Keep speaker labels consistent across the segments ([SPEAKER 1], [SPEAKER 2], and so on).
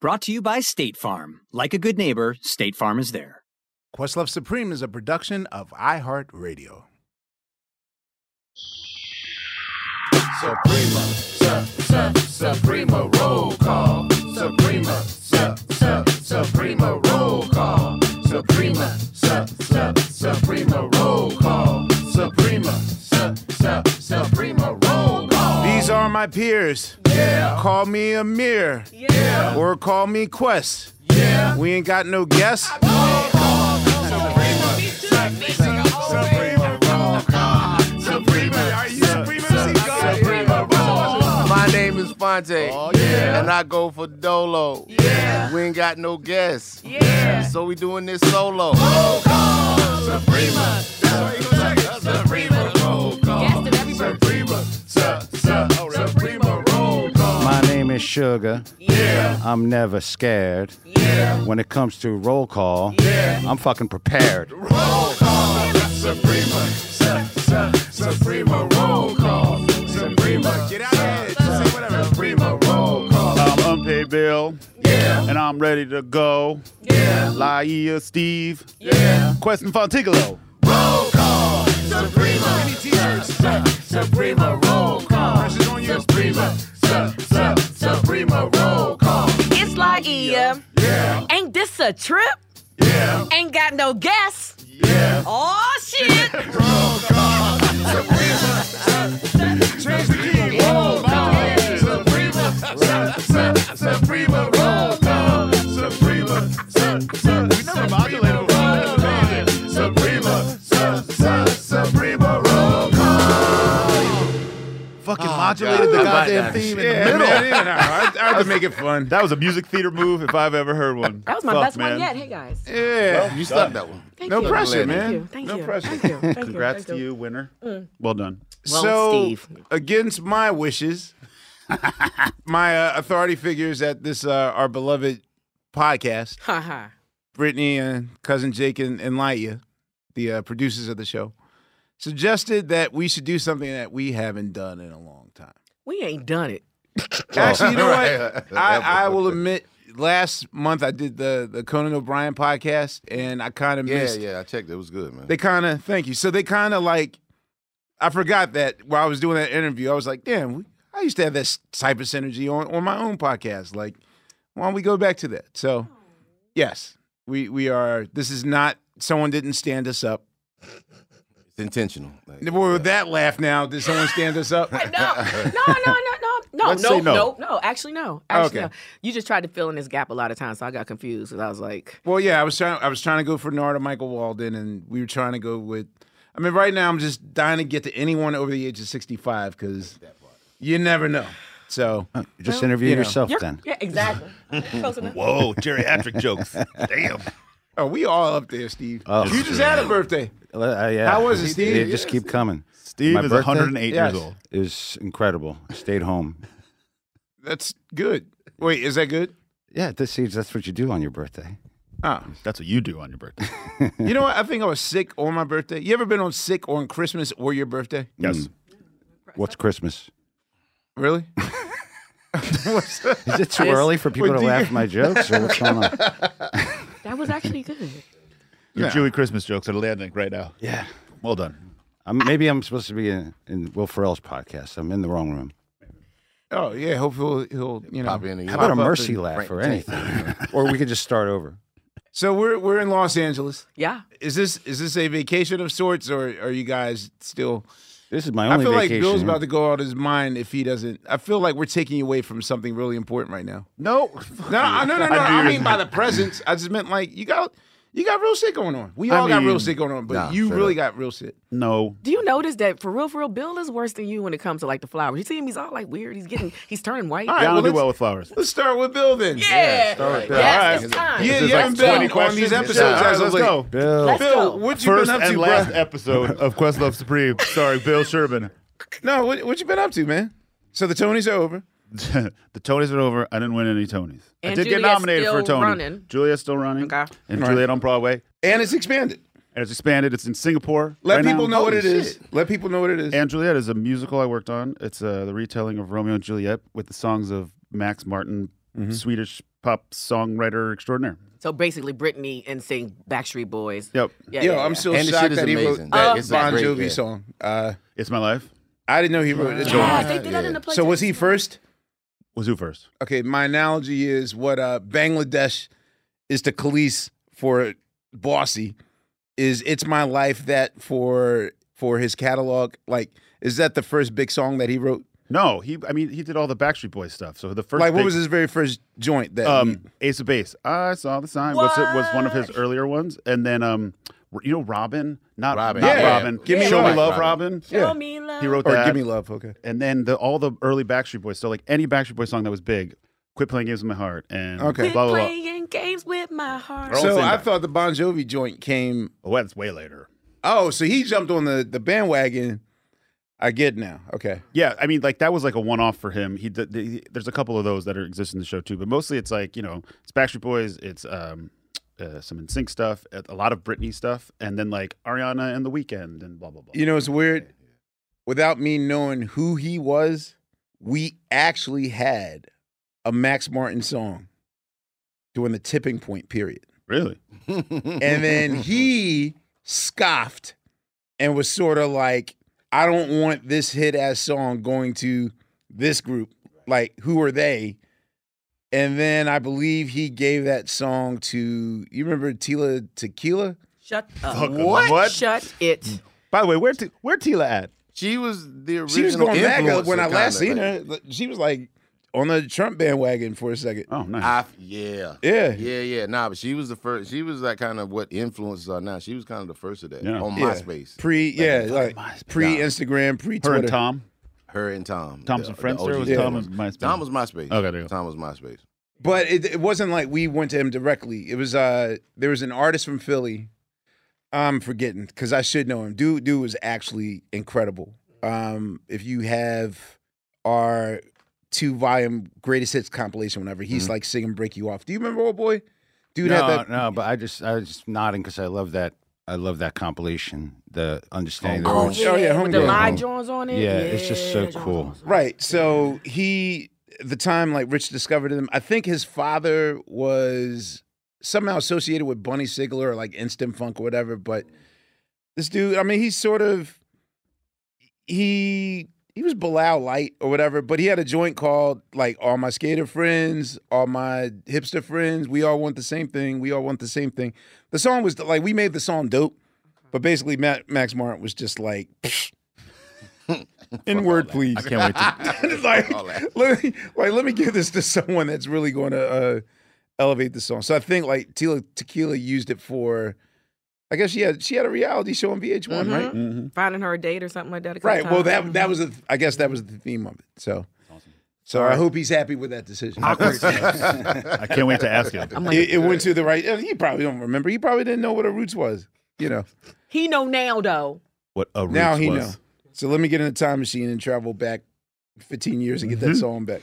[SPEAKER 1] Brought to you by State Farm. Like a good neighbor, State Farm is there.
[SPEAKER 2] Questlove Supreme is a production of iHeartRadio.
[SPEAKER 3] Suprema, su, su, Suprema roll call. Suprema, su, su, Suprema roll call. Suprema, su, su, Suprema roll call. Suprema, su, su, Suprema roll call.
[SPEAKER 2] These are my peers. Yeah. Call me Amir. Yeah. Or call me Quest. Yeah. We ain't got no guests.
[SPEAKER 3] Suprema roll call. Suprema, are you Suprema? Suprema roll call.
[SPEAKER 4] My name is Fonte.
[SPEAKER 3] Oh, yeah.
[SPEAKER 4] And I go for Dolo. Yeah. We ain't got no guests. Yeah. So we doing this solo.
[SPEAKER 3] Suprema. Suprema roll call. Suprema. Su- su- Suprema roll call.
[SPEAKER 5] My name is Sugar. Yeah. I'm never scared. Yeah. When it comes to roll call, yeah. I'm fucking prepared.
[SPEAKER 3] Roll call. Suprema. Su- su- Suprema roll call. Suprema. Get out of here. Just say whatever. Suprema roll call.
[SPEAKER 5] I'm unpaid bill. Yeah. And I'm ready to go. Yeah. Laia Steve. Yeah. Question Fontigolo.
[SPEAKER 3] Roll call. Suprema. Su- su- Suprema roll call. Suprema. Su- su- Suprema roll call.
[SPEAKER 6] It's Laia.
[SPEAKER 3] Yeah.
[SPEAKER 6] Ain't this a trip?
[SPEAKER 3] Yeah.
[SPEAKER 6] Ain't got no guess.
[SPEAKER 3] Yeah.
[SPEAKER 6] Oh shit.
[SPEAKER 3] Change the key. Roll call. Suprema. Su- su- Suprema. Roll call. Suprema. Su- su- Suprema. Roll call. Suprema. Su- su- Suprema. Roll call.
[SPEAKER 5] Fucking
[SPEAKER 2] Oh,
[SPEAKER 4] modulated the goddamn theme in the
[SPEAKER 5] yeah,
[SPEAKER 2] middle.
[SPEAKER 5] Man,
[SPEAKER 2] I, I had to make it fun.
[SPEAKER 5] that was a music theater move if I've ever heard one.
[SPEAKER 6] That was my
[SPEAKER 5] Fuck,
[SPEAKER 6] best
[SPEAKER 5] man.
[SPEAKER 6] one yet. Hey guys.
[SPEAKER 2] Yeah.
[SPEAKER 4] You stuck that one.
[SPEAKER 6] Thank
[SPEAKER 2] no
[SPEAKER 6] you.
[SPEAKER 2] pressure,
[SPEAKER 4] Thank
[SPEAKER 2] man.
[SPEAKER 6] Thank you. Thank
[SPEAKER 2] no
[SPEAKER 6] you.
[SPEAKER 2] pressure.
[SPEAKER 6] Thank you. Thank you.
[SPEAKER 5] Congrats
[SPEAKER 6] Thank
[SPEAKER 5] to you, winner.
[SPEAKER 2] Mm.
[SPEAKER 5] Well done.
[SPEAKER 6] Well,
[SPEAKER 2] so,
[SPEAKER 6] Steve.
[SPEAKER 2] against my wishes, my uh, authority figures at this uh, our beloved podcast,
[SPEAKER 7] Ha ha.
[SPEAKER 2] Brittany and cousin Jake and, and Lightyear, the uh, producers of the show, suggested that we should do something that we haven't done in a long time.
[SPEAKER 7] We ain't done it.
[SPEAKER 2] Actually, you know
[SPEAKER 4] Right.
[SPEAKER 2] what? I, I will admit, last month I did the the Conan O'Brien podcast, and I kind of
[SPEAKER 4] Yeah,
[SPEAKER 2] missed.
[SPEAKER 4] yeah, I checked. It was good, man.
[SPEAKER 2] They kind of thank you. So they kind of like, I forgot that while I was doing that interview, I was like, damn, we, I used to have this type of synergy on on my own podcast. Like, why don't we go back to that? So, yes, we we are. This is not someone didn't stand us up.
[SPEAKER 4] It's intentional. Like,
[SPEAKER 2] Boy, with that laugh now, did someone stand us up?
[SPEAKER 7] No, no, no, no, no, no,
[SPEAKER 5] Let's
[SPEAKER 7] no,
[SPEAKER 5] say no.
[SPEAKER 7] no, no. Actually, no. Actually,
[SPEAKER 2] Okay.
[SPEAKER 7] no. You just tried to fill in this gap a lot of times, so I got confused because I was like,
[SPEAKER 2] Well, yeah, I was trying. I was trying to go for Narda Michael Walden, and we were trying to go with. I mean, right now I'm just dying to get to anyone over the age of 65 because you never know. So
[SPEAKER 5] Just interview
[SPEAKER 2] you know.
[SPEAKER 5] yourself
[SPEAKER 7] you're-
[SPEAKER 5] then.
[SPEAKER 7] yeah, exactly. Close enough.
[SPEAKER 8] Whoa, geriatric jokes. Damn.
[SPEAKER 2] Oh, we all up there, Steve.
[SPEAKER 5] Oh.
[SPEAKER 2] you just had a birthday.
[SPEAKER 5] Uh, yeah.
[SPEAKER 2] How was it,
[SPEAKER 5] They
[SPEAKER 2] Steve?
[SPEAKER 5] just keep coming.
[SPEAKER 8] Steve
[SPEAKER 5] My
[SPEAKER 8] is
[SPEAKER 5] birthday?
[SPEAKER 8] 108
[SPEAKER 2] Yes.
[SPEAKER 8] years old.
[SPEAKER 5] It was incredible. I stayed home.
[SPEAKER 2] That's good. Wait, is that good?
[SPEAKER 8] Yeah, at this age, that's what you do on your birthday.
[SPEAKER 2] Oh,
[SPEAKER 5] that's what you do on your birthday.
[SPEAKER 2] you know what? I think I was sick on my birthday. You ever been on sick on Christmas or your birthday?
[SPEAKER 8] Yes. Hmm. What's Christmas?
[SPEAKER 2] Really?
[SPEAKER 8] Is it too early for people to laugh at my jokes, or what's going on?
[SPEAKER 7] That was actually good.
[SPEAKER 5] Your
[SPEAKER 8] Yeah.
[SPEAKER 5] Jewy Christmas jokes are landing right now.
[SPEAKER 8] Yeah.
[SPEAKER 5] Well done.
[SPEAKER 8] I'm, maybe I'm supposed to be in, in Will Ferrell's podcast. I'm in the wrong room.
[SPEAKER 2] Oh yeah, hopefully he'll, he'll you know.
[SPEAKER 8] How about a
[SPEAKER 2] pop up
[SPEAKER 8] mercy
[SPEAKER 2] and-
[SPEAKER 8] laugh
[SPEAKER 2] Right.
[SPEAKER 8] or anything? or we could just start over.
[SPEAKER 2] So we're we're in Los Angeles.
[SPEAKER 7] Yeah.
[SPEAKER 2] Is this is this a vacation of sorts, or are you guys still?
[SPEAKER 8] This is my
[SPEAKER 2] I
[SPEAKER 8] only
[SPEAKER 2] feel like
[SPEAKER 8] vacation,
[SPEAKER 2] Bill's
[SPEAKER 8] yeah.
[SPEAKER 2] about to go out his mind if he doesn't. I feel like we're taking you away from something really important right now.
[SPEAKER 5] No,
[SPEAKER 2] no, no, no, no.
[SPEAKER 5] I
[SPEAKER 2] no. I,
[SPEAKER 5] do.
[SPEAKER 2] mean by the presents, I just meant like you got you got real shit going on. We all got real shit going on, but you really got real shit.
[SPEAKER 5] No.
[SPEAKER 7] Do you notice that for real, for real, Bill is worse than you when it comes to like the flowers? You see him, he's all like weird. He's getting, he's turning white.
[SPEAKER 5] All right, well, do well with flowers.
[SPEAKER 2] Let's start with Bill then.
[SPEAKER 7] Yeah. Yeah, start with Bill. Yes, it's time.
[SPEAKER 2] Yeah,
[SPEAKER 7] Is this
[SPEAKER 2] yeah,
[SPEAKER 7] like
[SPEAKER 2] and Bill
[SPEAKER 7] 20
[SPEAKER 2] on
[SPEAKER 5] questions?
[SPEAKER 2] these
[SPEAKER 5] Yeah,
[SPEAKER 2] episodes.
[SPEAKER 5] all right,
[SPEAKER 2] I was
[SPEAKER 5] let's
[SPEAKER 2] like,
[SPEAKER 5] go. Bill.
[SPEAKER 2] Bill,
[SPEAKER 5] Let's
[SPEAKER 7] go.
[SPEAKER 2] what you
[SPEAKER 5] First
[SPEAKER 2] been up
[SPEAKER 5] and
[SPEAKER 2] to,
[SPEAKER 5] last
[SPEAKER 2] bruh?
[SPEAKER 5] episode of Questlove Supreme, starring Bill Sherman.
[SPEAKER 2] No, what, what you been up to, man? So the Tonys are over.
[SPEAKER 5] the Tonys are over. I didn't win any Tonys. I
[SPEAKER 7] And
[SPEAKER 5] did get
[SPEAKER 7] Juliet's
[SPEAKER 5] nominated for a
[SPEAKER 7] still
[SPEAKER 5] Tony.
[SPEAKER 7] running.
[SPEAKER 5] Juliet's still running. Okay. And
[SPEAKER 2] All right.
[SPEAKER 5] Juliet on Broadway.
[SPEAKER 2] And it's expanded.
[SPEAKER 5] And it's expanded. It's in Singapore.
[SPEAKER 2] Let
[SPEAKER 5] right
[SPEAKER 2] people
[SPEAKER 5] now.
[SPEAKER 2] know what it is. Let people know what it is.
[SPEAKER 5] And Juliet is a musical I worked on. It's uh, the retelling of Romeo and Juliet with the songs of Max Martin,
[SPEAKER 2] Mm-hmm.
[SPEAKER 5] Swedish pop songwriter extraordinaire.
[SPEAKER 7] So basically, Britney and sing Backstreet Boys.
[SPEAKER 5] Yep.
[SPEAKER 7] Yeah,
[SPEAKER 2] Yo,
[SPEAKER 7] yeah,
[SPEAKER 2] I'm
[SPEAKER 7] yeah.
[SPEAKER 2] still shocked that he wrote that Bon Jovi song. Uh,
[SPEAKER 5] it's my life.
[SPEAKER 2] I didn't know he wrote it.
[SPEAKER 7] Yes, they did that in the play
[SPEAKER 2] So was he first?
[SPEAKER 5] Was who first?
[SPEAKER 2] Okay, my analogy is what uh, Bangladesh is to Khalees for Bossy is it's my life that for for his catalog. Like, is that the first big song that Oh, he wrote?
[SPEAKER 5] No, he. I mean, he did all the Backstreet Boys stuff. So the first,
[SPEAKER 2] like, what
[SPEAKER 5] big-
[SPEAKER 2] was his very first joint that?
[SPEAKER 5] um, Ace of Base. I saw the sign. What's it? Was one of his earlier ones, and then um, you know Robin, not
[SPEAKER 2] Robin.
[SPEAKER 5] Robin,
[SPEAKER 2] Yeah,
[SPEAKER 5] not
[SPEAKER 2] yeah.
[SPEAKER 5] Robin.
[SPEAKER 2] Give me
[SPEAKER 5] Show
[SPEAKER 2] love,
[SPEAKER 5] me love,
[SPEAKER 2] Robin.
[SPEAKER 5] Robin.
[SPEAKER 2] Show Yeah.
[SPEAKER 7] me love.
[SPEAKER 5] He wrote
[SPEAKER 2] Or
[SPEAKER 5] that.
[SPEAKER 2] Give Me Love, okay.
[SPEAKER 5] And then the, all the early Backstreet Boys. So like any Backstreet Boy song that was big, quit playing games with my heart, and
[SPEAKER 2] Okay.
[SPEAKER 5] Mm-hmm. blah blah blah.
[SPEAKER 7] Playing games with my heart.
[SPEAKER 5] They're all the
[SPEAKER 2] so
[SPEAKER 5] same
[SPEAKER 2] I
[SPEAKER 5] guy.
[SPEAKER 2] thought the Bon Jovi joint came.
[SPEAKER 5] Oh, that's way later.
[SPEAKER 2] Oh, so he jumped on the the bandwagon. I get now. Okay.
[SPEAKER 5] Yeah, I mean, like that was like a one-off for him. He did, the, there's a couple of those that are exist in the show too, but mostly it's like you know, it's Backstreet Boys, it's um, uh, some NSYNC stuff, a a lot of Britney stuff, and then like Ariana and The Weekend and blah blah blah.
[SPEAKER 2] You know, it's weird. Without me knowing who he was, we actually had a Max Martin song during the tipping point period.
[SPEAKER 5] Really?
[SPEAKER 2] and then he scoffed and was sort of like, I don't want this hit ass song going to this group. Like, who are they? And then I believe he gave that song to, you remember Tila Tequila?
[SPEAKER 7] Shut up.
[SPEAKER 2] Fuck, What? what?
[SPEAKER 7] Shut it.
[SPEAKER 5] By the way, where t- where Tila at?
[SPEAKER 4] She was the original.
[SPEAKER 2] She was going back uh, when I
[SPEAKER 4] influencer,
[SPEAKER 2] last
[SPEAKER 4] kinda,
[SPEAKER 2] seen her. like, She was like on the Trump bandwagon for a second.
[SPEAKER 5] Oh, nice.
[SPEAKER 4] I, yeah.
[SPEAKER 2] Yeah.
[SPEAKER 4] Yeah, yeah. Nah, but she was the first. She was like kind of what influences are now. She was kind of the first of that
[SPEAKER 5] Yeah.
[SPEAKER 4] on
[SPEAKER 2] Yeah.
[SPEAKER 4] MySpace.
[SPEAKER 2] Pre, yeah, like pre Instagram, pre
[SPEAKER 5] Her
[SPEAKER 2] Twitter.
[SPEAKER 5] and Tom.
[SPEAKER 4] Her and Tom.
[SPEAKER 5] Tom's
[SPEAKER 4] the-
[SPEAKER 5] a friendster
[SPEAKER 4] the OG
[SPEAKER 5] or was
[SPEAKER 4] Tom
[SPEAKER 5] Tom
[SPEAKER 4] was-
[SPEAKER 5] a MySpace?
[SPEAKER 4] Tom was MySpace.
[SPEAKER 5] Okay, there you go.
[SPEAKER 4] Tom was MySpace.
[SPEAKER 2] But it, it wasn't like we went to him directly. It was uh there was an artist from Philly. I'm forgetting because I should know him. Dude, dude was actually incredible. Um, if you have our two volume greatest hits compilation, whenever he's like singing "Break You Off," do you remember old boy? Dude
[SPEAKER 8] Mm-hmm. no,
[SPEAKER 2] had that.
[SPEAKER 8] no, but I just I was just nodding because I love that I love that compilation. The understanding.
[SPEAKER 2] Oh,
[SPEAKER 8] the
[SPEAKER 2] yeah. Oh, yeah,
[SPEAKER 7] With the
[SPEAKER 2] Homegirl.
[SPEAKER 7] live drawings on
[SPEAKER 8] Yeah,
[SPEAKER 7] it.
[SPEAKER 8] it's just so cool.
[SPEAKER 2] Right. So he, the time like Rich discovered him, I think his father was somehow associated with Bunny Sigler or like Instant Funk or whatever. But this dude, I mean, he's sort of he he was Bilal Light or whatever, but he had a joint called like All My Skater Friends, All My Hipster Friends. We all want the same thing. We all want the same thing. The song was like we made the song dope, but basically Ma- Max Martin was just like. In word, please.
[SPEAKER 5] I can't wait to
[SPEAKER 2] like, let me, like, let me give this to someone that's really going to uh, elevate the song. So I think like Tila Tequila used it for, I guess she had she had a reality show on VH1, right?
[SPEAKER 5] Mm-hmm.
[SPEAKER 7] Finding her a date or something like that. a couple
[SPEAKER 2] Right. Well,
[SPEAKER 7] times.
[SPEAKER 2] that that was a, I guess that was the theme of it. So, so I hope he's happy with that decision.
[SPEAKER 5] I can't wait to ask him.
[SPEAKER 2] it, it went to the right. and He probably don't remember. He probably didn't know what a roots was. You know.
[SPEAKER 7] He know now though.
[SPEAKER 5] What a
[SPEAKER 2] now
[SPEAKER 5] roots
[SPEAKER 2] he
[SPEAKER 5] was.
[SPEAKER 2] know.
[SPEAKER 5] Mm-hmm.
[SPEAKER 2] So let me get in a time machine and travel back 15 years and get that song back.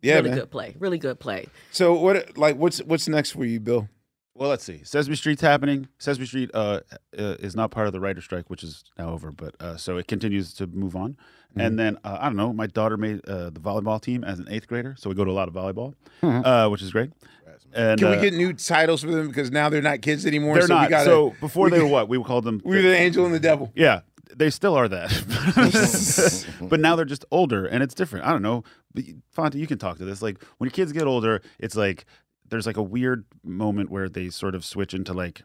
[SPEAKER 2] Yeah,
[SPEAKER 7] really
[SPEAKER 2] man.
[SPEAKER 7] good play. Really good play.
[SPEAKER 2] So what? Like, what's what's next for you, Bill?
[SPEAKER 5] Well, let's see. Sesame Street's happening. Sesame Street uh, uh, is not part of the writer strike, which is now over, but uh, so it continues to move on.
[SPEAKER 8] Mhm.
[SPEAKER 2] Mm-hmm.
[SPEAKER 5] And then uh, I don't know. My daughter made uh, the volleyball team as an eighth grader, so we go to a lot of volleyball,
[SPEAKER 2] Mhm.
[SPEAKER 5] uh, which is great. And
[SPEAKER 2] Can
[SPEAKER 5] uh,
[SPEAKER 2] we get new titles for them because now they're not kids anymore?
[SPEAKER 5] They're
[SPEAKER 2] so
[SPEAKER 5] not.
[SPEAKER 2] We gotta,
[SPEAKER 5] so before
[SPEAKER 2] we
[SPEAKER 5] they were
[SPEAKER 2] can-
[SPEAKER 5] what we called them.
[SPEAKER 2] We were the angel and the devil.
[SPEAKER 5] Yeah, they still are that, but now they're just older and it's different. I don't know. But you- Fonte, you can talk to this. Like when your kids get older, it's like there's like a weird moment where they sort of switch into like.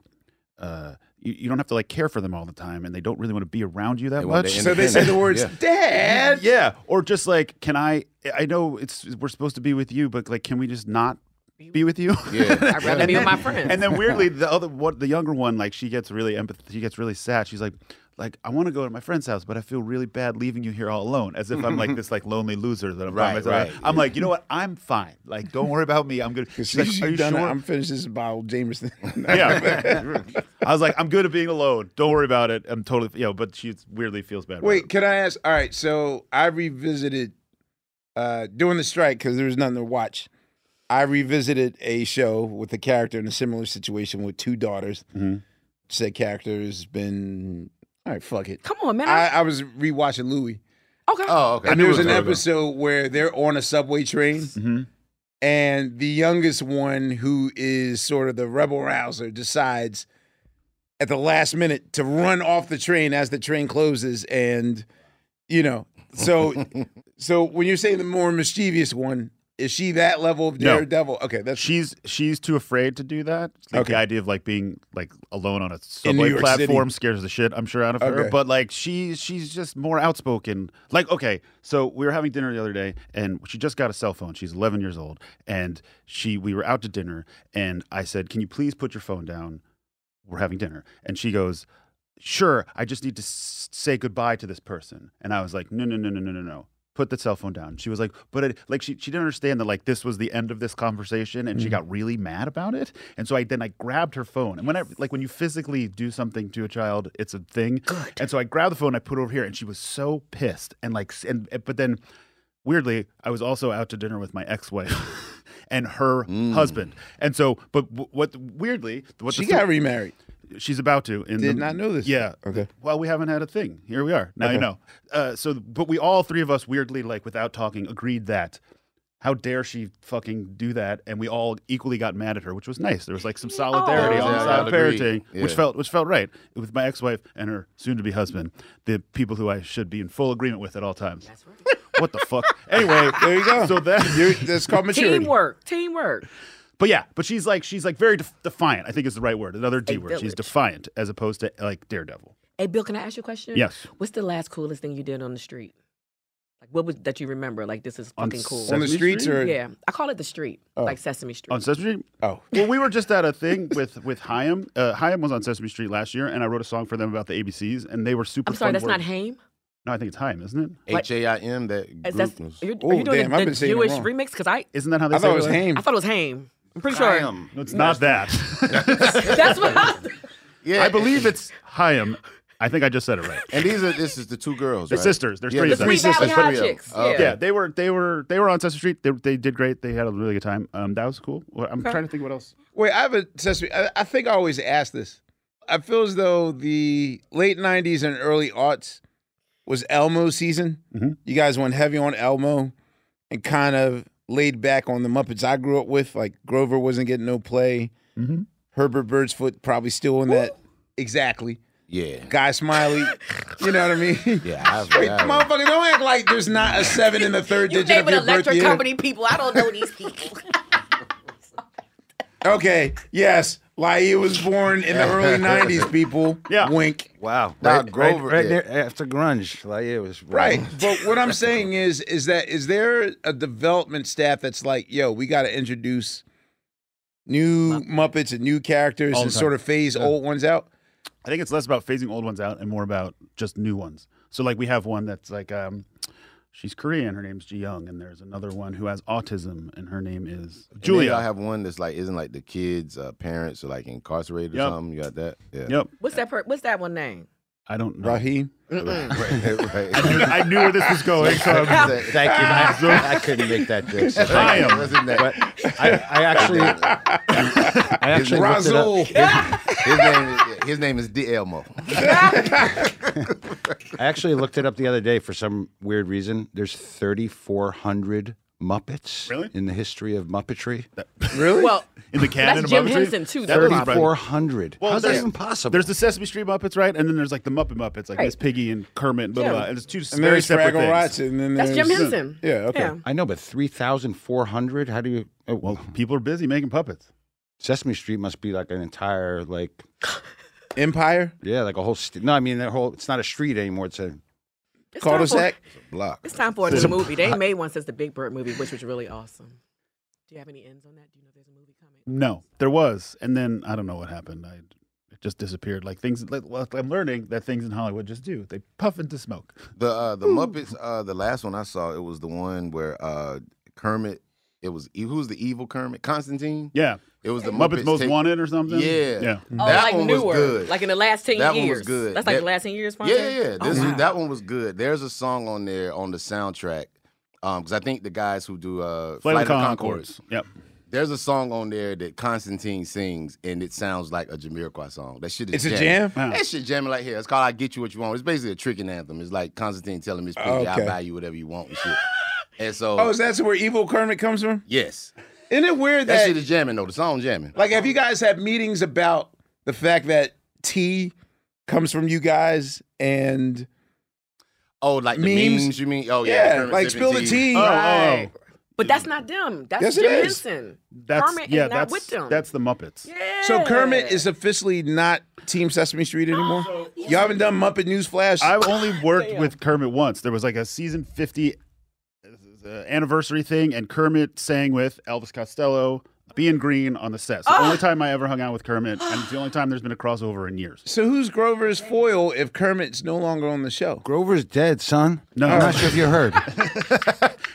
[SPEAKER 5] Uh, you, you don't have to like care for them all the time, and they don't really want to be around you that
[SPEAKER 2] They want
[SPEAKER 5] much.
[SPEAKER 2] their So they say the independence. words, Yeah. "Dad."
[SPEAKER 5] Yeah, or just like, can I? I know it's we're supposed to be with you, but like, can we just not be with you?
[SPEAKER 4] Yeah.
[SPEAKER 7] I'd rather
[SPEAKER 5] And
[SPEAKER 7] be with
[SPEAKER 5] then-
[SPEAKER 7] my friends.
[SPEAKER 5] And then weirdly, the other what the younger one, like she gets really empath- she gets really sad. She's like, like I want to go to my friend's house, but I feel really bad leaving you here all alone, as if I'm like this like lonely loser that I'm by
[SPEAKER 8] Right,
[SPEAKER 5] myself.
[SPEAKER 8] right.
[SPEAKER 5] I'm like, you know what? I'm fine. Like, don't worry about me. I'm good. She's
[SPEAKER 2] She-
[SPEAKER 5] like,
[SPEAKER 2] she
[SPEAKER 5] are you
[SPEAKER 2] done it.
[SPEAKER 5] sure?
[SPEAKER 2] I'm finished this bottle, Jameson.
[SPEAKER 5] yeah. I was like, I'm good at being alone. Don't worry about it. I'm totally, you know. But she weirdly feels bad. about it.
[SPEAKER 2] Wait, can I ask? All right, so I revisited uh during the strike because there was nothing to watch. I revisited a show with a character in a similar situation with two daughters.
[SPEAKER 5] Mm-hmm.
[SPEAKER 2] Said character has been all right. Fuck it.
[SPEAKER 7] Come on, man.
[SPEAKER 2] I, I was rewatching Louis.
[SPEAKER 7] Okay. Oh, okay.
[SPEAKER 2] And there was an
[SPEAKER 7] Okay.
[SPEAKER 2] episode where they're on a subway train,
[SPEAKER 5] Mm-hmm.
[SPEAKER 2] and the youngest one, who is sort of the rebel rouser, decides at the last minute to run off the train as the train closes, and you know, so so when you're saying the more mischievous one, is she that level of
[SPEAKER 5] No.
[SPEAKER 2] daredevil? Okay, that's
[SPEAKER 5] she's she's too afraid to do that. Like
[SPEAKER 2] Okay.
[SPEAKER 5] the idea of like being like alone on a
[SPEAKER 2] New
[SPEAKER 5] subway
[SPEAKER 2] York
[SPEAKER 5] platform
[SPEAKER 2] City.
[SPEAKER 5] scares the shit I'm sure out of
[SPEAKER 2] Okay.
[SPEAKER 5] her. But like she she's just more outspoken. Like okay, so we were having dinner the other day and she just got a cell phone. She's 11 years old and she we were out to dinner and I said, "Can you please put your phone down? We're having dinner." And she goes, sure, I just need to s- say goodbye to this person. And I was like, no, no, no, no, no, no, no. Put the cell phone down. She was like, but it, like she, she didn't understand that like this was the end of this conversation, and she
[SPEAKER 2] Mm.
[SPEAKER 8] Mhm.
[SPEAKER 5] got really mad about it. And so I then I grabbed her phone, and when I like when you physically do something to a child, it's a thing. And so I grabbed the phone, I put it over here, and she was so pissed, and like s- and eh, but then weirdly, I was also out to dinner with my ex-wife and her husband, and so but w- what weirdly what
[SPEAKER 2] Mm. She
[SPEAKER 5] the
[SPEAKER 2] got remarried.
[SPEAKER 5] She's about to. In
[SPEAKER 2] Did
[SPEAKER 5] the-
[SPEAKER 2] not know this.
[SPEAKER 5] Yeah.
[SPEAKER 2] Okay.
[SPEAKER 5] Well, we haven't had a thing. Here we are. Now
[SPEAKER 2] Okay.
[SPEAKER 5] you know. Uh, so, but we all three of us weirdly, like without talking, agreed that how dare she fucking do that, and we all equally got mad at her, which was nice. There was like some solidarity
[SPEAKER 8] Oh.
[SPEAKER 5] on
[SPEAKER 8] Yeah,
[SPEAKER 5] the
[SPEAKER 8] yeah,
[SPEAKER 5] side of
[SPEAKER 8] agreed.
[SPEAKER 5] parenting, which
[SPEAKER 8] Yeah.
[SPEAKER 5] felt which felt right with my ex-wife and her soon-to-be husband, the people who I should be in full agreement with at all times. That's right. What the fuck? Anyway,
[SPEAKER 2] there you go.
[SPEAKER 5] So that
[SPEAKER 2] that's
[SPEAKER 7] Teamwork. Teamwork.
[SPEAKER 5] but yeah, but she's like she's like very def- defiant. I think is the right word. Another D
[SPEAKER 7] A
[SPEAKER 5] word. She's
[SPEAKER 7] village.
[SPEAKER 5] defiant as opposed to like daredevil.
[SPEAKER 7] Hey, Bill, can I ask you a question?
[SPEAKER 5] Yes.
[SPEAKER 7] What's the last coolest thing you did on the street? Like, what was that you remember? Like, this is
[SPEAKER 5] On
[SPEAKER 7] fucking cool.
[SPEAKER 5] On the Sesame streets Street? or-
[SPEAKER 7] yeah, I call it the street,
[SPEAKER 5] Oh.
[SPEAKER 7] like Sesame Street.
[SPEAKER 5] On Sesame Street?
[SPEAKER 2] Oh.
[SPEAKER 5] Well, we were just at a thing with with Haim. Uh, Haim was on Sesame Street last year, and I wrote a song for them about the ABCs, and they were super.
[SPEAKER 7] I'm sorry,
[SPEAKER 5] fun
[SPEAKER 7] that's not
[SPEAKER 5] words.
[SPEAKER 7] Haim.
[SPEAKER 5] No, I think it's Haim, isn't it?
[SPEAKER 7] What?
[SPEAKER 5] H A I M. That
[SPEAKER 7] Is that- you're-
[SPEAKER 5] Oh,
[SPEAKER 7] are you doing the, the Jewish remix? Because I
[SPEAKER 5] Isn't that how they I thought say it it was was? Haim.
[SPEAKER 7] I thought it was Haim. I'm pretty
[SPEAKER 5] Haim.
[SPEAKER 7] sure.
[SPEAKER 5] No, it's not that.
[SPEAKER 7] That's what. I,
[SPEAKER 5] yeah, I believe it's Haim. I think I just said it right.
[SPEAKER 4] And these are this is the two girls.
[SPEAKER 5] The
[SPEAKER 4] right?
[SPEAKER 5] sisters. There's
[SPEAKER 4] Yeah,
[SPEAKER 5] three
[SPEAKER 4] the
[SPEAKER 5] of them.
[SPEAKER 4] three sisters.
[SPEAKER 5] But-
[SPEAKER 4] Three of them.
[SPEAKER 5] Yeah. they were they were they were on Sesame Street. They, they did great. They had a really good time. Um, that was cool. Well, I'm trying to think what else.
[SPEAKER 2] Wait, I have a sesame. I, I think I always ask this. I feel as though the late '90s and early aughts was Elmo season.
[SPEAKER 4] Mm-hmm.
[SPEAKER 2] You guys went heavy on Elmo and kind of laid back on the Muppets I grew up with. Like Grover wasn't getting no play.
[SPEAKER 4] Mm-hmm.
[SPEAKER 2] Herbert Birdsfoot probably still in that. Exactly.
[SPEAKER 4] Yeah.
[SPEAKER 2] Guy Smiley. you know what I mean?
[SPEAKER 4] Yeah.
[SPEAKER 2] Wait, motherfucker, don't act like there's not a seven in the third
[SPEAKER 7] you
[SPEAKER 2] digit
[SPEAKER 7] name
[SPEAKER 2] of
[SPEAKER 7] an
[SPEAKER 2] your birth
[SPEAKER 7] electric
[SPEAKER 2] year.
[SPEAKER 7] company people. I don't know these people.
[SPEAKER 2] Okay. Yes. Laia was born in the early '90s. People. Yeah. Wink.
[SPEAKER 8] Wow.
[SPEAKER 2] Nah,
[SPEAKER 8] right,
[SPEAKER 2] Grover
[SPEAKER 8] right, right
[SPEAKER 2] did.
[SPEAKER 8] there after grunge. Like it was
[SPEAKER 2] Right. But what I'm saying is, is that is there a development staff that's like, yo, we got to introduce new Muppets and new characters
[SPEAKER 5] All the
[SPEAKER 2] and
[SPEAKER 5] time.
[SPEAKER 2] sort of phase
[SPEAKER 5] Yeah.
[SPEAKER 2] old ones out?
[SPEAKER 5] I think it's less about phasing old ones out and more about just new ones. So like we have one that's like um she's Korean, her name's Ji Young, and there's another one who has autism and her name is
[SPEAKER 4] And then
[SPEAKER 5] Julia.
[SPEAKER 4] y'all have one that's like isn't like the kids' uh, parents are like incarcerated
[SPEAKER 5] Yep.
[SPEAKER 4] or something. You got that? Yeah.
[SPEAKER 5] Yep.
[SPEAKER 7] What's that? Per, what's that one name?
[SPEAKER 5] I don't know.
[SPEAKER 8] Raheem?
[SPEAKER 5] Right, right. I, knew, I knew where this was going. So I'm-
[SPEAKER 8] Thank you. I, I couldn't make that joke. So thank
[SPEAKER 5] I
[SPEAKER 8] you.
[SPEAKER 5] am.
[SPEAKER 8] Wasn't that- But I, I actually, I actually looked it up.
[SPEAKER 4] his name is his name is D. Elmo.
[SPEAKER 8] I actually looked it up the other day for some weird reason. There's 3,400 Muppets
[SPEAKER 5] Really?
[SPEAKER 8] in the history of Muppetry.
[SPEAKER 5] Really?
[SPEAKER 7] Well,
[SPEAKER 5] in the canon
[SPEAKER 7] that's
[SPEAKER 5] of
[SPEAKER 7] Jim
[SPEAKER 5] Muppetry?
[SPEAKER 7] Henson, too,
[SPEAKER 5] That was probably-
[SPEAKER 8] 3,400. How's that
[SPEAKER 5] there's-
[SPEAKER 8] even possible?
[SPEAKER 5] There's the Sesame Street Muppets, right? And then there's like the Muppet Muppets, like
[SPEAKER 8] Right.
[SPEAKER 5] Miss Piggy and Kermit, and blah,
[SPEAKER 8] Yeah.
[SPEAKER 5] blah, blah. And it's two
[SPEAKER 8] And
[SPEAKER 5] very
[SPEAKER 8] there's
[SPEAKER 5] separate
[SPEAKER 8] Fraggle
[SPEAKER 5] things.
[SPEAKER 8] Rocks, and then
[SPEAKER 7] That's Jim Henson. Yeah.
[SPEAKER 8] I know, but 3,400? How do you. oh, well,
[SPEAKER 5] people are busy making puppets.
[SPEAKER 8] Sesame Street must be like an entire, like.
[SPEAKER 2] Empire?
[SPEAKER 8] Yeah, like a whole. St- no, I mean, the whole. It's not a street anymore. It's a.
[SPEAKER 7] It's time Cul-de-sac? for-
[SPEAKER 8] block.
[SPEAKER 7] It's time for a
[SPEAKER 8] There's
[SPEAKER 7] new
[SPEAKER 8] a
[SPEAKER 7] movie. They
[SPEAKER 8] plot.
[SPEAKER 7] made one since the Big Bird movie, which was really awesome. Do you have any ends on that? Do you know there's a movie coming?
[SPEAKER 5] No, there was, and then I don't know what happened. I it just disappeared. Like things. Like, well, I'm learning that things in Hollywood just do. They puff into smoke.
[SPEAKER 4] The uh, the Muppets. Uh, the last one I saw, it was the one where uh, Kermit. It was e- who was the evil Kermit? Constantine.
[SPEAKER 5] Yeah.
[SPEAKER 4] It was the
[SPEAKER 5] Muppets
[SPEAKER 4] Muppets,
[SPEAKER 5] Most
[SPEAKER 4] take-
[SPEAKER 5] Wanted or something?
[SPEAKER 4] Yeah,
[SPEAKER 5] Yeah.
[SPEAKER 7] Oh,
[SPEAKER 4] That
[SPEAKER 7] like
[SPEAKER 4] one
[SPEAKER 7] newer,
[SPEAKER 4] was good.
[SPEAKER 7] like in the last ten
[SPEAKER 4] that
[SPEAKER 7] years.
[SPEAKER 4] One was good.
[SPEAKER 7] That's like
[SPEAKER 4] That-
[SPEAKER 7] the last ten years.
[SPEAKER 4] Yeah,
[SPEAKER 7] Fonte?
[SPEAKER 4] yeah. yeah.
[SPEAKER 7] Oh,
[SPEAKER 4] This
[SPEAKER 7] wow.
[SPEAKER 4] is, that one was good. There's a song on there on the soundtrack because I think the guys who do uh,
[SPEAKER 5] Flight
[SPEAKER 4] Flight,
[SPEAKER 5] of
[SPEAKER 4] of
[SPEAKER 5] Conchords.
[SPEAKER 4] Concords.
[SPEAKER 5] Yep.
[SPEAKER 4] There's a song on there that Constantine sings, and it sounds like a Jamiroquai song. That shit is
[SPEAKER 2] It's a
[SPEAKER 4] jamming.
[SPEAKER 2] jam?
[SPEAKER 4] That shit jamming like here. It's called "I Get You What You Want." It's basically a tricking anthem. It's like Constantine telling Miss Piggy, "I'll
[SPEAKER 2] Okay.
[SPEAKER 4] buy you whatever you want" and shit. And so,
[SPEAKER 2] Oh, is that where Evil Kermit comes from?
[SPEAKER 4] yes?
[SPEAKER 2] Isn't it weird
[SPEAKER 4] That
[SPEAKER 2] that,
[SPEAKER 4] shit is jamming though. The song jamming.
[SPEAKER 2] like, have you guys had meetings about the fact that T comes from you guys and
[SPEAKER 4] oh, like
[SPEAKER 2] memes?
[SPEAKER 4] the memes. You mean? Oh yeah, Kermit Oh,
[SPEAKER 2] like
[SPEAKER 4] sipping
[SPEAKER 2] spill the tea.
[SPEAKER 7] Right. But that's not them. That's
[SPEAKER 2] Yes, it
[SPEAKER 7] Jim
[SPEAKER 2] is.
[SPEAKER 7] Henson.
[SPEAKER 2] That's-
[SPEAKER 7] Kermit
[SPEAKER 2] yeah,
[SPEAKER 7] is not
[SPEAKER 2] that's-
[SPEAKER 7] with them.
[SPEAKER 5] That's the Muppets.
[SPEAKER 2] So Kermit is officially not Team Sesame Street anymore. you haven't done Muppet News Flash.
[SPEAKER 5] I've only worked with Kermit once. There was like a season 50 uh, anniversary thing, and Kermit sang with Elvis Costello, being green on the set. So the
[SPEAKER 2] Ah!
[SPEAKER 5] only time I ever hung out with Kermit, and it's the only time there's been a crossover in years.
[SPEAKER 2] So who's Grover's foil if Kermit's no longer on the show?
[SPEAKER 8] Grover's dead, son.
[SPEAKER 5] No.
[SPEAKER 8] I'm not sure if you heard.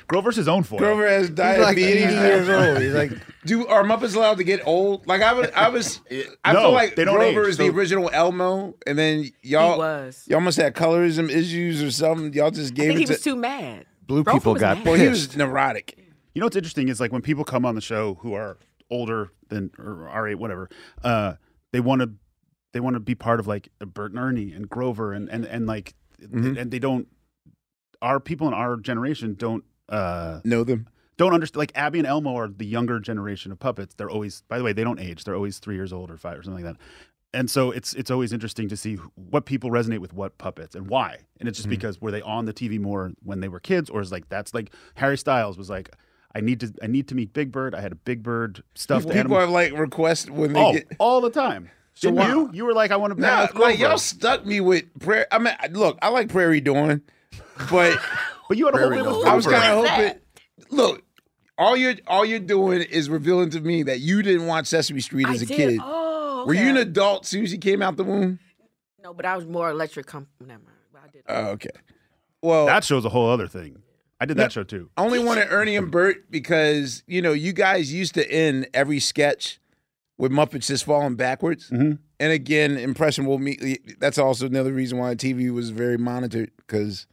[SPEAKER 5] Grover's his own foil.
[SPEAKER 2] Grover has
[SPEAKER 8] like
[SPEAKER 2] diabetes.
[SPEAKER 8] 80 years old. He's
[SPEAKER 2] like, do are Muppets allowed to get old? Like I would, I was, I
[SPEAKER 5] No,
[SPEAKER 2] feel like
[SPEAKER 5] they don't
[SPEAKER 2] Grover
[SPEAKER 5] age,
[SPEAKER 2] is
[SPEAKER 5] so-
[SPEAKER 2] the original Elmo, and then y'all, y'all must have colorism issues or something. Y'all just
[SPEAKER 7] I
[SPEAKER 2] gave
[SPEAKER 7] think
[SPEAKER 2] it
[SPEAKER 7] he
[SPEAKER 2] to
[SPEAKER 7] was too mad.
[SPEAKER 8] Blue
[SPEAKER 5] Grover people was got mad.
[SPEAKER 2] Well, he
[SPEAKER 5] pissed.
[SPEAKER 2] was neurotic.
[SPEAKER 5] You know what's interesting is like when people come on the show who are older than or R eight whatever, uh, they want to they want to be part of like Bert and Ernie and Grover and and and like
[SPEAKER 2] Mm-hmm.
[SPEAKER 5] and they don't our people in our generation don't uh,
[SPEAKER 2] know them.
[SPEAKER 5] Don't understand. Like Abby and Elmo are the younger generation of puppets. They're always, by the way, they don't age. They're always three years old or five or something like that. And so it's it's always interesting to see wh- what people resonate with what puppets and why. And it's just
[SPEAKER 2] Mm-hmm.
[SPEAKER 5] because were they on the TV more when they were kids, or is like that's like Harry Styles was like, I need to I need to meet Big Bird. I had a Big Bird stuffed
[SPEAKER 2] People
[SPEAKER 5] animal.
[SPEAKER 2] have like requests when they
[SPEAKER 5] oh,
[SPEAKER 2] get.
[SPEAKER 5] all the time.
[SPEAKER 2] So
[SPEAKER 5] Didn't
[SPEAKER 2] why-
[SPEAKER 5] you? You were like, I want to.
[SPEAKER 2] Nah,
[SPEAKER 5] with
[SPEAKER 2] like
[SPEAKER 5] Grover.
[SPEAKER 2] y'all stuck me with prayer. I mean, look, I like Prairie Dawn, but
[SPEAKER 5] but you had
[SPEAKER 2] a
[SPEAKER 5] whole Prairie Dawn.
[SPEAKER 2] I was kind of
[SPEAKER 5] Who's
[SPEAKER 2] hoping. Look, all you're all you're doing is revealing to me that you didn't watch Sesame Street
[SPEAKER 7] I
[SPEAKER 2] as a
[SPEAKER 7] did.
[SPEAKER 2] kid.
[SPEAKER 7] Oh,
[SPEAKER 2] Were
[SPEAKER 7] okay.
[SPEAKER 2] you an adult soon as you came out the womb?
[SPEAKER 7] No, but I was more electric. Com- never mind.
[SPEAKER 2] Oh, okay. Well,
[SPEAKER 5] that show's a whole other thing. I did that show too.
[SPEAKER 2] I only wanted Ernie and Bert because you know you guys used to end every sketch with Muppets just falling backwards. And again, impressionable me. That's also another reason why TV was very monitored because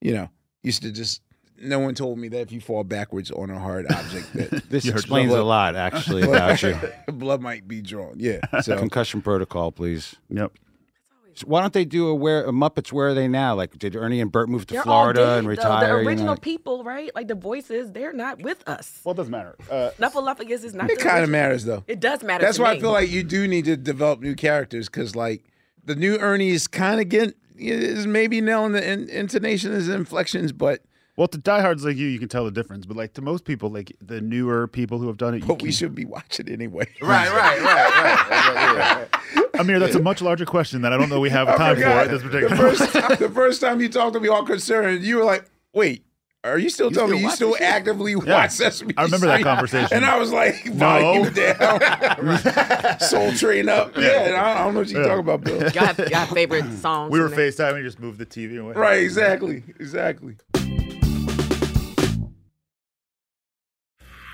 [SPEAKER 2] you know used to just. No one told me that if you fall backwards on a hard object, that
[SPEAKER 8] This explains a lot, actually, about you.
[SPEAKER 2] Blood might be drawn. Yeah. So
[SPEAKER 8] Concussion protocol, please.
[SPEAKER 5] Yep.
[SPEAKER 8] So why don't they do a where a Muppets? Where are they now? Like, did Ernie and Bert move to
[SPEAKER 7] They're all
[SPEAKER 8] Florida
[SPEAKER 7] dead,
[SPEAKER 8] and
[SPEAKER 7] though.
[SPEAKER 8] retire?
[SPEAKER 7] The
[SPEAKER 8] you know,
[SPEAKER 7] original
[SPEAKER 8] like-
[SPEAKER 7] people, right? Like the voices, they're not with us.
[SPEAKER 5] Well, it doesn't matter. Uh,
[SPEAKER 7] Snuffleupagus is not.
[SPEAKER 2] it
[SPEAKER 7] the
[SPEAKER 2] kind of
[SPEAKER 7] original.
[SPEAKER 2] matters though.
[SPEAKER 7] It does matter.
[SPEAKER 2] That's
[SPEAKER 7] to
[SPEAKER 2] why
[SPEAKER 7] me.
[SPEAKER 2] I feel like you do need to develop new characters because, like, the new Ernie is kind of getting is maybe nailing the in, intonation is inflections, but
[SPEAKER 5] Well, to diehards like you, you can tell the difference. But like to most people, like the newer people who have done it, you
[SPEAKER 2] but we should be watching anyway.
[SPEAKER 4] Right, right, right, right.
[SPEAKER 5] Amir, that's a much larger question that I don't know we have time for at this particular.
[SPEAKER 2] the first, time, the first time you talked to me all concerned, you were like, "Wait, are you still telling me you still actively watch Sesame?"
[SPEAKER 5] I remember that
[SPEAKER 2] Street?"
[SPEAKER 5] conversation.
[SPEAKER 2] and I was like,
[SPEAKER 5] No.
[SPEAKER 2] "Volume down, Soul Train up."
[SPEAKER 5] Yeah.
[SPEAKER 2] Yeah, and I, I don't know what you're
[SPEAKER 5] Yeah.
[SPEAKER 2] talking about, Bill.
[SPEAKER 7] y'all have, y'all have favorite songs.
[SPEAKER 5] we were
[SPEAKER 7] favorite.
[SPEAKER 5] FaceTiming, you just moved the TV away.
[SPEAKER 2] Right, exactly, exactly.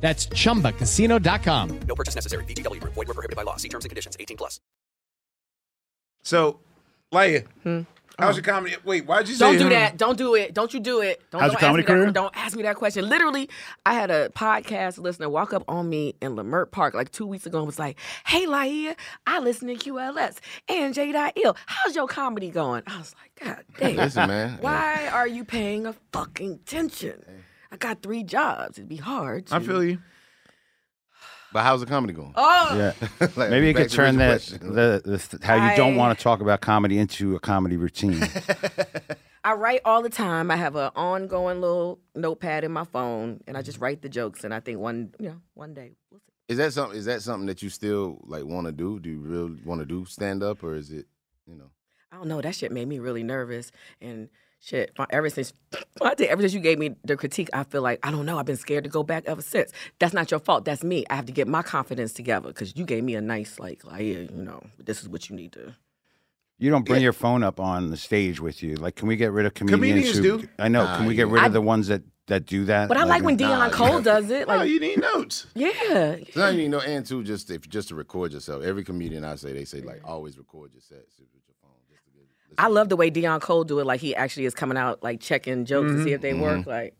[SPEAKER 9] That's chumbacasino.com.
[SPEAKER 10] No purchase necessary. VGW Group. Void were prohibited by law. See terms and conditions. 18 plus.
[SPEAKER 2] So, Leia, how's your comedy? Wait, why'd you say?
[SPEAKER 7] Hmm. Don't do
[SPEAKER 2] hmm?
[SPEAKER 7] that. Don't do it. Don't you do it. Don't,
[SPEAKER 2] How's
[SPEAKER 7] don't
[SPEAKER 2] your comedy
[SPEAKER 7] ask me
[SPEAKER 2] career?
[SPEAKER 7] That, don't ask me that question. Literally, I had a podcast listener walk up on me in Lamert Park like two weeks ago and was like, Hey, Laia, I listen to QLS and J.Ill. How's your comedy going? I was like, God damn.
[SPEAKER 4] Listen, man.
[SPEAKER 7] Why are you paying a fucking attention? I got three jobs. It'd be hard. To...
[SPEAKER 4] I feel
[SPEAKER 2] you.
[SPEAKER 4] But how's the comedy going?
[SPEAKER 7] Oh!
[SPEAKER 8] Yeah.
[SPEAKER 4] Like,
[SPEAKER 8] Maybe you
[SPEAKER 4] back
[SPEAKER 8] could
[SPEAKER 4] to
[SPEAKER 8] turn
[SPEAKER 4] the
[SPEAKER 8] that
[SPEAKER 4] question.
[SPEAKER 8] the, the th- how you don't
[SPEAKER 7] I-
[SPEAKER 8] want to talk about comedy into a comedy routine.
[SPEAKER 7] I write all the time. I have an ongoing little notepad in my phone, and I just write the jokes. And I think one, you know, one day.
[SPEAKER 4] Is that something? Is that something that you still like want to do? Do you really want to do stand up, or is it you know?
[SPEAKER 7] I don't know. That shit made me really nervous and shit. my- Ever since I think ever since you gave me the critique, I feel like I don't know. I've been scared to go back ever since. That's not your fault. That's me. I have to get my confidence together because you gave me a nice like, like yeah, you know, this is what you need to.
[SPEAKER 8] You don't bring your phone up on the stage with you. Like, can we get rid of comedians?
[SPEAKER 7] Comedians
[SPEAKER 8] who,
[SPEAKER 7] do.
[SPEAKER 8] I know.
[SPEAKER 7] Nah,
[SPEAKER 8] can we
[SPEAKER 7] you-
[SPEAKER 8] get rid
[SPEAKER 7] I-
[SPEAKER 8] of the ones that that do that?
[SPEAKER 7] But I like when Dion Cole does it. Like
[SPEAKER 2] you need notes.
[SPEAKER 7] Yeah.
[SPEAKER 4] So now you need no and two just if just to record yourself. Every comedian I say they say like always record your sets.
[SPEAKER 7] I love the way Dion Cole do it. Like he actually is coming out like checking jokes to see if they work.
[SPEAKER 4] Mhm.
[SPEAKER 7] Like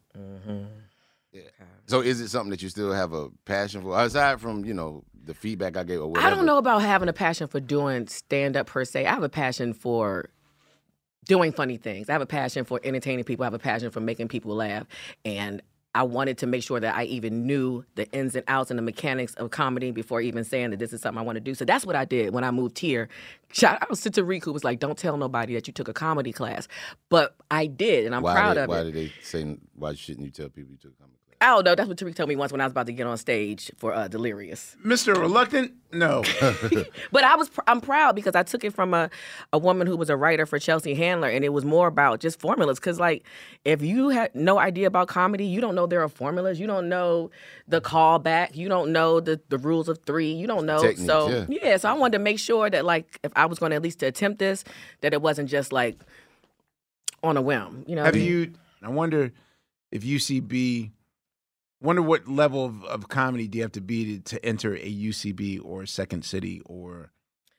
[SPEAKER 4] So is it something that you still have a passion for aside from you know the feedback I gave or whatever?
[SPEAKER 7] I don't know about having a passion for doing stand up per se. I have a passion for doing funny things. I have a passion for entertaining people. I have a passion for making people laugh. And I wanted to make sure that I even knew the ins and outs and the mechanics of comedy before even saying that this is something I want to do. So that's what I did when I moved here. Shout out to Tariq, who was like, don't tell nobody that you took a comedy class. But I did, and I'm
[SPEAKER 4] why
[SPEAKER 7] proud
[SPEAKER 4] they,
[SPEAKER 7] of
[SPEAKER 4] why
[SPEAKER 7] it.
[SPEAKER 4] did they say why shouldn't you tell people you took comedy?
[SPEAKER 7] I don't know. That's what Tariq told me once when I was about to get on stage for uh, Delirious.
[SPEAKER 2] Mr. Reluctant? No.
[SPEAKER 7] But I was pr- I'm proud because I took it from a, a woman who was a writer for Chelsea Handler, and it was more about just formulas. Because like, if you had no idea about comedy, you don't know there are formulas. You don't know the callback. You don't know the, the rules of three. You don't know.
[SPEAKER 4] Techniques,
[SPEAKER 7] so
[SPEAKER 4] yeah.
[SPEAKER 7] so I wanted to make sure that like if I was going to at least attempt this, that it wasn't just like on a whim. You know,
[SPEAKER 2] Have you? I wonder if UCB. Wonder what level of, of comedy do you have to be to, to enter a UCB or Second City or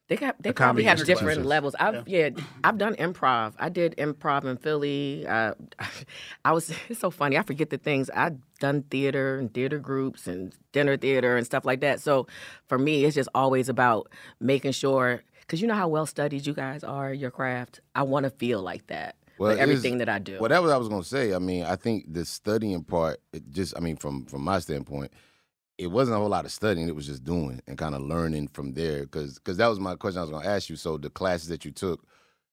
[SPEAKER 7] They got they
[SPEAKER 2] a
[SPEAKER 7] probably
[SPEAKER 2] comedy
[SPEAKER 7] have
[SPEAKER 2] classes.
[SPEAKER 7] different levels. I've yeah. I've done improv. I did improv in Philly. Uh, I was it's so funny. I forget the things I've done theater and theater groups and dinner theater and stuff like that. So for me, it's just always about making sure because you know how well studied you guys are your craft. I want to feel like that. with
[SPEAKER 4] it is-
[SPEAKER 7] everything that I do.
[SPEAKER 4] Well, that was what I was gonna say. I mean, I think the studying part, it just I mean, from from my standpoint, it wasn't a whole lot of studying. It was just doing and kind of learning from there. Because that was my question I was gonna ask you. So the classes that you took,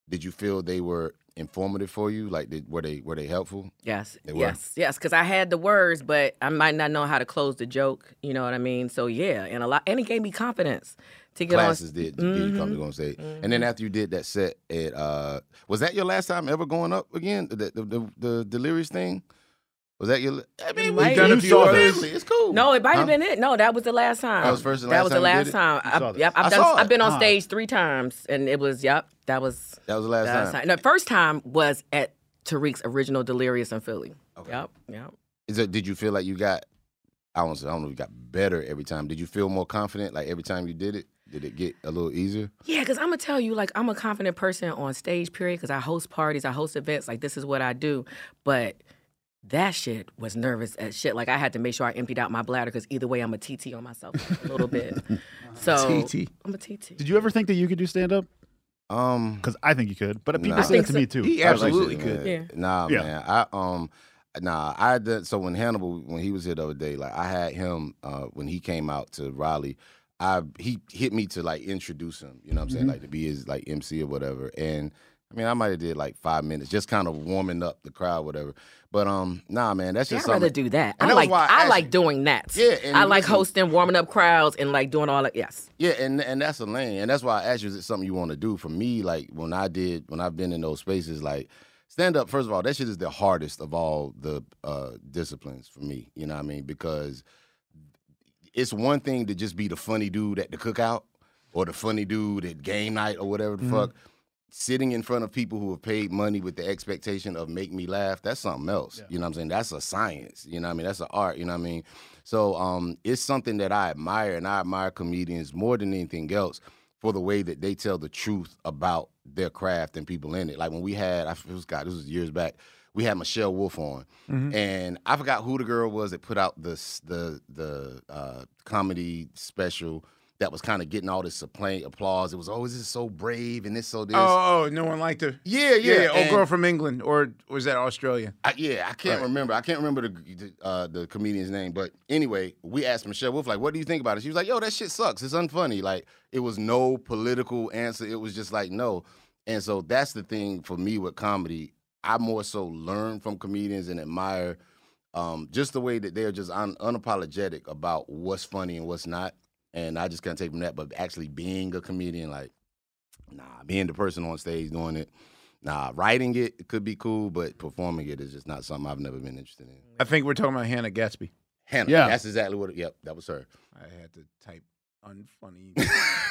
[SPEAKER 4] did you feel they were informative for you? Like, did, were they were they helpful?
[SPEAKER 7] Yes.
[SPEAKER 4] They were?
[SPEAKER 7] Yes. Yes. Because I had the words, but I might not know how to close the joke. You know what I mean? So yeah, and a lot, and it gave me confidence to get
[SPEAKER 4] classes
[SPEAKER 7] on. Mm-hmm.
[SPEAKER 4] did, did you come to go on stage. And then after you did that set at uh was that your last time ever going up again? The the, the, the delirious thing? Was that your I mean we
[SPEAKER 7] Might-
[SPEAKER 4] done a few others. It's cool.
[SPEAKER 7] No, it might have
[SPEAKER 4] Huh?
[SPEAKER 7] been it. No, that was the last time.
[SPEAKER 4] That was first and
[SPEAKER 7] That
[SPEAKER 4] last
[SPEAKER 7] was
[SPEAKER 4] time
[SPEAKER 7] the
[SPEAKER 4] you
[SPEAKER 7] last
[SPEAKER 4] did it?
[SPEAKER 7] time.
[SPEAKER 4] You
[SPEAKER 7] I-
[SPEAKER 4] saw Uh-huh. this.
[SPEAKER 7] yep, I've
[SPEAKER 4] I
[SPEAKER 7] done.
[SPEAKER 4] saw
[SPEAKER 7] I've been on
[SPEAKER 4] it.
[SPEAKER 7] stage three times, and it was yep. That was
[SPEAKER 4] That was the last time.
[SPEAKER 7] No, first time was at Tariq's original Delirious in Philly. Yep. Yep.
[SPEAKER 4] Is it, did you feel like you got I don't, I don't know if you got better every time. Did you feel more confident like every time you did it? Did it get a little easier?
[SPEAKER 7] Yeah, because I'm gonna tell you, like, I'm a confident person on stage, period. Because I host parties, I host events, like, this is what I do. But that shit was nervous as shit. Like, I had to make sure I emptied out my bladder because either way, I'm a TT on myself a little bit. So
[SPEAKER 5] TT.
[SPEAKER 7] I'm a TT.
[SPEAKER 5] Did you ever think that you could do stand up?
[SPEAKER 4] Um,
[SPEAKER 5] because I think you could, but people
[SPEAKER 4] Nah.
[SPEAKER 5] say it to me too. I was like,
[SPEAKER 4] Man. Nah,
[SPEAKER 5] Yeah.
[SPEAKER 4] man. I um, nah. I done, so when Hannibal when he was here the other day, like I had him uh, when he came out to Raleigh. I he hit me to like introduce him. You know what I'm saying?
[SPEAKER 7] Mm-hmm.
[SPEAKER 8] Mhm.
[SPEAKER 4] Like to be his like MC or whatever. And I mean, I might have did like five minutes, just kind of warming up the crowd, whatever. But um, nah, man. That's
[SPEAKER 7] Yeah,
[SPEAKER 4] just
[SPEAKER 7] I'd rather
[SPEAKER 4] something-
[SPEAKER 7] do that.
[SPEAKER 4] And
[SPEAKER 7] I
[SPEAKER 4] that was
[SPEAKER 7] like
[SPEAKER 4] why
[SPEAKER 7] I,
[SPEAKER 4] asked
[SPEAKER 7] like
[SPEAKER 4] you.
[SPEAKER 7] doing that.
[SPEAKER 4] Yeah, and
[SPEAKER 7] I like
[SPEAKER 4] listen-
[SPEAKER 7] hosting, warming up crowds, and like doing all that. Yes.
[SPEAKER 4] Yeah, and and that's a lane, and that's why I asked you, is it something you want to do? For me, like when I did, when I've been in those spaces, like stand up. First of all, that shit is the hardest of all the uh, disciplines for me. You know what I mean? Because it's one thing to just be the funny dude at the cookout or the funny dude at game night or whatever the
[SPEAKER 8] Mhm.
[SPEAKER 4] fuck. Sitting in front of people who have paid money with the expectation of make me laugh, that's something else. You know what I'm saying? That's a science. You know what I mean? That's an art. You know what I mean? So um, it's something that I admire, and I admire comedians more than anything else for the way that they tell the truth about their craft and people in it. Like when we had, I it was God, this was years back. We had Michelle Wolf on,
[SPEAKER 8] Mhm.
[SPEAKER 4] and I forgot who the girl was that put out the s- the the uh, comedy special that was kind of getting all this supplant applause. It was always oh, this is so brave and this so this.
[SPEAKER 2] Oh, oh, no one liked her.
[SPEAKER 4] Yeah, yeah,
[SPEAKER 2] yeah old
[SPEAKER 4] and-
[SPEAKER 2] girl from England, or was that Australia?
[SPEAKER 4] I, yeah, I can't
[SPEAKER 2] Right.
[SPEAKER 4] remember. I can't remember the the, uh, the comedian's name, but anyway, we asked Michelle Wolf like, "What do you think about it?" She was like, "Yo, that shit sucks. It's unfunny." Like it was no political answer. It was just like no. And so that's the thing for me with comedy. I more so learn from comedians and admire um, just the way that they're just un- unapologetic about what's funny and what's not. And I just kind of take from that, but actually being a comedian, like, nah, being the person on stage doing it, nah, writing it could be cool, but performing it is just not something I've never been interested in.
[SPEAKER 2] I think we're talking about Hannah Gatsby.
[SPEAKER 4] Hannah, yeah. that's exactly what. It, yep, that was her.
[SPEAKER 2] I had to type unfunny.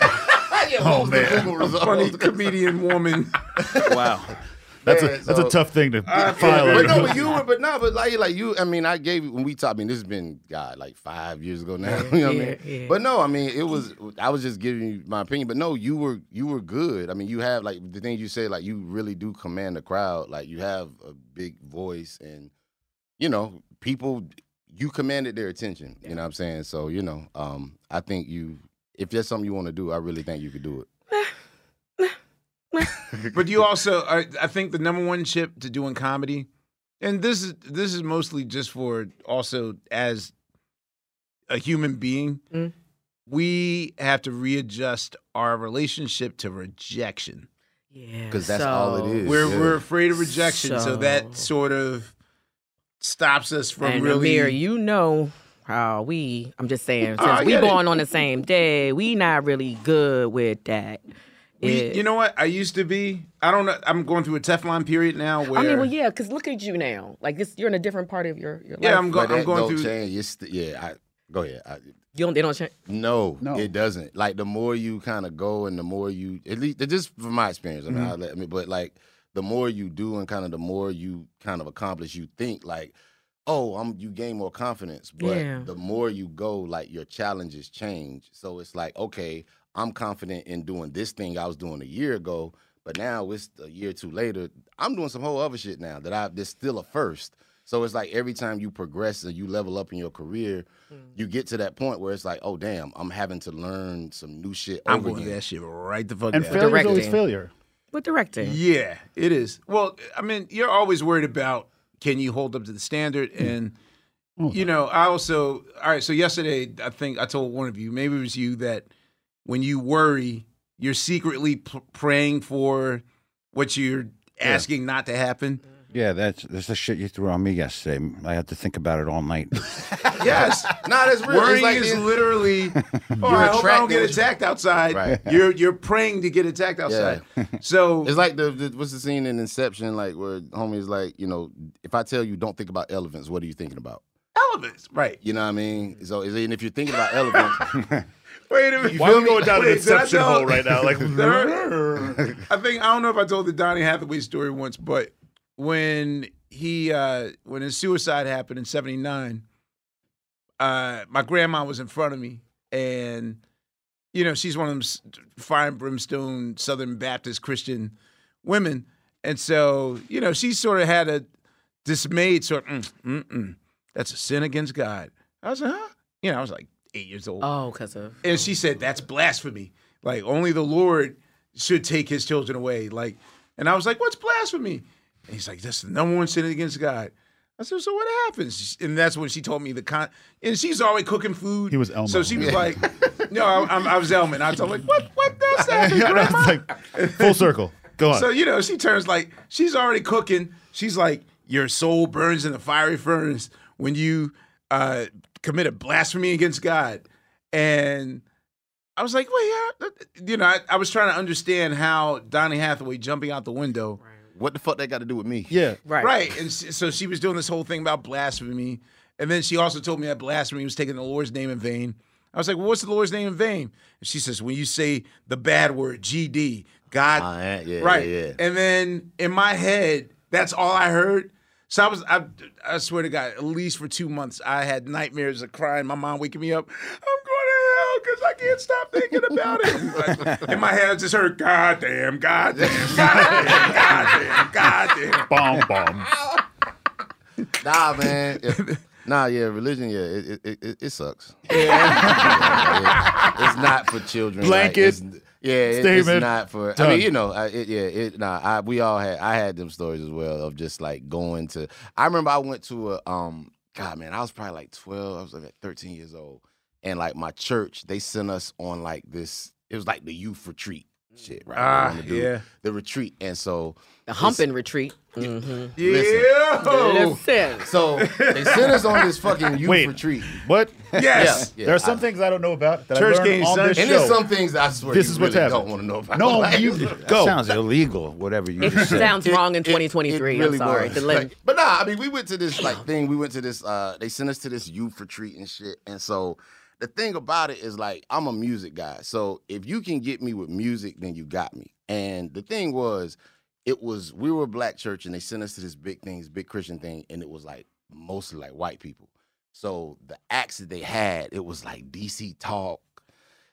[SPEAKER 4] what was the Google result?
[SPEAKER 2] funny comedian woman.
[SPEAKER 5] wow, that's a
[SPEAKER 4] Yeah,
[SPEAKER 5] that's a
[SPEAKER 4] so-
[SPEAKER 5] tough thing to
[SPEAKER 4] I-
[SPEAKER 5] file.
[SPEAKER 4] But
[SPEAKER 5] on
[SPEAKER 4] no,
[SPEAKER 5] Google.
[SPEAKER 4] but you were, but no, but like, like you. I mean, I gave when we talked. I mean, this has been God like five years ago now. you know what I mean?
[SPEAKER 8] yeah, yeah.
[SPEAKER 4] But no, I mean, it was. I was just giving you my opinion. But no, you were you were good. I mean, you have like the thing you say. Like you really do command the crowd. Like you have a big voice, and you know people. You commanded their attention. You know what I'm saying? So you know, um, I think you. If there's something you want to do, I really think you could do it.
[SPEAKER 2] but you also I, I think the number one chip to doing comedy and this is this is mostly just for also as a human being
[SPEAKER 7] Mm.
[SPEAKER 2] we have to readjust our relationship to rejection
[SPEAKER 7] Yeah.
[SPEAKER 4] 'Cause that's all it so- is,
[SPEAKER 2] we're
[SPEAKER 4] yeah.
[SPEAKER 2] we're afraid of rejection so, that sort of stops us from
[SPEAKER 7] and
[SPEAKER 2] really
[SPEAKER 7] Amir, you know how we. I'm just saying,
[SPEAKER 2] Oh,
[SPEAKER 4] Ah,
[SPEAKER 7] since
[SPEAKER 2] I
[SPEAKER 7] we
[SPEAKER 2] get it.
[SPEAKER 7] born on the same day, we not really good with that.
[SPEAKER 2] we-
[SPEAKER 7] Yeah.
[SPEAKER 2] you know what I used to be I don't know I'm going through a Teflon period now where
[SPEAKER 7] I mean, well, yeah, because look at you now. Like this, you're in a different part of your, your
[SPEAKER 2] Yeah,
[SPEAKER 7] life.
[SPEAKER 2] I'm go-
[SPEAKER 4] But
[SPEAKER 2] I'm
[SPEAKER 4] that
[SPEAKER 2] going
[SPEAKER 4] don't
[SPEAKER 2] through-
[SPEAKER 4] Change. It's st- yeah, I, go ahead. I,
[SPEAKER 7] You don't, they don't change.
[SPEAKER 4] No,
[SPEAKER 7] No.
[SPEAKER 4] it doesn't. Like the more you kind of go and the more you, at least just from my experience. I mean,
[SPEAKER 2] Mm-hmm.
[SPEAKER 7] Mhm.
[SPEAKER 4] I, let- I mean, but like the more you do and kind of the more you kind of accomplish, you think like, oh, I'm you gain more confidence. But
[SPEAKER 7] Yeah.
[SPEAKER 4] the more you go, like your challenges change. So it's like, okay, I'm confident in doing this thing I was doing a year ago, but now it's a year or two later. I'm doing some whole other shit now that I that's still a first. So it's like every time you progress or you level up in your career, you get to that point where it's like, oh damn, I'm having to learn some new shit.
[SPEAKER 2] I'm
[SPEAKER 4] over
[SPEAKER 2] gonna do
[SPEAKER 4] again.
[SPEAKER 2] that shit right the fuck
[SPEAKER 4] And
[SPEAKER 2] now.
[SPEAKER 4] failure is Directing. always failure.
[SPEAKER 7] With directing.
[SPEAKER 2] Yeah, it is. Well, I mean, you're always worried about can you hold up to the standard and you know, I also all right, so yesterday I think I told one of you, maybe it was you that when you worry, you're secretly p- praying for what you're asking not to happen.
[SPEAKER 8] Yeah, that's that's the shit you threw on me yesterday. I had to think about it all night.
[SPEAKER 2] Yes.
[SPEAKER 4] nah, that's real. It's
[SPEAKER 2] Worrying
[SPEAKER 4] like
[SPEAKER 2] is
[SPEAKER 4] the-
[SPEAKER 2] literally. Oh, I hope I don't
[SPEAKER 4] attracting
[SPEAKER 2] get
[SPEAKER 4] what you-
[SPEAKER 2] attacked outside.
[SPEAKER 4] Right.
[SPEAKER 2] You're you're praying to get attacked outside. So
[SPEAKER 4] it's like the, the what's the scene in Inception, like where homie's like, you know, if I tell you don't think about elephants, what are you thinking about?
[SPEAKER 2] Elephants, right?
[SPEAKER 4] You know what I mean? So, and if you're thinking about elephants,
[SPEAKER 2] Wait a minute.
[SPEAKER 4] Why
[SPEAKER 2] feel
[SPEAKER 4] we
[SPEAKER 2] me?
[SPEAKER 4] going down an
[SPEAKER 2] did I
[SPEAKER 4] Inception
[SPEAKER 2] tell-
[SPEAKER 4] hole right now? Like-
[SPEAKER 2] There- I think I don't know if I told the Donnie Hathaway story once, but when he uh when his suicide happened in '79, uh my grandma was in front of me, and you know she's one of them s- fire and brimstone Southern Baptist Christian women, and so you know she sort of had a dismayed sort. Mm, mm, mm, that's a sin against God. I was like, huh? You know, I was like eight years old.
[SPEAKER 7] Oh, because of
[SPEAKER 2] And she said, That's blasphemy. Like, only the Lord should take his children away. Like, and I was like, What's blasphemy? And he's like, That's the number one sin against God. I said, So what happens? And that's when she told me the con. And she's always cooking food. He was Elmo. So she was like, No, I, I'm- I was Elman. I was like, What, what does that mean, Grandma?
[SPEAKER 5] Full circle. Go on.
[SPEAKER 2] So you know, she turns like she's already cooking. She's like, "Your soul burns in the fiery furnace when you uh, commit a blasphemy against God." And I was like, "Wait, yeah. you know, I, I was trying to understand how Donnie Hathaway jumping out the window.
[SPEAKER 4] What the fuck that got to do with me?
[SPEAKER 5] Yeah,
[SPEAKER 2] right, right." And s- so she was doing this whole thing about blasphemy, and then she also told me that blasphemy was taking the Lord's name in vain. I was like, well, "What's the Lord's name in vain?" And she says, "When you say the bad word, GD, God."
[SPEAKER 4] yeah, yeah,
[SPEAKER 2] right.
[SPEAKER 4] yeah.
[SPEAKER 2] And then in my head, that's all I heard. So I was, I, I swear to God, at least for two months, I had nightmares of crying. My mom waking me up. I'm going to hell because I can't stop thinking about it. Like, in my head, I just heard, God damn, God damn, God damn, God damn, God damn.
[SPEAKER 5] Bomb, bomb.
[SPEAKER 4] nah, man. If- nah, yeah, religion, yeah, it it- it, it, it sucks. Yeah, it- it's not for children.
[SPEAKER 5] Blanket
[SPEAKER 4] Like, it's, yeah, it, it's
[SPEAKER 5] statement.
[SPEAKER 4] not for. I
[SPEAKER 5] Done.
[SPEAKER 4] mean, you know, I, it, yeah, it, nah. I, we all had. I had them stories as well of just like going to. I remember I went to a um. God, man, I was probably like twelve. I was like thirteen years old, and like my church, they sent us on like this. It was like the youth retreat shit, right? They
[SPEAKER 7] Ah,
[SPEAKER 4] wanna do
[SPEAKER 7] yeah.
[SPEAKER 4] The retreat, and so
[SPEAKER 7] the
[SPEAKER 4] this-
[SPEAKER 7] humping retreat. Mm-hmm.
[SPEAKER 4] Yeah.
[SPEAKER 7] That's it.
[SPEAKER 4] So they sent us on this fucking youth
[SPEAKER 5] Wait,
[SPEAKER 4] retreat.
[SPEAKER 5] What?
[SPEAKER 4] Yes. Yeah, yeah.
[SPEAKER 5] there are some
[SPEAKER 4] I-
[SPEAKER 5] things I don't know about that
[SPEAKER 4] Church
[SPEAKER 5] I learned
[SPEAKER 4] games
[SPEAKER 5] on this
[SPEAKER 4] Sunday. And
[SPEAKER 5] show.
[SPEAKER 4] there's some things I swear
[SPEAKER 5] this
[SPEAKER 4] you
[SPEAKER 5] is what's
[SPEAKER 4] really
[SPEAKER 5] happening.
[SPEAKER 4] don't wanna know about.
[SPEAKER 5] No,
[SPEAKER 4] Like-
[SPEAKER 5] you
[SPEAKER 8] That
[SPEAKER 5] go.
[SPEAKER 8] sounds illegal. Whatever you
[SPEAKER 7] It
[SPEAKER 8] just said.
[SPEAKER 7] sounds wrong in
[SPEAKER 4] It- it-
[SPEAKER 7] 2023.
[SPEAKER 4] it
[SPEAKER 7] I'm sorry.
[SPEAKER 4] was.
[SPEAKER 7] The leg-
[SPEAKER 4] Like, but nah, I mean, we went to this like thing. We went to this. uh They sent us to this youth retreat and shit. And so the thing about it is like I'm a music guy. So if you can get me with music, then you got me. And the thing was, it was we were a black church, and they sent us to this big thing, this big Christian thing, and it was like mostly like white people. So the acts that they had, it was like DC Talk.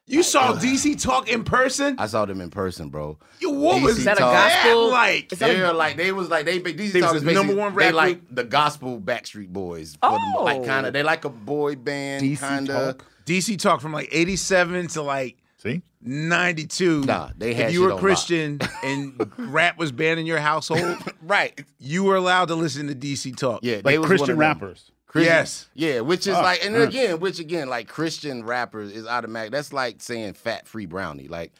[SPEAKER 2] You saw DC Talk in person?
[SPEAKER 4] I saw them in person, bro.
[SPEAKER 2] Yo, what was
[SPEAKER 4] DC
[SPEAKER 2] that a
[SPEAKER 4] Talk.
[SPEAKER 2] gospel? Like- Is that a-
[SPEAKER 4] yeah, like they was like they ba- DC
[SPEAKER 2] They was
[SPEAKER 4] Talk
[SPEAKER 2] the
[SPEAKER 4] is basically
[SPEAKER 2] number one
[SPEAKER 4] they
[SPEAKER 2] rap
[SPEAKER 4] like the gospel Backstreet Boys. for them,
[SPEAKER 2] Oh.
[SPEAKER 4] like kind of they like a boy band kind of.
[SPEAKER 2] DC Talk from like 87 to like
[SPEAKER 5] See?
[SPEAKER 2] 92.
[SPEAKER 4] Nah, they had
[SPEAKER 2] If you
[SPEAKER 4] shit
[SPEAKER 2] were
[SPEAKER 4] on lock.
[SPEAKER 2] Christian and rap was banned in your household,
[SPEAKER 4] right?
[SPEAKER 2] You were allowed to listen to DC Talk.
[SPEAKER 4] Yeah, they was one of them. Christian-
[SPEAKER 2] Yes.
[SPEAKER 4] Yeah, which is
[SPEAKER 2] Ah,
[SPEAKER 4] like, and
[SPEAKER 2] mm.
[SPEAKER 4] again, which again, like Christian rappers is automatic. That's like saying fat free brownie. Like,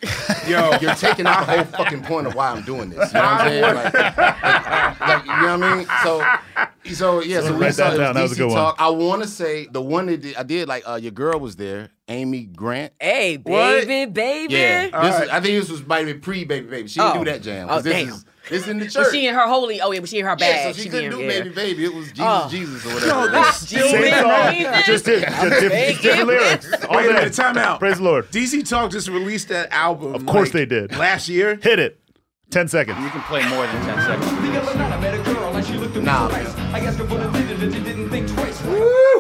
[SPEAKER 2] Yo.
[SPEAKER 4] you're taking out the whole fucking point of why I'm doing this. You know what I'm saying? Like, like, you know what I mean? So, so yeah. So,
[SPEAKER 5] Someone
[SPEAKER 4] we
[SPEAKER 5] write
[SPEAKER 4] saw
[SPEAKER 5] that
[SPEAKER 4] it was
[SPEAKER 5] down. That was a
[SPEAKER 4] DC
[SPEAKER 5] good one.
[SPEAKER 4] Talk. I want to say the one that did, I did like uh, your girl was there, Amy Grant.
[SPEAKER 11] Hey,
[SPEAKER 4] What?
[SPEAKER 11] baby, baby.
[SPEAKER 4] Yeah, this is, I think this was maybe pre baby baby. She didn't
[SPEAKER 11] Oh.
[SPEAKER 4] do that jam.
[SPEAKER 11] Oh,
[SPEAKER 4] 'cause this
[SPEAKER 11] damn.
[SPEAKER 4] Is, this in the church.
[SPEAKER 7] Was she in her holy? Oh, yeah, was she in her bag?
[SPEAKER 4] Yeah, so she, couldn't
[SPEAKER 7] in-
[SPEAKER 4] do
[SPEAKER 7] yeah.
[SPEAKER 4] baby baby. It was Jesus,
[SPEAKER 7] Oh.
[SPEAKER 4] Jesus or
[SPEAKER 7] Yo,
[SPEAKER 4] whatever.
[SPEAKER 2] this still Same ain't song. right.
[SPEAKER 5] Just did. Just diff- different lyrics. All
[SPEAKER 2] Wait a
[SPEAKER 5] day.
[SPEAKER 2] minute, time out.
[SPEAKER 5] Praise the Lord.
[SPEAKER 2] DC Talk just released that album.
[SPEAKER 5] Of course
[SPEAKER 2] like,
[SPEAKER 5] they did.
[SPEAKER 2] Last year?
[SPEAKER 5] Hit it. Ten seconds.
[SPEAKER 8] You can play more than 10 seconds.
[SPEAKER 3] I met a girl and she looked at me
[SPEAKER 8] Nah,
[SPEAKER 3] twice. I asked her what I did and she didn't think twice.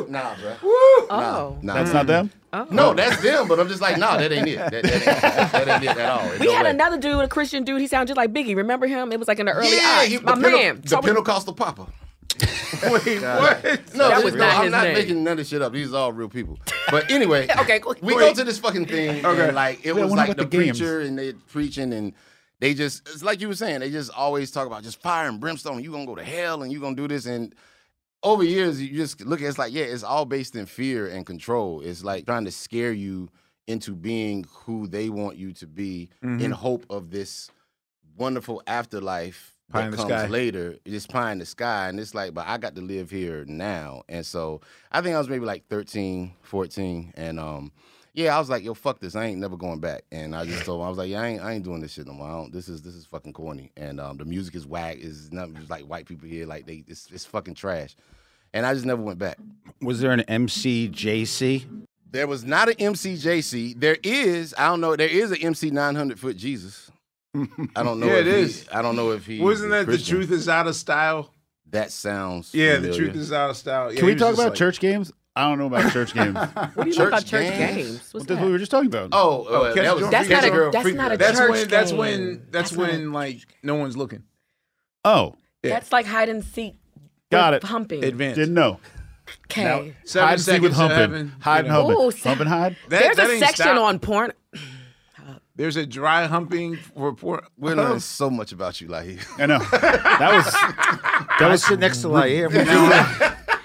[SPEAKER 4] Nah, bro.
[SPEAKER 3] Oh.
[SPEAKER 4] Nah.
[SPEAKER 5] That's not them?
[SPEAKER 7] Oh.
[SPEAKER 4] No, that's them. But I'm just like, nah, that ain't it. That, that, ain't, that ain't it at all. There's
[SPEAKER 7] We
[SPEAKER 4] no
[SPEAKER 7] had
[SPEAKER 4] way.
[SPEAKER 7] another dude, a Christian dude. He sounded just like Biggie. Remember him? It was like in the early
[SPEAKER 4] yeah,
[SPEAKER 7] aughts.
[SPEAKER 4] he-
[SPEAKER 7] My
[SPEAKER 4] the Pente-
[SPEAKER 7] man.
[SPEAKER 4] the
[SPEAKER 7] So we-
[SPEAKER 4] Pentecostal Papa. Wait, what? No,
[SPEAKER 7] That
[SPEAKER 4] this-
[SPEAKER 7] was
[SPEAKER 4] no,
[SPEAKER 7] not
[SPEAKER 4] I'm
[SPEAKER 7] his
[SPEAKER 4] not
[SPEAKER 7] name.
[SPEAKER 4] making none of this shit up. These are all real people. But anyway,
[SPEAKER 7] Okay, cool.
[SPEAKER 4] we go
[SPEAKER 7] Wait.
[SPEAKER 4] to this fucking thing,
[SPEAKER 7] Okay.
[SPEAKER 4] and like it
[SPEAKER 7] Yeah, I
[SPEAKER 4] was
[SPEAKER 7] wonder
[SPEAKER 4] like
[SPEAKER 7] what
[SPEAKER 4] the,
[SPEAKER 7] the games-
[SPEAKER 4] preacher and they preaching, and they just it's like you were saying, they just always talk about just fire and brimstone. You gonna go to hell, and you gonna do this, and over years you just look at it's like yeah, it's all based in fear and control. It's like trying to scare you into being who they want you to be in
[SPEAKER 7] Mm-hmm.
[SPEAKER 2] Mhm.
[SPEAKER 4] hope of this wonderful afterlife
[SPEAKER 2] Pie in
[SPEAKER 4] that
[SPEAKER 2] the
[SPEAKER 4] comes
[SPEAKER 2] sky.
[SPEAKER 4] later. It's pie in the sky. And it's like, but I got to live here now. And so I think I was maybe like 13, 14. And um, yeah, I was like, yo, fuck this. I ain't never going back. And I just told him, I was like, yeah, I ain't, I ain't doing this shit no more. I don't, this is this is fucking corny. And um, the music is whack. It's nothing it's like white people here. Like they it's, it's fucking trash. And I just never went back.
[SPEAKER 8] Was there an MCJC?
[SPEAKER 4] There was not an MCJC. There is, I don't know, there is an MC 900 foot Jesus. I don't know.
[SPEAKER 2] Yeah,
[SPEAKER 4] if
[SPEAKER 2] it
[SPEAKER 4] he-
[SPEAKER 2] is.
[SPEAKER 4] I don't know if he
[SPEAKER 2] Wasn't that the
[SPEAKER 4] Christian.
[SPEAKER 2] truth is out of style?
[SPEAKER 4] That sounds
[SPEAKER 2] Yeah, the
[SPEAKER 4] familiar.
[SPEAKER 2] truth is out of style. Yeah,
[SPEAKER 5] Can we
[SPEAKER 2] he was
[SPEAKER 5] talk
[SPEAKER 2] just
[SPEAKER 5] about
[SPEAKER 2] like-
[SPEAKER 5] church games? I don't know about church games.
[SPEAKER 7] What do you know about church games?
[SPEAKER 5] That's
[SPEAKER 7] What's that?
[SPEAKER 5] what we were just talking about.
[SPEAKER 4] Oh,
[SPEAKER 2] Oh,
[SPEAKER 4] uh,
[SPEAKER 2] catch
[SPEAKER 4] that
[SPEAKER 2] a
[SPEAKER 4] was
[SPEAKER 2] girl,
[SPEAKER 7] That's
[SPEAKER 2] freak
[SPEAKER 7] not a-
[SPEAKER 2] girl,
[SPEAKER 7] that's
[SPEAKER 2] freak
[SPEAKER 7] not a
[SPEAKER 2] girl. that's
[SPEAKER 7] church
[SPEAKER 2] when, That's
[SPEAKER 7] game.
[SPEAKER 2] when. That's,
[SPEAKER 7] That's not a
[SPEAKER 2] when. Like no one's looking.
[SPEAKER 5] Oh,
[SPEAKER 7] That's like hide and seek.
[SPEAKER 5] got
[SPEAKER 7] with
[SPEAKER 5] it.
[SPEAKER 7] Humping.
[SPEAKER 2] Advanced.
[SPEAKER 5] Didn't know. Now,
[SPEAKER 7] Okay.
[SPEAKER 2] Seven
[SPEAKER 5] hide and seek with
[SPEAKER 2] seconds to
[SPEAKER 5] humping.
[SPEAKER 2] heaven,
[SPEAKER 5] hide
[SPEAKER 2] you
[SPEAKER 5] and humping.
[SPEAKER 7] Ooh, se-
[SPEAKER 5] hump and hide.
[SPEAKER 2] That-
[SPEAKER 7] There's
[SPEAKER 2] that
[SPEAKER 7] a
[SPEAKER 2] ain't
[SPEAKER 7] section
[SPEAKER 2] stop.
[SPEAKER 7] on porn.
[SPEAKER 2] There's a dry humping for poor.
[SPEAKER 4] We're learning so much about you, Lahi.
[SPEAKER 5] I know. That was that was
[SPEAKER 8] sit next to Lair.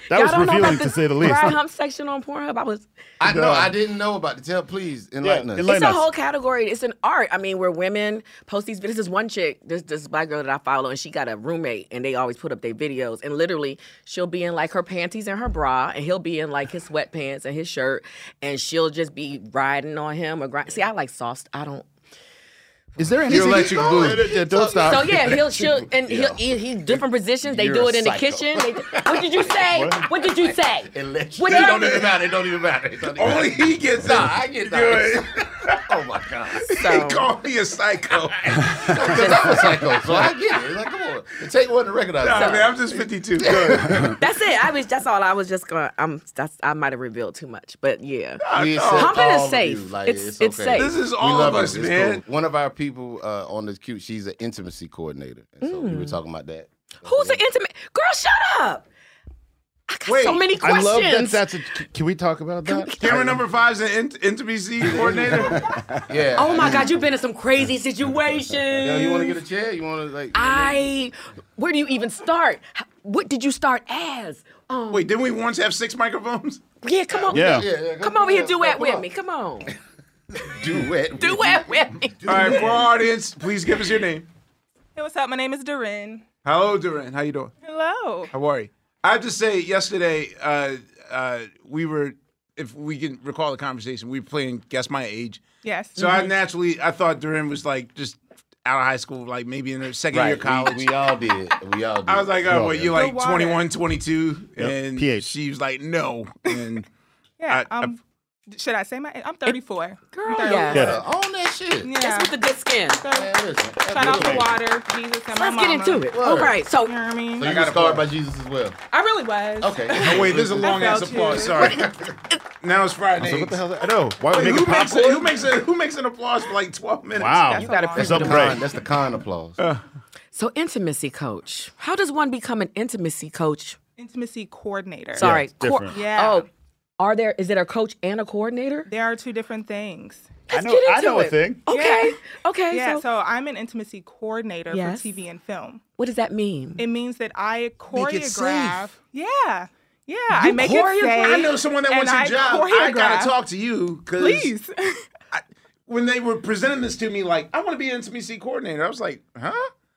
[SPEAKER 5] that
[SPEAKER 7] Y'all
[SPEAKER 5] was
[SPEAKER 7] don't know
[SPEAKER 5] revealing
[SPEAKER 7] about
[SPEAKER 5] to
[SPEAKER 7] the
[SPEAKER 5] say the least.
[SPEAKER 7] Dry hump section on Pornhub. I was.
[SPEAKER 4] I know. I didn't know about the tell. Please enlighten us.
[SPEAKER 5] enlighten
[SPEAKER 7] it's a
[SPEAKER 5] us.
[SPEAKER 7] whole category. It's an art. I mean, where women post these videos. This is one chick, this this black girl that I follow, and she got a roommate, and they always put up their videos. And literally, she'll be in like her panties and her bra, and he'll be in like his sweatpants and his shirt, and she'll just be riding on him or grind. See, I like sauced. I don't.
[SPEAKER 5] Is there
[SPEAKER 2] Your electric boo.
[SPEAKER 5] Don't stop.
[SPEAKER 7] So Oh, yeah, he'll she'll and he'll he, he different positions. They
[SPEAKER 4] You're
[SPEAKER 7] do
[SPEAKER 4] a
[SPEAKER 7] it in the
[SPEAKER 4] psycho.
[SPEAKER 7] kitchen. They, what did you say? What? did you say?
[SPEAKER 4] Enlighten
[SPEAKER 7] What
[SPEAKER 4] us. It
[SPEAKER 7] did
[SPEAKER 4] don't
[SPEAKER 7] I-
[SPEAKER 4] even matter. It don't even matter. It don't even
[SPEAKER 2] Only
[SPEAKER 4] matter.
[SPEAKER 2] he gets
[SPEAKER 4] Nah,
[SPEAKER 2] out.
[SPEAKER 4] I get
[SPEAKER 2] You're-
[SPEAKER 4] that. oh my god.
[SPEAKER 2] He
[SPEAKER 7] So
[SPEAKER 2] called me a psycho.
[SPEAKER 4] Because I'm a psycho, so I get it. It's Like, come on. It take one to recognize.
[SPEAKER 2] Nah,
[SPEAKER 4] it.
[SPEAKER 2] man, I'm just 52. Go ahead.
[SPEAKER 7] that's it. I was that's all I was just gonna. I'm that's I might have revealed too much, but yeah.
[SPEAKER 4] We
[SPEAKER 2] know.
[SPEAKER 4] accept
[SPEAKER 7] Humping is
[SPEAKER 4] all of
[SPEAKER 7] safe.
[SPEAKER 4] you. Like,
[SPEAKER 7] It's- it's
[SPEAKER 4] okay.
[SPEAKER 7] safe.
[SPEAKER 2] This is
[SPEAKER 4] We
[SPEAKER 2] all
[SPEAKER 4] love
[SPEAKER 2] of
[SPEAKER 4] you.
[SPEAKER 2] us,
[SPEAKER 4] It's
[SPEAKER 2] man.
[SPEAKER 4] cool. One of our people uh, on this cute, she's an intimacy coordinator. And so we
[SPEAKER 11] Mm.
[SPEAKER 4] were talking about that.
[SPEAKER 7] Who's an intimate girl? Shut up. I got so many
[SPEAKER 5] I
[SPEAKER 7] questions.
[SPEAKER 5] love that. That's a, can we talk about that?
[SPEAKER 2] Camera number five's an in- intimacy coordinator.
[SPEAKER 4] Yeah.
[SPEAKER 7] oh my god, you've been in some crazy situations.
[SPEAKER 4] Yo, you want to get a chair? You want to like?
[SPEAKER 7] I. Where do you even start? How- What did you start as? Um,
[SPEAKER 2] Wait, didn't we once have six microphones?
[SPEAKER 7] yeah, come on.
[SPEAKER 5] Yeah.
[SPEAKER 4] Yeah, yeah,
[SPEAKER 7] Come over here,
[SPEAKER 4] yeah,
[SPEAKER 7] duet
[SPEAKER 4] come
[SPEAKER 7] with
[SPEAKER 4] on.
[SPEAKER 7] me. Come on,
[SPEAKER 4] duet.
[SPEAKER 7] duet with me.
[SPEAKER 2] All right, for our audience, please give us your name.
[SPEAKER 12] Hey, what's up? My name is Doreen.
[SPEAKER 2] Hello, Duran. How you doing?
[SPEAKER 12] Hello.
[SPEAKER 2] How are you? I have to say, yesterday uh, uh, we were, if we can recall the conversation, we were playing Guess My Age.
[SPEAKER 12] Yes.
[SPEAKER 2] So
[SPEAKER 7] Mm-hmm.
[SPEAKER 2] I naturally, I thought Duran was like just out of high school, like maybe in her second year
[SPEAKER 4] Right.
[SPEAKER 2] of college.
[SPEAKER 4] We, we all did. We all did.
[SPEAKER 2] I was like, oh, well,
[SPEAKER 5] yeah.
[SPEAKER 2] you're like
[SPEAKER 12] The water.
[SPEAKER 2] 21, 22. And
[SPEAKER 5] pH.
[SPEAKER 2] she was like, no. And
[SPEAKER 12] yeah.
[SPEAKER 2] I-
[SPEAKER 12] um, should I say my? I'm 34.
[SPEAKER 7] Girl,
[SPEAKER 12] I'm
[SPEAKER 7] yeah.
[SPEAKER 5] Yeah.
[SPEAKER 4] uh, own that shit.
[SPEAKER 12] Yeah.
[SPEAKER 7] That's with the good skin.
[SPEAKER 12] so,
[SPEAKER 4] Man, listen, that's
[SPEAKER 12] shout out
[SPEAKER 4] good.
[SPEAKER 12] to water, Jesus, and my
[SPEAKER 7] Let's get
[SPEAKER 12] mama.
[SPEAKER 7] into it. All right. So
[SPEAKER 12] You know what I mean?
[SPEAKER 4] So you got scarred by Jesus as well.
[SPEAKER 12] I really was.
[SPEAKER 4] Okay.
[SPEAKER 2] oh, wait, there's a long ass
[SPEAKER 12] felt
[SPEAKER 2] applause.
[SPEAKER 12] you.
[SPEAKER 2] Sorry. now it's Friday.
[SPEAKER 5] what the hell? I know. Why are we
[SPEAKER 2] Wait,
[SPEAKER 5] making
[SPEAKER 2] who, makes
[SPEAKER 5] popcorn?
[SPEAKER 2] a, who makes a, who makes an applause for like 12 minutes?
[SPEAKER 5] Wow.
[SPEAKER 12] You gotta
[SPEAKER 5] That's
[SPEAKER 12] freak
[SPEAKER 5] a
[SPEAKER 4] Con-
[SPEAKER 5] break.
[SPEAKER 4] That's the con applause.
[SPEAKER 7] So intimacy coach. How does one become an intimacy coach?
[SPEAKER 12] Intimacy coordinator.
[SPEAKER 7] Sorry.
[SPEAKER 5] it's
[SPEAKER 7] cor-
[SPEAKER 5] different.
[SPEAKER 12] Yeah.
[SPEAKER 7] Oh, are there is it a coach and a coordinator?
[SPEAKER 12] There are two different things.
[SPEAKER 5] I
[SPEAKER 7] Let's
[SPEAKER 5] know,
[SPEAKER 7] get into
[SPEAKER 5] I know
[SPEAKER 7] it.
[SPEAKER 5] a thing.
[SPEAKER 7] Okay. Okay.
[SPEAKER 12] Yeah.
[SPEAKER 7] so,
[SPEAKER 12] So, I'm an intimacy coordinator
[SPEAKER 7] Yes.
[SPEAKER 12] for TV and film.
[SPEAKER 7] what does that mean?
[SPEAKER 12] It means that I
[SPEAKER 2] Make it safe.
[SPEAKER 12] choreograph. Yeah. Yeah. I make it safe.
[SPEAKER 2] I know someone that
[SPEAKER 12] and
[SPEAKER 2] wants a
[SPEAKER 12] I
[SPEAKER 2] job. I
[SPEAKER 12] choreograph.
[SPEAKER 2] gotta talk to you because
[SPEAKER 12] Please.
[SPEAKER 2] when they were presenting this to me, like I want to be an intimacy coordinator, I was like, huh?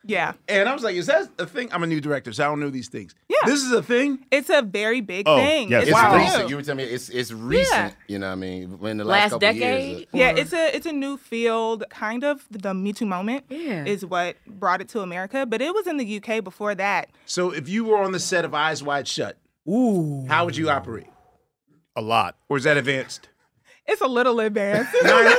[SPEAKER 12] yeah.
[SPEAKER 2] And I was like, is that a thing? I'm a new director, so I don't know these things.
[SPEAKER 12] Yeah.
[SPEAKER 2] this is a thing.
[SPEAKER 12] It's a very big
[SPEAKER 5] Oh,
[SPEAKER 12] thing.
[SPEAKER 5] yes.
[SPEAKER 12] It's
[SPEAKER 4] It's
[SPEAKER 2] Wow.
[SPEAKER 12] new.
[SPEAKER 4] recent. You were telling me it's it's recent. You know what I mean? When the
[SPEAKER 7] Last
[SPEAKER 4] last, couple
[SPEAKER 7] decade?
[SPEAKER 4] years. uh,
[SPEAKER 12] Yeah, it's a it's a new field, kind of the Me Too moment
[SPEAKER 7] Yeah.
[SPEAKER 12] is what brought it to America, but it was in the UK before that.
[SPEAKER 2] So if you were on the set of Eyes Wide Shut, how would you operate?
[SPEAKER 5] A lot.
[SPEAKER 2] Or is that advanced?
[SPEAKER 12] It's a little advanced.
[SPEAKER 2] Nine- all right,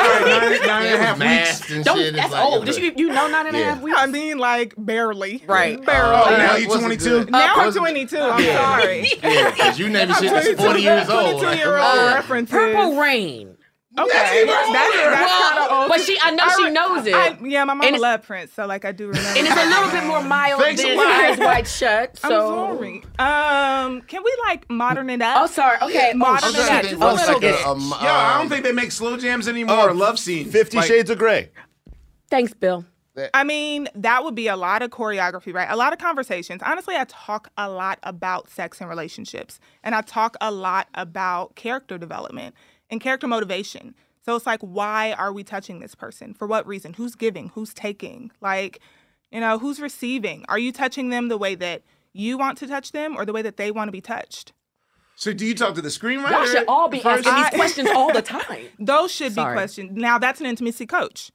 [SPEAKER 2] nine- nine and a half
[SPEAKER 12] Math
[SPEAKER 2] weeks. and
[SPEAKER 12] Don't-
[SPEAKER 2] shit is
[SPEAKER 12] that's
[SPEAKER 2] like-
[SPEAKER 12] old. Did
[SPEAKER 7] you, you know nine and a half
[SPEAKER 2] Yeah.
[SPEAKER 12] weeks? I mean, like barely. Right. Barely.
[SPEAKER 2] Oh, now you 22?
[SPEAKER 12] Now I'm
[SPEAKER 2] Wasn't-
[SPEAKER 12] 22. I'm
[SPEAKER 2] Yeah.
[SPEAKER 12] sorry.
[SPEAKER 2] Yeah, 'cause you naming
[SPEAKER 12] I'm
[SPEAKER 2] shit that's
[SPEAKER 12] 22,
[SPEAKER 2] 40 years old.
[SPEAKER 12] 22 year old
[SPEAKER 2] Like,
[SPEAKER 12] references.
[SPEAKER 7] Purple Rain.
[SPEAKER 12] Okay,
[SPEAKER 7] That's
[SPEAKER 12] that's,
[SPEAKER 7] even older.
[SPEAKER 12] that's kind of
[SPEAKER 7] Well,
[SPEAKER 12] old.
[SPEAKER 7] but she- I know she
[SPEAKER 12] re-
[SPEAKER 7] knows it.
[SPEAKER 12] I, yeah, my
[SPEAKER 7] And
[SPEAKER 12] mama
[SPEAKER 7] it's-
[SPEAKER 12] loved Prince, so like I do remember.
[SPEAKER 7] And it's a little bit more mild
[SPEAKER 12] Thanks a
[SPEAKER 7] than
[SPEAKER 12] lot.
[SPEAKER 7] Eyes Wide Shut.
[SPEAKER 12] I'm
[SPEAKER 7] So
[SPEAKER 12] sorry. Um, can we like modern it up? Oh, sorry.
[SPEAKER 7] Okay.
[SPEAKER 12] modern
[SPEAKER 2] Oh,
[SPEAKER 12] it up.
[SPEAKER 2] shit.
[SPEAKER 12] Just a
[SPEAKER 2] Oh,
[SPEAKER 12] little
[SPEAKER 2] like
[SPEAKER 12] bit.
[SPEAKER 2] a- um, Yo, I don't think they make slow jams anymore. or love scene.
[SPEAKER 13] Fifty Shades of Grey.
[SPEAKER 7] Thanks, Bill.
[SPEAKER 12] I mean, that would be a lot of choreography, right? A lot of conversations. Honestly, I talk a lot about sex and relationships, and I talk a lot about character development and character motivation. So it's like, why are we touching this person? For what reason? Who's giving? Who's taking? Like, you know, who's receiving? Are you touching them the way that you want to touch them or the way that they want to be touched?
[SPEAKER 2] So do you talk to the screenwriter?
[SPEAKER 12] Y'all should all be
[SPEAKER 2] first?
[SPEAKER 12] asking these questions all the
[SPEAKER 7] time.
[SPEAKER 12] Those should
[SPEAKER 2] Sorry.
[SPEAKER 12] be questioned. Now that's an intimacy coach.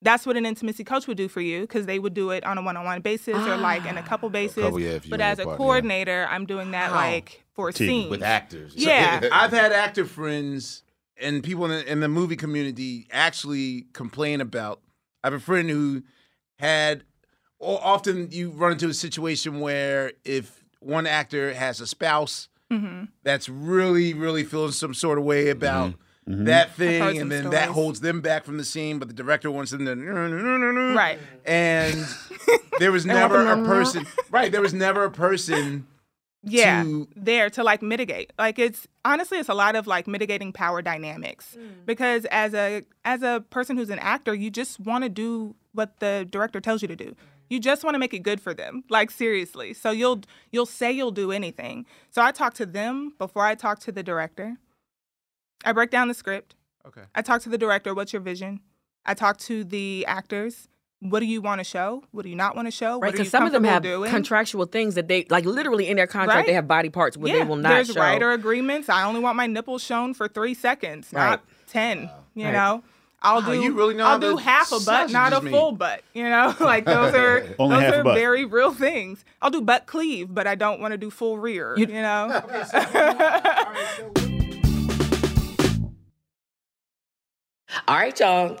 [SPEAKER 12] That's what an intimacy coach would do for you because they would do it on a one-on-one basis or like in a couple basis.
[SPEAKER 2] Ah. couple, yeah, if you
[SPEAKER 12] but
[SPEAKER 2] and
[SPEAKER 12] as
[SPEAKER 2] your
[SPEAKER 12] a
[SPEAKER 2] partner, yeah.
[SPEAKER 12] coordinator, I'm doing that like for a scene
[SPEAKER 2] with actors.
[SPEAKER 12] Yeah.
[SPEAKER 2] I've had actor friends and people in the, in the movie community actually complain about. I have a friend who had. o- Often you run into a situation where if one actor has a spouse
[SPEAKER 12] Mm-hmm.
[SPEAKER 2] that's really, really feeling some sort of way about. That
[SPEAKER 12] Mm-hmm. I've heard
[SPEAKER 2] thing,
[SPEAKER 12] some
[SPEAKER 2] and then that
[SPEAKER 12] stories.
[SPEAKER 2] holds them back from the scene, but the director wants them to
[SPEAKER 12] Right.
[SPEAKER 2] and there was
[SPEAKER 12] They want
[SPEAKER 2] never
[SPEAKER 12] them
[SPEAKER 2] a
[SPEAKER 12] to-
[SPEAKER 2] person right there was never a person
[SPEAKER 12] yeah
[SPEAKER 2] to-
[SPEAKER 12] there to like mitigate like it's honestly it's a lot of like mitigating power dynamics because as a as a person who's an actor you just want to do what the director tells you to do you just want to make it good for them like seriously so you'll you'll say you'll do anything so i talk to them before i talk to the director i break down the script
[SPEAKER 2] okay
[SPEAKER 12] I talk to the director, what's your vision? I talk to the actors, what do you want to show? What do you not want to show?
[SPEAKER 7] Right,
[SPEAKER 12] What are you
[SPEAKER 7] because some of them have
[SPEAKER 12] comfortable doing?
[SPEAKER 7] contractual things that they like literally in their contract
[SPEAKER 12] Right.
[SPEAKER 7] they have body parts where
[SPEAKER 12] yeah,
[SPEAKER 7] they will not
[SPEAKER 12] There's
[SPEAKER 7] show.
[SPEAKER 12] writer agreements. I only want my nipples shown for three seconds,
[SPEAKER 7] Right.
[SPEAKER 12] not ten. You
[SPEAKER 7] Right.
[SPEAKER 12] know, I'll
[SPEAKER 2] Wow,
[SPEAKER 12] do.
[SPEAKER 2] you really know how
[SPEAKER 12] I'll do
[SPEAKER 2] to
[SPEAKER 12] half a butt,
[SPEAKER 2] sausage
[SPEAKER 12] not
[SPEAKER 2] is
[SPEAKER 12] a
[SPEAKER 2] made.
[SPEAKER 12] full butt. You know, like those are
[SPEAKER 7] Only
[SPEAKER 12] those
[SPEAKER 7] half a
[SPEAKER 12] are
[SPEAKER 7] butt.
[SPEAKER 12] very real things. I'll do butt cleave, but I don't want to do full rear. You, know.
[SPEAKER 11] All right, y'all.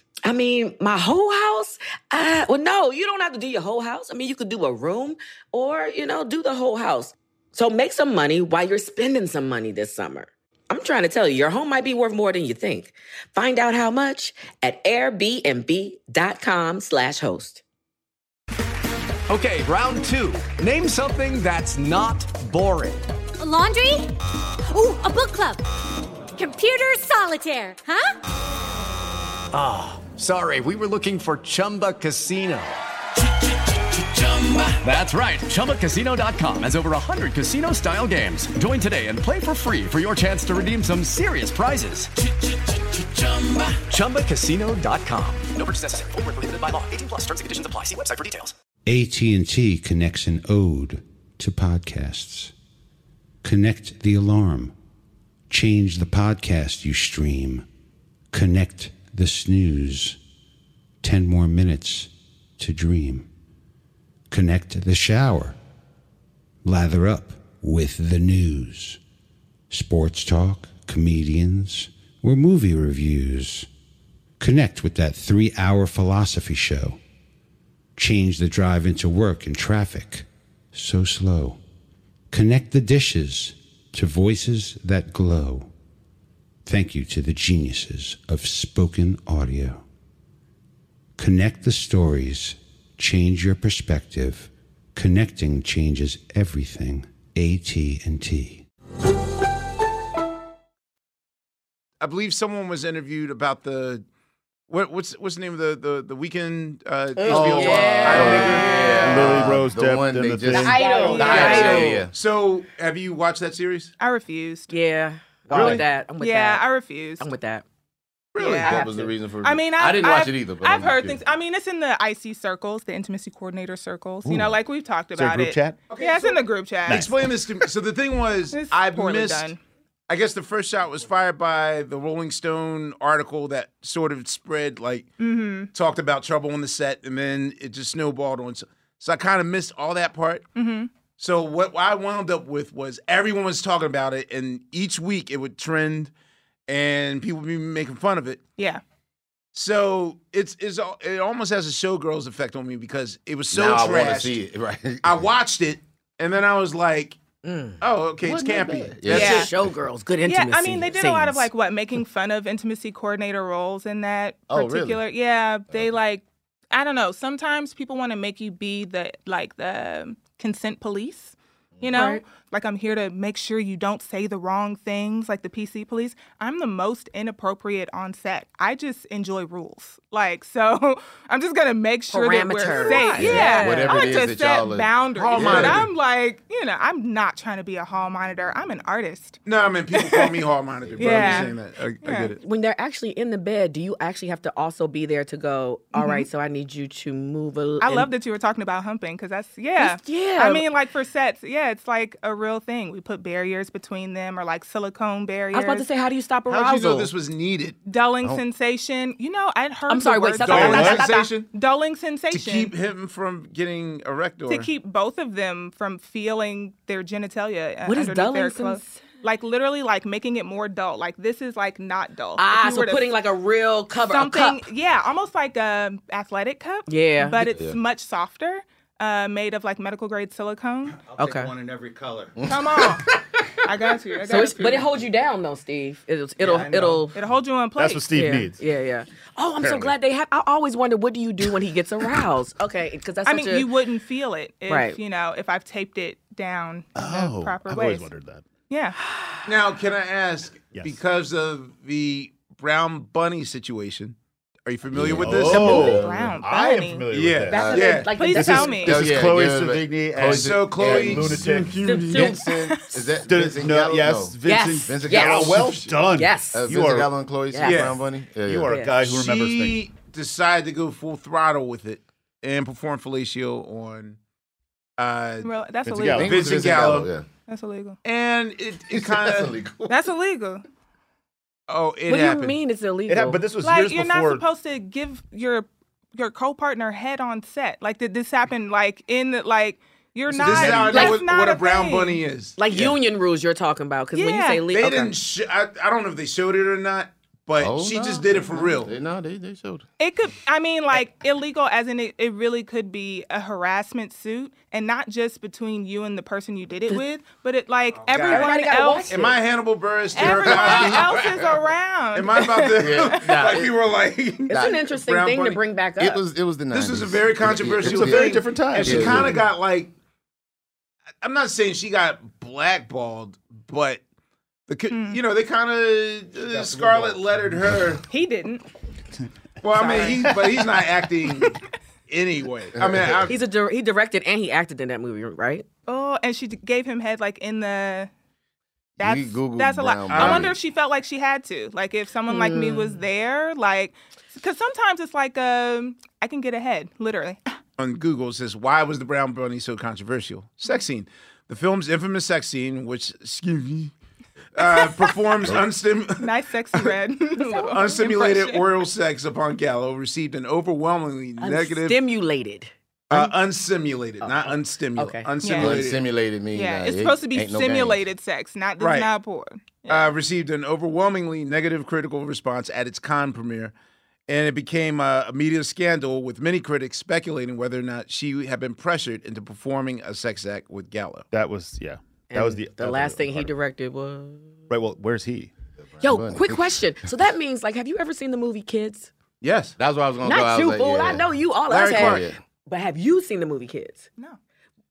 [SPEAKER 11] I mean, my whole house? Uh, well, no, you don't have to do your whole house. I mean, you could do a room or, you know, do the whole house. So make some money while you're spending some money this summer. I'm trying to tell you, your home might be worth more than you think. Find out how much at airbnb.com slash host.
[SPEAKER 14] Okay, round two. Name something that's not boring.
[SPEAKER 15] A laundry? Ooh, a book club. Computer solitaire, huh?
[SPEAKER 14] Ah, sorry, we were looking for Chumba Casino. That's right, ChumbaCasino.com has over 100 casino style games. Join today and play for free for your chance to redeem some serious prizes. ChumbaCasino.com. No purchase necessary, forward prohibited by law, 18 plus terms and conditions apply. See website for details.
[SPEAKER 16] AT&T connects an ode to podcasts. Connect the alarm. Change the podcast you stream. Connect the snooze. 10 more minutes to dream. Connect the shower. Lather up with the news. Sports talk, comedians, or movie reviews. Connect with that 3-hour philosophy show change the drive into work and traffic so slow. Connect the dishes to voices that glow. Thank you to the geniuses of spoken audio. Connect the stories, change your perspective. Connecting changes everything. AT&T.
[SPEAKER 2] i believe someone was interviewed about the what, what's what's the name of the the, the weekend uh HBO
[SPEAKER 13] yeah. Lily Rose
[SPEAKER 2] the
[SPEAKER 13] Depp
[SPEAKER 2] one
[SPEAKER 13] did
[SPEAKER 2] they
[SPEAKER 13] the
[SPEAKER 2] just-
[SPEAKER 13] thing. The Idol.
[SPEAKER 2] The
[SPEAKER 13] Yeah.
[SPEAKER 2] Idol.
[SPEAKER 13] Yeah, yeah, yeah.
[SPEAKER 2] so have you watched that series
[SPEAKER 12] I refused.
[SPEAKER 7] Yeah. I'm
[SPEAKER 2] Really?
[SPEAKER 7] with that. I'm with
[SPEAKER 12] yeah,
[SPEAKER 7] that.
[SPEAKER 12] I refused.
[SPEAKER 7] I'm with that.
[SPEAKER 4] Really?
[SPEAKER 12] Yeah.
[SPEAKER 4] That was the reason for.
[SPEAKER 12] I mean, I've,
[SPEAKER 4] I didn't watch
[SPEAKER 12] I've-
[SPEAKER 4] it either. But
[SPEAKER 12] I've
[SPEAKER 4] I'm
[SPEAKER 12] heard
[SPEAKER 4] curious.
[SPEAKER 12] things. I mean, it's in the IC circles, the intimacy coordinator circles. You
[SPEAKER 2] Ooh.
[SPEAKER 12] know, like we've talked
[SPEAKER 2] Is there a
[SPEAKER 12] about
[SPEAKER 2] group
[SPEAKER 12] it.
[SPEAKER 2] chat?
[SPEAKER 12] yeah, it's in the group chat.
[SPEAKER 2] Explain this to me. So the thing was,
[SPEAKER 12] It's
[SPEAKER 2] I
[SPEAKER 12] poorly
[SPEAKER 2] missed.
[SPEAKER 12] done.
[SPEAKER 2] I guess the first shot was fired by the Rolling Stone article that sort of spread, like
[SPEAKER 12] Mhm.
[SPEAKER 2] talked about trouble on the set, and then it just snowballed on. So, so I kind of missed all that part.
[SPEAKER 12] Mm-hmm.
[SPEAKER 2] So what I wound up with was everyone was talking about it, and each week it would trend, and people would be making fun of it.
[SPEAKER 12] Yeah.
[SPEAKER 2] So it's it's al- it almost has a showgirls effect on me because it was so
[SPEAKER 4] Now I wanna
[SPEAKER 2] trash.
[SPEAKER 4] see it, right.
[SPEAKER 2] I watched it, and then I was like, oh, okay, it's
[SPEAKER 7] Wasn't that
[SPEAKER 2] campy.
[SPEAKER 7] bad? Mm. Yeah. Showgirls, good
[SPEAKER 12] Yeah, I mean, they did a lot of
[SPEAKER 7] scenes.
[SPEAKER 12] like what making fun of intimacy coordinator roles in that
[SPEAKER 7] Oh, really?
[SPEAKER 12] particular. Yeah, they like I don't know. Sometimes people want to make you be the like the consent police. You know,
[SPEAKER 7] Right.
[SPEAKER 12] like I'm here to make sure you don't say the wrong things, like the PC police. I'm the most inappropriate on set. I just enjoy rules, like so. I'm just gonna make sure that we're
[SPEAKER 7] Parameters.
[SPEAKER 12] safe.
[SPEAKER 7] Right.
[SPEAKER 12] Yeah,
[SPEAKER 7] Whatever
[SPEAKER 12] I
[SPEAKER 7] it
[SPEAKER 12] like
[SPEAKER 7] is
[SPEAKER 12] to
[SPEAKER 7] that
[SPEAKER 12] set
[SPEAKER 7] y'all are-
[SPEAKER 12] boundaries.
[SPEAKER 7] Hall
[SPEAKER 12] but
[SPEAKER 7] monitor.
[SPEAKER 12] I'm like, you know, I'm not trying to be a hall monitor. I'm an artist.
[SPEAKER 2] No, I mean people call me hall monitor, but
[SPEAKER 12] Yeah.
[SPEAKER 2] I'm just saying that. I, I get it.
[SPEAKER 7] When they're actually in the bed, do you actually have to also be there to go? All right,
[SPEAKER 12] Mhm.
[SPEAKER 7] so I need you to move a.
[SPEAKER 12] I
[SPEAKER 7] and-
[SPEAKER 12] love that you were talking about humping because that's yeah,
[SPEAKER 7] That's- yeah.
[SPEAKER 12] I mean, like for sets, yeah, it's like a real thing. We put barriers between them or like silicone barriers.
[SPEAKER 7] about to say, how do you stop
[SPEAKER 2] How did you know this was needed?
[SPEAKER 12] Dulling
[SPEAKER 2] Oh.
[SPEAKER 12] sensation. You know, I would heard.
[SPEAKER 7] I'm
[SPEAKER 12] the
[SPEAKER 7] sorry, wait,
[SPEAKER 12] word
[SPEAKER 7] stop,
[SPEAKER 2] stop, stop,
[SPEAKER 12] Dulling
[SPEAKER 2] stop, stop, stop.
[SPEAKER 12] sensation. Dulling sensation.
[SPEAKER 2] To keep him from getting erect or
[SPEAKER 12] to keep both of them from feeling their genitalia. uh,
[SPEAKER 7] What is
[SPEAKER 12] underneath
[SPEAKER 7] dulling
[SPEAKER 12] their clothes.
[SPEAKER 7] sens-
[SPEAKER 12] Like literally, like making it more dull. Like this is like not dull. If
[SPEAKER 11] Ah,
[SPEAKER 12] you
[SPEAKER 11] so
[SPEAKER 12] were to-
[SPEAKER 11] putting like a real cover, a
[SPEAKER 12] something,
[SPEAKER 11] cup.
[SPEAKER 12] yeah, almost like a athletic cup.
[SPEAKER 11] Yeah.
[SPEAKER 12] but it's
[SPEAKER 11] Yeah.
[SPEAKER 12] much softer, uh, made of like medical grade silicone.
[SPEAKER 11] Okay.
[SPEAKER 8] One in every color.
[SPEAKER 12] Come on, I got you. I got
[SPEAKER 11] So it's,
[SPEAKER 12] you.
[SPEAKER 11] but it holds you down though, Steve. It'll it'll
[SPEAKER 7] I know.
[SPEAKER 11] it'll
[SPEAKER 12] it'll hold you in
[SPEAKER 7] place. Steve
[SPEAKER 11] yeah.
[SPEAKER 7] needs.
[SPEAKER 11] Yeah, yeah.
[SPEAKER 7] Oh, I'm so
[SPEAKER 11] Apparently.
[SPEAKER 7] glad they have. I always wonder, what do you do when he gets aroused? okay, because that's.
[SPEAKER 12] I
[SPEAKER 7] such
[SPEAKER 12] mean,
[SPEAKER 7] a-
[SPEAKER 12] you wouldn't feel it if
[SPEAKER 7] Right.
[SPEAKER 12] you know if I've taped it down in the proper
[SPEAKER 2] I've
[SPEAKER 12] way.
[SPEAKER 2] always wondered
[SPEAKER 5] that.
[SPEAKER 12] Yeah.
[SPEAKER 2] Now, can I ask? Because of the brown bunny situation, are you familiar with this?
[SPEAKER 5] Oh, Brown I am bunny. familiar with
[SPEAKER 2] yeah.
[SPEAKER 5] that.
[SPEAKER 12] That's what they- like, Please
[SPEAKER 2] this
[SPEAKER 12] tell
[SPEAKER 2] is,
[SPEAKER 12] me.
[SPEAKER 2] This
[SPEAKER 12] Oh,
[SPEAKER 2] is
[SPEAKER 12] yeah,
[SPEAKER 2] Chloe
[SPEAKER 12] yeah, but-
[SPEAKER 2] Savigny.
[SPEAKER 5] Chloe
[SPEAKER 2] and- so
[SPEAKER 5] Sav-
[SPEAKER 2] Chloe
[SPEAKER 5] and Lunatic.
[SPEAKER 2] Vincent.
[SPEAKER 4] Is that
[SPEAKER 5] Dun-
[SPEAKER 4] Vincent
[SPEAKER 5] no,
[SPEAKER 4] Gallo?
[SPEAKER 5] yes,
[SPEAKER 4] No.
[SPEAKER 5] Vincent- Yes.
[SPEAKER 4] Vincent
[SPEAKER 5] Yes.
[SPEAKER 4] Gallo. Welsh.
[SPEAKER 5] Done. Yes.
[SPEAKER 4] Uh,
[SPEAKER 5] You
[SPEAKER 4] Vincent
[SPEAKER 5] are-
[SPEAKER 4] Gallo and Chloe
[SPEAKER 5] Yes.
[SPEAKER 4] Brown Bunny. Yeah,
[SPEAKER 5] You
[SPEAKER 4] yeah.
[SPEAKER 5] are a guy who remembers
[SPEAKER 2] she decided to go full throttle with it and perform Fellatio on. Uh,
[SPEAKER 12] Well, that's
[SPEAKER 2] Vincent
[SPEAKER 12] illegal.
[SPEAKER 2] Gallo.
[SPEAKER 12] Vincent
[SPEAKER 2] Vincent
[SPEAKER 12] Gallo,
[SPEAKER 2] Gallo. Yeah.
[SPEAKER 12] That's illegal.
[SPEAKER 2] And it, it kind of.
[SPEAKER 12] That's illegal.
[SPEAKER 2] Oh, it
[SPEAKER 7] what do
[SPEAKER 2] happened.
[SPEAKER 7] you mean it's illegal?
[SPEAKER 2] It happened, but this was
[SPEAKER 12] like
[SPEAKER 2] years
[SPEAKER 12] you're
[SPEAKER 2] before-
[SPEAKER 12] not supposed to give your your co-partner head on set. Like did this happen like in the like you're not.
[SPEAKER 2] this is how I know
[SPEAKER 12] that's
[SPEAKER 2] what,
[SPEAKER 12] not
[SPEAKER 2] what a
[SPEAKER 12] a
[SPEAKER 2] brown
[SPEAKER 12] thing.
[SPEAKER 2] bunny is.
[SPEAKER 11] Like union rules you're talking about because when you say
[SPEAKER 2] they
[SPEAKER 11] legal,
[SPEAKER 2] didn't. Sh- I, I don't know if they showed it or not, but
[SPEAKER 4] Oh,
[SPEAKER 2] she
[SPEAKER 4] no.
[SPEAKER 2] just did it for
[SPEAKER 4] No,
[SPEAKER 2] real.
[SPEAKER 4] They, no, they, they showed it.
[SPEAKER 12] It could, I mean, like illegal, as in it, it really could be a harassment suit, and not just between you and the person you did it with, but it like everyone
[SPEAKER 2] Everybody gotta
[SPEAKER 12] else.
[SPEAKER 2] watch it. Oh, Am I Hannibal Buress?
[SPEAKER 12] Everyone
[SPEAKER 2] Eric
[SPEAKER 12] else
[SPEAKER 2] Cosby?
[SPEAKER 12] is around.
[SPEAKER 2] Am I about to?
[SPEAKER 4] nah,
[SPEAKER 2] like
[SPEAKER 4] it-
[SPEAKER 2] people were like,
[SPEAKER 4] It's an
[SPEAKER 11] interesting
[SPEAKER 4] thing to
[SPEAKER 11] bring back
[SPEAKER 4] It was it was the 90s.
[SPEAKER 2] This was a very controversial.
[SPEAKER 4] It was a very
[SPEAKER 2] thing,
[SPEAKER 4] different time.
[SPEAKER 2] and she
[SPEAKER 4] Yeah,
[SPEAKER 2] kind
[SPEAKER 4] yeah.
[SPEAKER 2] of got like. I'm not saying she got blackballed, but the co- you know they kind of uh, scarlet lettered her.
[SPEAKER 12] He didn't.
[SPEAKER 2] Well, I mean,
[SPEAKER 11] Sorry.
[SPEAKER 2] he, but he's not acting anyway. I mean, I,
[SPEAKER 11] he's a dir- he directed and he acted in that movie, right?
[SPEAKER 12] Oh, and she d- gave him head like in the. That's
[SPEAKER 11] Googled
[SPEAKER 12] that's a lot.
[SPEAKER 11] brown
[SPEAKER 12] I wonder
[SPEAKER 11] body.
[SPEAKER 12] if she felt like she had to, like if someone like me was
[SPEAKER 4] Hmm.
[SPEAKER 12] there, like, because sometimes it's like um I can get ahead, literally.
[SPEAKER 2] on Google it says, "Why was the brown bunny so controversial?" Sex scene. The film's infamous sex scene, which excuse me, uh, performs unstim-
[SPEAKER 12] nice sexy red. Oh,
[SPEAKER 2] unstimulated
[SPEAKER 12] Impression.
[SPEAKER 2] oral sex upon Gallo, received an overwhelmingly negative.
[SPEAKER 11] Stimulated.
[SPEAKER 2] uh,
[SPEAKER 12] Oh,
[SPEAKER 2] unsimulated, not unstimulated. Unsimulated.
[SPEAKER 4] Yeah. Unsimulated mean,
[SPEAKER 5] uh,
[SPEAKER 12] Yeah, it's supposed to be simulated sex, not this
[SPEAKER 2] Right.
[SPEAKER 12] not porn.
[SPEAKER 2] uh, received an overwhelmingly negative critical response at its con premiere, and it became a, a media scandal with many critics speculating whether or not she had been pressured into performing a sex act with Gallo.
[SPEAKER 5] That was yeah. that was the
[SPEAKER 11] the last thing he directed was.
[SPEAKER 5] Right. Well, where's he?
[SPEAKER 11] Yo, quick question. So that means like, have you ever seen the movie Kids?
[SPEAKER 2] Yes,
[SPEAKER 4] that's what I was gonna go. I
[SPEAKER 11] Not
[SPEAKER 4] was
[SPEAKER 11] you,
[SPEAKER 4] like,
[SPEAKER 11] fool.
[SPEAKER 4] yeah.
[SPEAKER 11] I know you. All
[SPEAKER 4] Larry
[SPEAKER 11] us have.
[SPEAKER 4] Clark.
[SPEAKER 11] But have you seen the movie Kids?
[SPEAKER 12] No.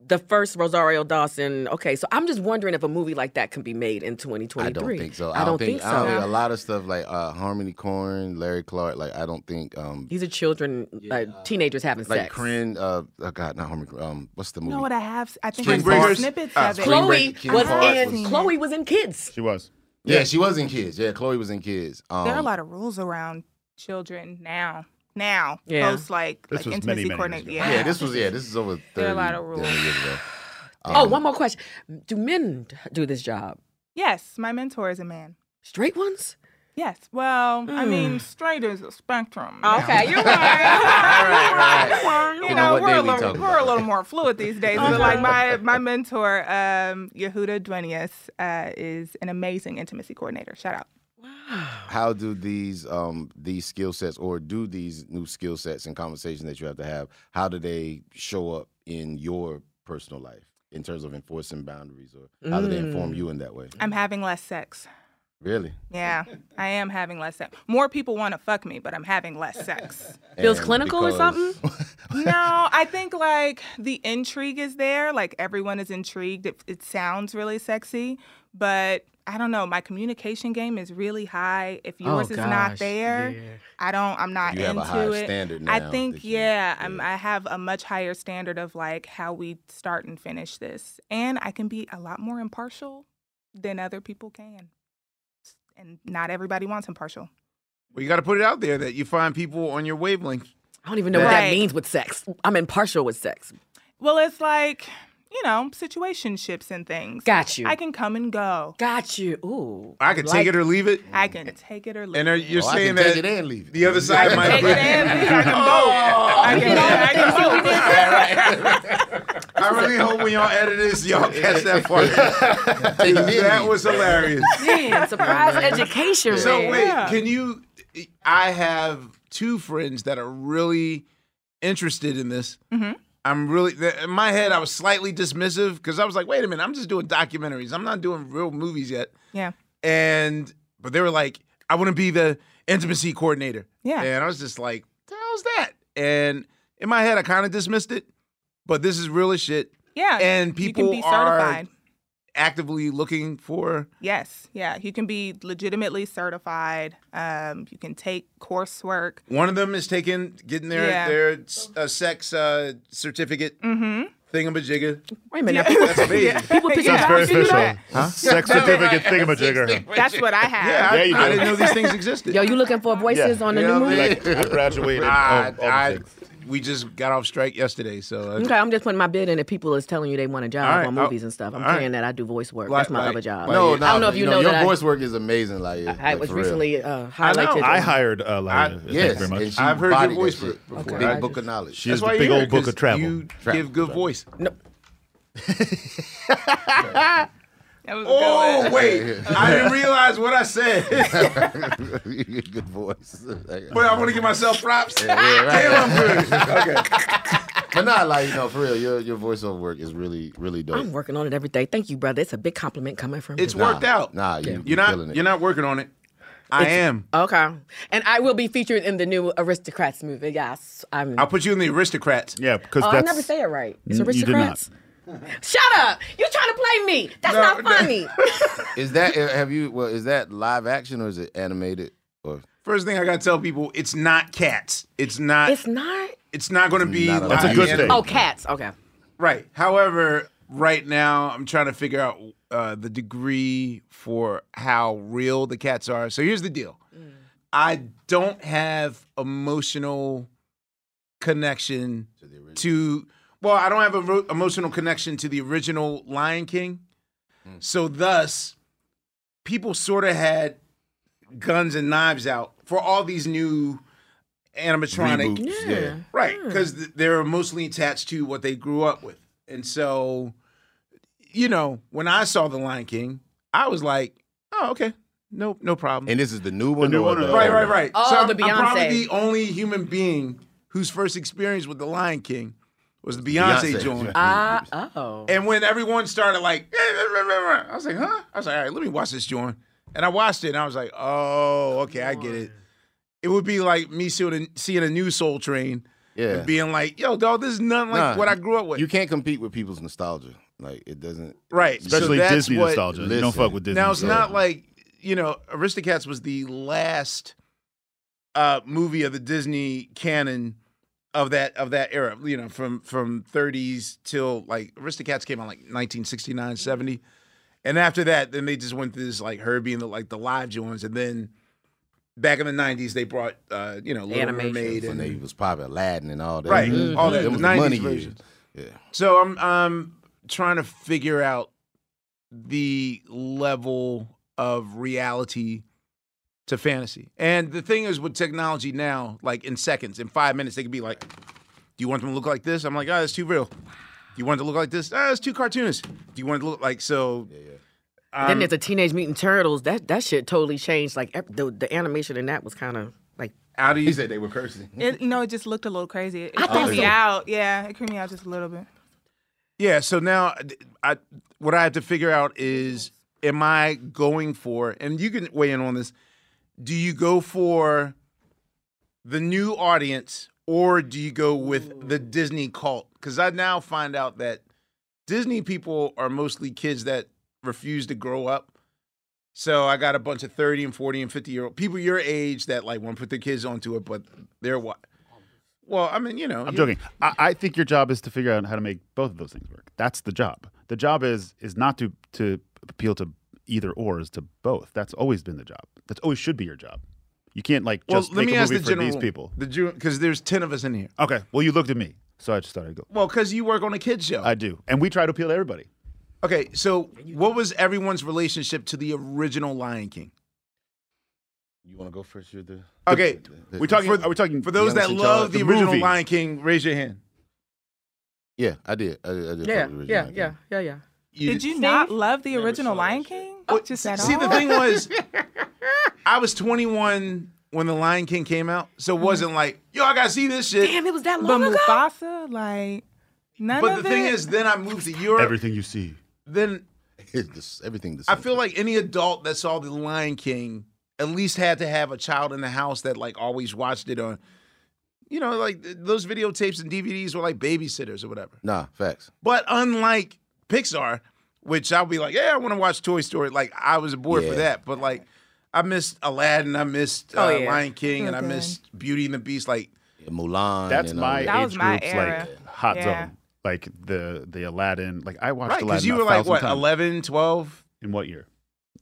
[SPEAKER 11] The first Rosario Dawson. Okay, so I'm just wondering if a movie like that can be made in 2023.
[SPEAKER 4] I don't think so.
[SPEAKER 11] I don't think,
[SPEAKER 4] I don't
[SPEAKER 11] so.
[SPEAKER 4] think a lot of stuff like uh, Harmony Korine, Larry Clark. Like I don't think um,
[SPEAKER 11] These are children, like teenagers having
[SPEAKER 4] like
[SPEAKER 11] sex.
[SPEAKER 4] Corinne. Uh, oh God, not Harmony. Korine, Um, what's the
[SPEAKER 12] You
[SPEAKER 4] movie?
[SPEAKER 12] know what I have? I think
[SPEAKER 4] Spring
[SPEAKER 12] I saw
[SPEAKER 4] Breakers.
[SPEAKER 2] Uh,
[SPEAKER 12] snippets
[SPEAKER 4] Ah,
[SPEAKER 12] of it.
[SPEAKER 4] Spring
[SPEAKER 11] Chloe
[SPEAKER 4] Break- King
[SPEAKER 11] was
[SPEAKER 4] Park
[SPEAKER 11] in.
[SPEAKER 4] was-
[SPEAKER 11] Chloe was in Kids.
[SPEAKER 5] She was.
[SPEAKER 4] Yeah, she was in kids. Yeah, Chloe was in kids. Um,
[SPEAKER 12] there are a lot of rules around children now. Now,
[SPEAKER 4] Yeah.
[SPEAKER 12] post like,
[SPEAKER 4] This
[SPEAKER 12] like
[SPEAKER 4] was
[SPEAKER 12] intimacy
[SPEAKER 4] many, many
[SPEAKER 12] coordinator.
[SPEAKER 4] years ago. Yeah, this was- yeah, this is over
[SPEAKER 12] There are a lot
[SPEAKER 4] 30
[SPEAKER 12] of rules. Um,
[SPEAKER 7] oh, one more question. Do men do this job?
[SPEAKER 12] Yes, my mentor is a man.
[SPEAKER 7] Straight ones?
[SPEAKER 12] Yes. Well, I mean,
[SPEAKER 7] Mm.
[SPEAKER 12] straight is a spectrum.
[SPEAKER 7] Okay,
[SPEAKER 12] you're right.
[SPEAKER 4] You
[SPEAKER 12] You
[SPEAKER 4] know
[SPEAKER 12] know,
[SPEAKER 4] what
[SPEAKER 12] we're
[SPEAKER 4] day
[SPEAKER 12] a
[SPEAKER 4] we
[SPEAKER 12] little
[SPEAKER 4] talking
[SPEAKER 12] we're a little more fluid these days. But like my my mentor, um, Yehuda Duenas, uh, is an amazing intimacy coordinator. Shout out.
[SPEAKER 4] how do these um these skill sets or do these new skill sets and conversations that you have to have how do they show up in your personal life in terms of enforcing boundaries or how do they inform
[SPEAKER 12] Mm.
[SPEAKER 4] you in that way
[SPEAKER 12] I'm having less sex.
[SPEAKER 4] really
[SPEAKER 12] Yeah, I am having less sex. More people want to fuck me, but I'm having less sex.
[SPEAKER 7] Feels
[SPEAKER 4] And
[SPEAKER 7] clinical or
[SPEAKER 4] because-
[SPEAKER 7] something?
[SPEAKER 12] no, I think like the intrigue is there. Like everyone is intrigued. It, it sounds really sexy, but I don't know. My communication game is really high. If
[SPEAKER 4] Oh,
[SPEAKER 12] yours is not
[SPEAKER 4] gosh,
[SPEAKER 12] there, I don't. I'm not
[SPEAKER 4] You have
[SPEAKER 12] into
[SPEAKER 4] a higher
[SPEAKER 12] it.
[SPEAKER 4] standard
[SPEAKER 12] I
[SPEAKER 4] now
[SPEAKER 12] think
[SPEAKER 4] that you-
[SPEAKER 12] yeah, I'm, I have a much higher standard of like how we start and finish this, and I can be a lot more impartial than other people can. And not everybody wants impartial.
[SPEAKER 2] Well, you got to put it out there that you find people on your wavelength.
[SPEAKER 12] I don't
[SPEAKER 7] even know what that means with sex. I'm impartial with sex.
[SPEAKER 12] Well, it's like, you know, situationships and things.
[SPEAKER 7] Got you.
[SPEAKER 12] I can come and go.
[SPEAKER 7] Got you. Ooh.
[SPEAKER 2] I can take it or leave it.
[SPEAKER 12] I can take it or leave
[SPEAKER 2] And are,
[SPEAKER 12] it.
[SPEAKER 2] you're saying that the other
[SPEAKER 12] I
[SPEAKER 2] side
[SPEAKER 12] can
[SPEAKER 2] might
[SPEAKER 12] take
[SPEAKER 2] be.
[SPEAKER 12] it and leave. I can both. I can, I can both.
[SPEAKER 2] I really hope when y'all edit this, y'all catch that part. that was hilarious.
[SPEAKER 7] Man, surprise education.
[SPEAKER 2] So
[SPEAKER 7] man.
[SPEAKER 2] wait, can you? I have two friends that are really interested in this.
[SPEAKER 12] Mhm.
[SPEAKER 2] I'm really th- in my head. I was slightly dismissive because I was like, "Wait a minute, I'm just doing documentaries. I'm not doing real movies yet."
[SPEAKER 12] Yeah.
[SPEAKER 2] And but they were like, "I want to be the intimacy coordinator."
[SPEAKER 12] Yeah.
[SPEAKER 2] And I was just like, "The hell's that?" And in my head, I kind of dismissed it, but this is real as shit.
[SPEAKER 12] Yeah.
[SPEAKER 2] And
[SPEAKER 12] you
[SPEAKER 2] people
[SPEAKER 12] can be
[SPEAKER 2] are
[SPEAKER 12] certified.
[SPEAKER 2] actively looking for.
[SPEAKER 12] Yes. Yeah. You can be legitimately certified. Um, you can take coursework.
[SPEAKER 2] One of them is taking getting their
[SPEAKER 12] Yeah.
[SPEAKER 2] their uh, sex uh, certificate
[SPEAKER 12] Mm-hmm.
[SPEAKER 2] thingamajigger.
[SPEAKER 7] Wait a minute.
[SPEAKER 2] That's amazing.
[SPEAKER 7] People pick
[SPEAKER 2] Sounds
[SPEAKER 7] up
[SPEAKER 2] very
[SPEAKER 7] very
[SPEAKER 2] official.
[SPEAKER 7] official.
[SPEAKER 2] Huh? Sex certificate
[SPEAKER 5] thingamajigger.
[SPEAKER 12] That's what I have.
[SPEAKER 2] Yeah,
[SPEAKER 5] There you
[SPEAKER 2] I, I
[SPEAKER 5] go.
[SPEAKER 2] didn't know these things existed.
[SPEAKER 7] Yo, you looking for voices on the new movie?
[SPEAKER 5] Like, I graduated.
[SPEAKER 2] I,
[SPEAKER 5] Oh, oh,
[SPEAKER 2] I- we just got off strike yesterday, so uh,
[SPEAKER 7] Okay, I'm just putting my bid in. If people is telling you they want a job
[SPEAKER 4] All right,
[SPEAKER 7] on
[SPEAKER 2] oh,
[SPEAKER 4] I'll-
[SPEAKER 7] movies and stuff, I'm
[SPEAKER 4] all right.
[SPEAKER 7] saying that I do voice work.
[SPEAKER 4] Like-
[SPEAKER 7] That's my
[SPEAKER 4] like-
[SPEAKER 7] other job.
[SPEAKER 4] no,
[SPEAKER 7] I don't know if you, know,
[SPEAKER 4] your
[SPEAKER 7] that I-
[SPEAKER 4] voice work is amazing like
[SPEAKER 7] I was recently uh, highlighted.
[SPEAKER 5] I hired uh, Larry.
[SPEAKER 4] I-
[SPEAKER 5] thank you
[SPEAKER 4] yes,
[SPEAKER 5] very much.
[SPEAKER 4] and she I've heard your bodied that voice shit before. before. Big
[SPEAKER 5] I-
[SPEAKER 4] book of knowledge.
[SPEAKER 5] She
[SPEAKER 4] That's
[SPEAKER 5] is the
[SPEAKER 4] why
[SPEAKER 5] big
[SPEAKER 4] you're
[SPEAKER 5] old
[SPEAKER 4] here,
[SPEAKER 5] book of
[SPEAKER 4] 'cause
[SPEAKER 5] travel.
[SPEAKER 2] you
[SPEAKER 4] Travel,
[SPEAKER 2] give good voice.
[SPEAKER 7] No.
[SPEAKER 12] That was a good
[SPEAKER 2] Oh
[SPEAKER 12] one.
[SPEAKER 2] wait, I didn't realize what I said,
[SPEAKER 4] good voice
[SPEAKER 2] but I want to give myself props.
[SPEAKER 4] yeah, right.
[SPEAKER 2] Damn, I'm good. Okay.
[SPEAKER 4] but not like you know for real your your voiceover work is really really dope
[SPEAKER 7] I'm working on it every day. Thank you, brother. It's a big compliment coming from
[SPEAKER 2] It's
[SPEAKER 7] you.
[SPEAKER 2] worked out.
[SPEAKER 4] Nah, you,
[SPEAKER 2] You're
[SPEAKER 4] killing
[SPEAKER 2] not.
[SPEAKER 4] it.
[SPEAKER 2] You're not working on it. I
[SPEAKER 7] It's-
[SPEAKER 2] am.
[SPEAKER 7] Okay. And I will be featured in the new Aristocrats movie. Yes. I'm
[SPEAKER 2] I'll put you in the aristocrats.
[SPEAKER 5] Yeah, because
[SPEAKER 7] Oh, I never say it right. It's
[SPEAKER 5] Mm, you did not.
[SPEAKER 7] Aristocrats. Shut up. You're trying to play me. That's
[SPEAKER 2] No,
[SPEAKER 7] not
[SPEAKER 2] no.
[SPEAKER 7] funny.
[SPEAKER 4] is that have you well is that live action or is it animated or
[SPEAKER 2] First thing I gotta tell people, it's not cats. It's not.
[SPEAKER 7] It's not.
[SPEAKER 2] It's not gonna be.
[SPEAKER 4] Not a
[SPEAKER 2] live
[SPEAKER 4] lot. That's a good
[SPEAKER 2] animal.
[SPEAKER 4] thing.
[SPEAKER 7] Oh, cats. Okay.
[SPEAKER 2] Right. However, right now I'm trying to figure out uh, the degree for how real the cats are. So here's the deal. I don't have emotional connection to well, I don't have a ro- emotional connection to the original Lion King.
[SPEAKER 4] Hmm.
[SPEAKER 2] So thus people sort of had guns and knives out for all these new animatronic
[SPEAKER 4] Reboots, yeah. Yeah.
[SPEAKER 2] right because they're mostly attached to what they grew up with and so you know when i saw the lion king i was like oh okay no no problem
[SPEAKER 4] and this is the new one
[SPEAKER 5] new
[SPEAKER 4] or
[SPEAKER 5] one or
[SPEAKER 4] the
[SPEAKER 5] the
[SPEAKER 4] old
[SPEAKER 2] right right right
[SPEAKER 7] Oh,
[SPEAKER 2] so I'm,
[SPEAKER 7] the
[SPEAKER 2] I'm probably
[SPEAKER 7] Beyonce.
[SPEAKER 2] the only human being whose first experience with the lion king was the beyonce,
[SPEAKER 4] Beyonce,
[SPEAKER 2] joint
[SPEAKER 7] Uh, oh.
[SPEAKER 2] and when everyone started like, I was like, huh? I was like, all right, let me watch this joint. And I watched it and I was like, oh, okay, I get it. It would be like me seeing a, seeing a new Soul Train
[SPEAKER 4] yeah
[SPEAKER 2] and being like, yo, dog, this is nothing like
[SPEAKER 4] Nah.
[SPEAKER 2] what I grew up with.
[SPEAKER 4] you can't compete with people's nostalgia like it doesn't
[SPEAKER 2] right. so
[SPEAKER 5] Especially
[SPEAKER 2] that's
[SPEAKER 5] Disney
[SPEAKER 2] what-
[SPEAKER 5] nostalgia. You don't
[SPEAKER 4] Listen.
[SPEAKER 5] fuck with Disney.
[SPEAKER 2] Now, it's
[SPEAKER 5] nostalgia.
[SPEAKER 2] not like, you know, Aristocats was the last uh, movie of the Disney canon. Of that of that era, you know, from from 30s till like Aristocats came out like 1969, 70. And after that, then they just went through this like Herbie and the like the live ones, and then back in the '90s they brought uh, you know Little Mermaid
[SPEAKER 4] when
[SPEAKER 2] and
[SPEAKER 4] they was probably Aladdin and all that. Mm-hmm.
[SPEAKER 2] Right, all that
[SPEAKER 4] Them was the
[SPEAKER 2] 90s
[SPEAKER 4] money
[SPEAKER 2] version.
[SPEAKER 4] years. Yeah.
[SPEAKER 2] So I'm I'm trying to figure out the level of reality to fantasy. And the thing is with technology now, like in seconds, in five minutes, they could be like, Do you want them to look like this? I'm like, oh, that's too real. Do you want it to look like this? Ah, it's too cartoonist. Do you want it to look like so
[SPEAKER 7] then
[SPEAKER 2] um,
[SPEAKER 7] there's the Teenage Mutant Turtles. That that shit totally changed. Like ev- the, the animation in that was kind of like
[SPEAKER 2] out of
[SPEAKER 7] you.
[SPEAKER 4] said they were cursing.
[SPEAKER 12] It, no, it just looked a little crazy. It,
[SPEAKER 7] I
[SPEAKER 12] it
[SPEAKER 7] thought
[SPEAKER 12] creeped me
[SPEAKER 7] so.
[SPEAKER 12] out. Yeah, it creeped me out just a little bit.
[SPEAKER 2] Yeah. So now, uh, I what I have to figure out is, am I going for? And you can weigh in on this. Do you go for the new audience, or do you go with the Disney cult? Because I now find out that Disney people are mostly kids that refuse to grow up. So I got a bunch of thirty and forty and fifty year old people your age that like want to put their kids onto it, but they're what? Well, I mean, you know,
[SPEAKER 5] I'm
[SPEAKER 2] you-
[SPEAKER 5] joking. I, I think your job is to figure out how to make both of those things work. That's the job. The job is is not to to appeal to either or, is to both. That's always been the job. That's always should be your job. You can't like
[SPEAKER 2] Well,
[SPEAKER 5] just
[SPEAKER 2] let
[SPEAKER 5] make
[SPEAKER 2] me
[SPEAKER 5] a
[SPEAKER 2] ask
[SPEAKER 5] movie
[SPEAKER 2] the
[SPEAKER 5] for
[SPEAKER 2] general
[SPEAKER 5] these
[SPEAKER 2] rule.
[SPEAKER 5] people.
[SPEAKER 2] The because there's ten of us in here.
[SPEAKER 5] Okay. Well, you looked at me, so I just thought I'd go.
[SPEAKER 2] Well, because you work on a kids show.
[SPEAKER 5] I do, and we try to appeal to everybody.
[SPEAKER 2] Okay, so what was everyone's relationship to the original Lion King?
[SPEAKER 4] You want to go first? You're the
[SPEAKER 2] Okay,
[SPEAKER 4] the-
[SPEAKER 2] we talking?
[SPEAKER 4] the-
[SPEAKER 2] are we talking for those
[SPEAKER 4] the
[SPEAKER 2] that
[SPEAKER 4] innocent
[SPEAKER 2] love
[SPEAKER 4] child,
[SPEAKER 2] the,
[SPEAKER 4] the
[SPEAKER 2] original
[SPEAKER 4] movie.
[SPEAKER 2] Lion King? Raise your hand.
[SPEAKER 4] Yeah, I did. I did. I did
[SPEAKER 7] yeah,
[SPEAKER 4] fuck with
[SPEAKER 7] yeah,
[SPEAKER 4] Regina.
[SPEAKER 7] yeah, yeah, yeah.
[SPEAKER 12] Did you not love the original Lion King? just at
[SPEAKER 2] See,
[SPEAKER 12] all?
[SPEAKER 2] the thing was, I was 21 when the Lion King came out, so it wasn't like, yo, I gotta see this shit.
[SPEAKER 12] Damn,
[SPEAKER 7] Mm-hmm. it was that
[SPEAKER 12] but Mufasa, like none
[SPEAKER 2] but
[SPEAKER 12] of
[SPEAKER 2] the thing
[SPEAKER 12] it-
[SPEAKER 2] is, then I moved to Europe.
[SPEAKER 5] Everything you see.
[SPEAKER 2] Then
[SPEAKER 4] It's just- everything the
[SPEAKER 2] I
[SPEAKER 4] same.
[SPEAKER 2] feel like any adult that saw the Lion King at least had to have a child in the house that like always watched it on. You know, like th- those videotapes and DVDs were like babysitters or whatever.
[SPEAKER 4] Nah, facts.
[SPEAKER 2] But unlike Pixar, which I'll be like, yeah, I want to watch Toy Story. Like I was bored for
[SPEAKER 4] Yeah.
[SPEAKER 2] that, but like I missed Aladdin, I missed uh,
[SPEAKER 4] Oh, yeah.
[SPEAKER 2] Lion King,
[SPEAKER 4] So
[SPEAKER 2] and I
[SPEAKER 4] good.
[SPEAKER 2] missed Beauty and the Beast. Like
[SPEAKER 4] Mulan.
[SPEAKER 5] That's
[SPEAKER 4] and all
[SPEAKER 5] my
[SPEAKER 4] that.
[SPEAKER 5] age group's like hot zone, like the the Aladdin. Like I watched
[SPEAKER 2] Right, 'cause
[SPEAKER 5] Aladdin
[SPEAKER 2] you
[SPEAKER 5] a
[SPEAKER 2] were like,
[SPEAKER 5] thousand
[SPEAKER 2] what,
[SPEAKER 5] times.
[SPEAKER 2] 11, 12?
[SPEAKER 5] In what year?